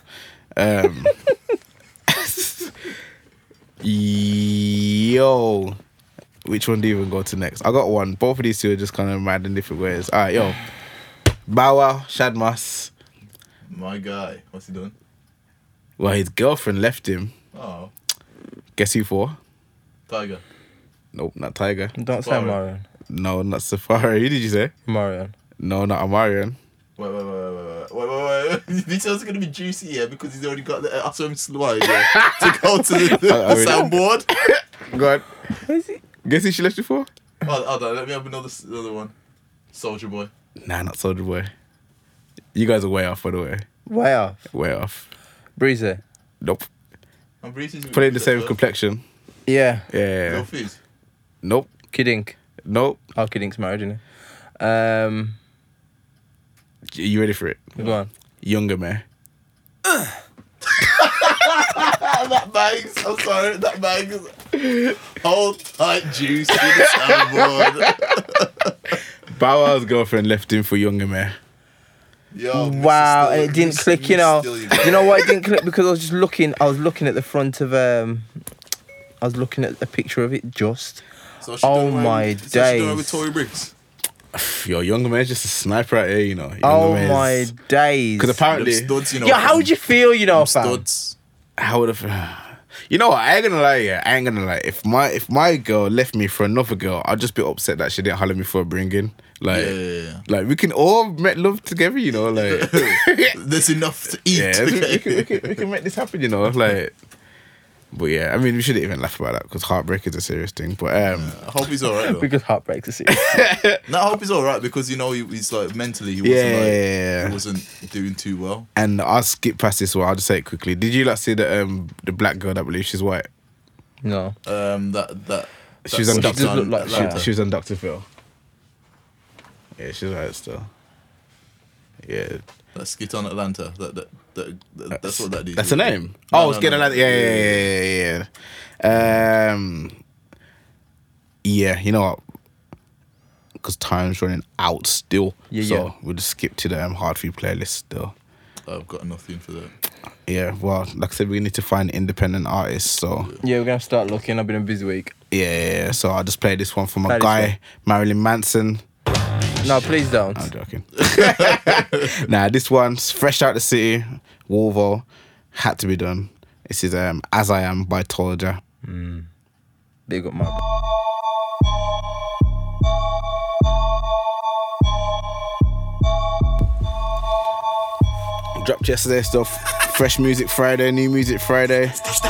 Speaker 1: man. Um, yo, which one do you even go to next? I got one. Both of these two are just kind of mad in different ways. All right, yo, Bow Wow, Shadmas.
Speaker 4: My guy, what's he doing?
Speaker 1: Well, his girlfriend left him.
Speaker 4: Oh,
Speaker 1: Guess who for?
Speaker 4: Tiger.
Speaker 1: Nope, not Tiger.
Speaker 3: Don't say
Speaker 4: Sorry.
Speaker 3: Marion.
Speaker 1: No, not Safari. Who did you say?
Speaker 3: Marion.
Speaker 1: No, not Amarian.
Speaker 4: Wait, wait, wait, wait, wait, wait, wait, wait, wait. This one's gonna be juicy, yeah, because he's already got the. I saw him slide yeah, to go to the, the
Speaker 1: I- I really-
Speaker 4: soundboard.
Speaker 1: Go on. Guess who she left you for?
Speaker 4: Hold on, hold on, let me have another s- another one. Soldier Boy.
Speaker 1: Nah, not Soldier Boy. You guys are way off, by the way.
Speaker 3: Way off.
Speaker 1: Way off.
Speaker 3: Breezy.
Speaker 1: Nope.
Speaker 4: I'm breathing.
Speaker 1: Playing the same complexion.
Speaker 3: Yeah.
Speaker 1: Yeah.
Speaker 4: Lil Fizz.
Speaker 1: Nope.
Speaker 3: Kiddink.
Speaker 1: Nope.
Speaker 3: Oh, Kiddink's married, isn't he? Um,
Speaker 1: You ready for it?
Speaker 3: go on.
Speaker 1: Younger man.
Speaker 4: that bangs. I'm sorry, that bangs. Hold tight, juice. with the soundboard.
Speaker 1: Bow Wow's girlfriend left him for younger man.
Speaker 4: Yo,
Speaker 3: wow, and it didn't click. You know, you know why it didn't click? Because I was just looking. I was looking at the front of um, I was looking at a picture of it. Just,
Speaker 4: So she
Speaker 3: oh
Speaker 4: done right
Speaker 3: my
Speaker 4: with- so she done right
Speaker 3: days,
Speaker 4: with Tory Bricks.
Speaker 1: Yo, younger man's just a sniper out here, you know. Younger
Speaker 3: oh
Speaker 1: man's-
Speaker 3: my days.
Speaker 1: 'Cause apparently- Them studs, you know,
Speaker 3: yeah. How would you feel? You know, fam?
Speaker 1: I would have. You know what? I ain't gonna lie. Yeah, I ain't gonna lie. If my if my girl left me for another girl, I'd just be upset that she didn't holler me for a bringing. Like, like we can all make love together. You know, like
Speaker 4: there's enough to eat.
Speaker 1: Yeah, we, can, we, can, we, can, we can make this happen. You know, like. But yeah, I mean, we shouldn't even laugh about that because heartbreak is a serious thing. But um,
Speaker 4: I hope he's all right. Though.
Speaker 3: because heartbreaks are serious.
Speaker 4: No, I hope he's all right because you know he, he's like mentally he wasn't
Speaker 1: Yeah,
Speaker 4: like,
Speaker 1: yeah, yeah.
Speaker 4: he wasn't doing too well.
Speaker 1: and I'll skip past this one. I'll just say it quickly. Did you like see the um the black girl that believes she's white?
Speaker 3: No.
Speaker 4: Um, that that
Speaker 1: She was on
Speaker 4: that-
Speaker 1: Doctor.
Speaker 4: that-
Speaker 1: she, she was on Doctor Phil. Yeah, she's right still. Yeah.
Speaker 4: That skit on Atlanta. That that, that, that that's, what that is.
Speaker 1: That's her name. oh, it's getting like yeah, yeah, yeah, yeah, yeah. Um, yeah, you know what? Because time's running out still.
Speaker 4: Yeah,
Speaker 1: so
Speaker 4: yeah.
Speaker 1: we'll just skip to the um, hard food playlist still.
Speaker 4: I've got nothing for that.
Speaker 1: Yeah, well, like I said, we need to find independent artists. So
Speaker 3: Yeah, we're gonna start looking. I've been a busy week.
Speaker 1: yeah, yeah, yeah. so I'll just play this one for my
Speaker 3: Play this
Speaker 1: guy Marilyn Manson.
Speaker 3: No, please don't.
Speaker 1: I'm joking. nah, this one's fresh out the city. Wolvo had to be done. This is um, "As I Am" by Tolja.
Speaker 3: Big up, man.
Speaker 1: Dropped yesterday stuff. Fresh music Friday, new music Friday.
Speaker 9: There's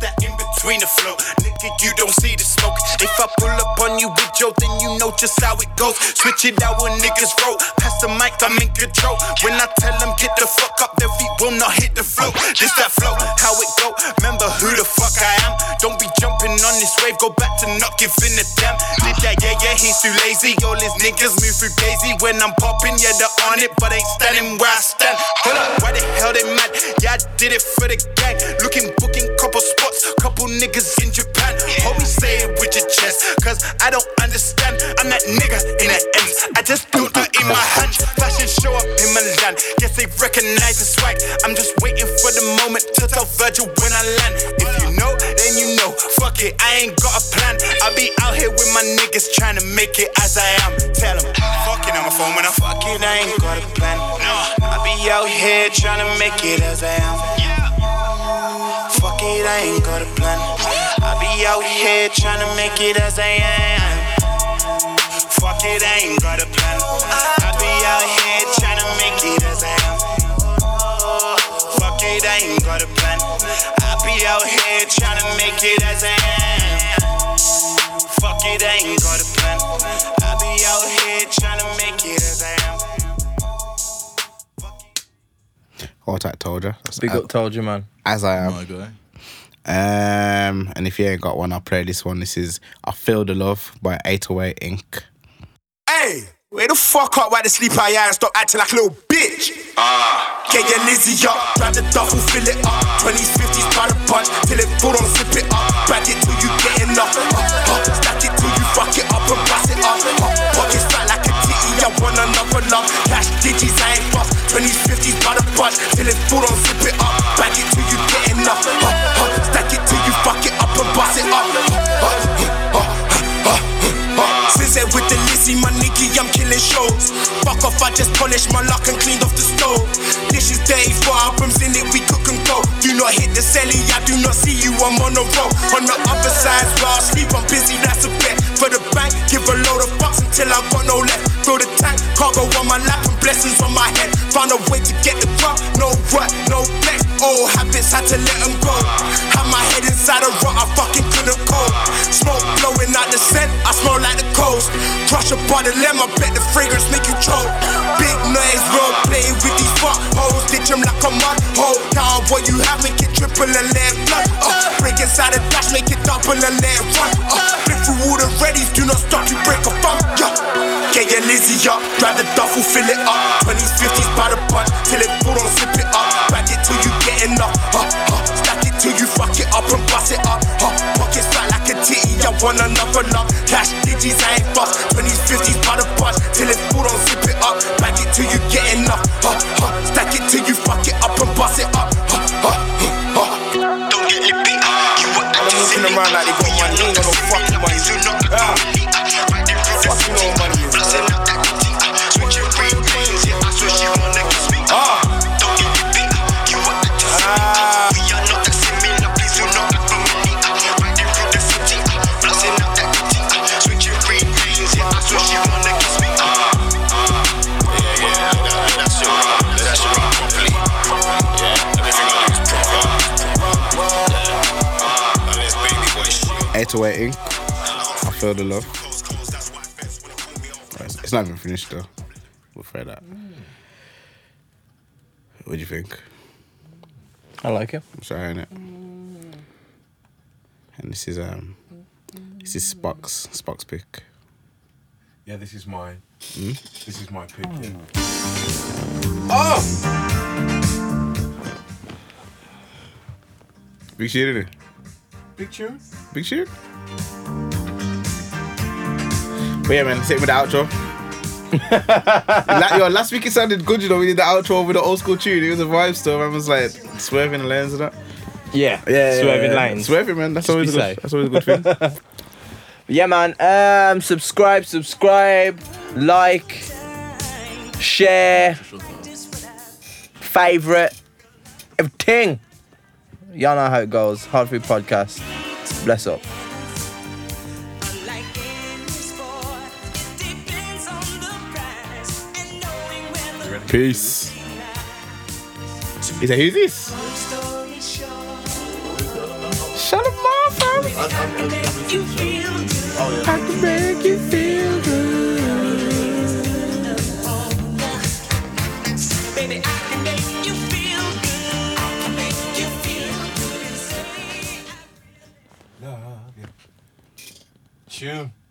Speaker 9: that in between the flow. Nigga, you don't see the smoke. If I pull up on you with Joe, then you know just how it goes. Switch it out when niggas roll. Pass the mic, I'm in control. When I tell them get the fuck up, their feet will not hit the floor. This that flow, how it go. Remember who the fuck I am. Don't be jumping on this wave, go back to not giving a damn. Did that, yeah, yeah, he's too lazy. All his niggas move through daisy. When I'm popping, yeah, they're on it, but ain't standing where I stand. Hold up, why the hell they mad? Yeah, I did it for the gang. Looking, booking, couple spots, couple niggas in Japan. Homie, say it with your chest, cause I don't understand. I'm that nigga in that ends. I just do that in my hand. Fashion show up in Milan. Guess they recognize the swag. I'm just waiting for the moment to tell Virgil when I land. If you know, then you know. Fuck it, I ain't got a plan. I'll be out here with my niggas trying to make it as I am. Tell 'em, fuck it, I'm a phone when I fuck it, I ain't got a plan. No, I be out here trying to make it as I am. Fuck it, I ain't got a plan. I be out here trying to make it as I am. Fuck it, I ain't got a plan. I be out here trying to make it as I am. Fuck it, I ain't got a plan. I be out here trying to make it as I am. Fuck it, I ain't got a plan. I be out here trying to make it as I am.
Speaker 1: All tight Tolja. That's
Speaker 3: Big
Speaker 1: as,
Speaker 3: up, told you, man.
Speaker 1: As I am.
Speaker 4: My guy.
Speaker 1: Um, and if you ain't got one, I'll play this one. This is "I Feel the Love" by 808 Inc.
Speaker 9: Hey, where the fuck up? Why the sleep I and stop acting like a little bitch? Ah. Get your Lizzie up, grab the duffel, fill it up. 20s, 50s by the bunch, till it full on, flip it up. Back it till you get enough. Uh, uh, stack it till you fuck it up and pass it up. Uh, pockets fat like a titty, I want another love. Cash digits, I ain't fucked. 20s, 50s by the bunch, till it full on, flip it up. Back it till you get enough. Uh, uh, stack it till you fuck it up and pass it up. Uh, uh, uh, since it with the Lizzie, my Nicky, I'm killing shows. Fuck off, I just polished my lock and cleaned off the stove. Dishes dirty, four albums in it, we cook and go. Do not hit the celly, I do not see you, I'm on the road. On the other side, while I sleep, I'm busy, that's a bet. For the bank, give a load of bucks until I got no left. Fill the tank, cargo on my lap and blessings on my head. Found a way to get the crop, no work, no flex. Old habits, had to let 'em go. Had my head inside a rut, I fucking couldn't cope. Smoke blowing out the scent, I smell like the coast. Crush a body lamb, I bet the fragrance make you choke. Big noise, role playing with these fuck hoes. Ditch 'em like a mud hole. Now what you have, make it triple and let it flood. Uh, break inside a dash, make it double and let it run. Uh, flip through all the readies, do not stop, you break a thumb. Yeah. Get your Lizzie up, grab the duffel, fill it up. 20s, 50s by the bunch, till it full on, flip it up. Back it till you get enough. Uh, uh, stack it till you one on up and up. Cash, digits, I ain't fucked. 20s, 50s by the bunch. Till it's full, don't zip it up. Bag it till you get enough. Huh, huh. Stack it till you fuck it up and bust it up. Huh, huh, huh, huh. Don't get nippy. You were acting looking around like they got money. Ain't got no fucking money. Yeah. Fucking no money. Ah. Ah.
Speaker 1: Eight to eight ink. I feel the love. Right, It's not even finished though. We'll try that. What do you think?
Speaker 3: I like it.
Speaker 1: I'm sorry, innit? And this is um, this is Spock's Spock's pick. Hmm?
Speaker 2: Yeah, this is mine. This is my pick. Yeah.
Speaker 1: Oh. Big shit, innit?
Speaker 2: Big tune.
Speaker 1: Big shit. But yeah, man, same with the outro. La- yo, last week it sounded good, you know. We did the outro with the old school tune. It was a vibe still. I was like swerving the lines and that.
Speaker 3: Yeah,
Speaker 1: yeah,
Speaker 3: swerving
Speaker 1: yeah.
Speaker 3: lines.
Speaker 1: Swerving, man. That's
Speaker 3: Just
Speaker 1: always
Speaker 3: be
Speaker 1: a good-
Speaker 3: safe.
Speaker 1: that's always a good thing.
Speaker 3: yeah, man. Um, subscribe, subscribe, like, share, favorite, everything. Y'all know how it goes. Hard Free Podcast. Bless up.
Speaker 1: Peace. Is that who's this? Shut him off, fam.
Speaker 5: I can make you feel
Speaker 14: Baby, I can make you feel good. I can make you feel good.
Speaker 2: Tune.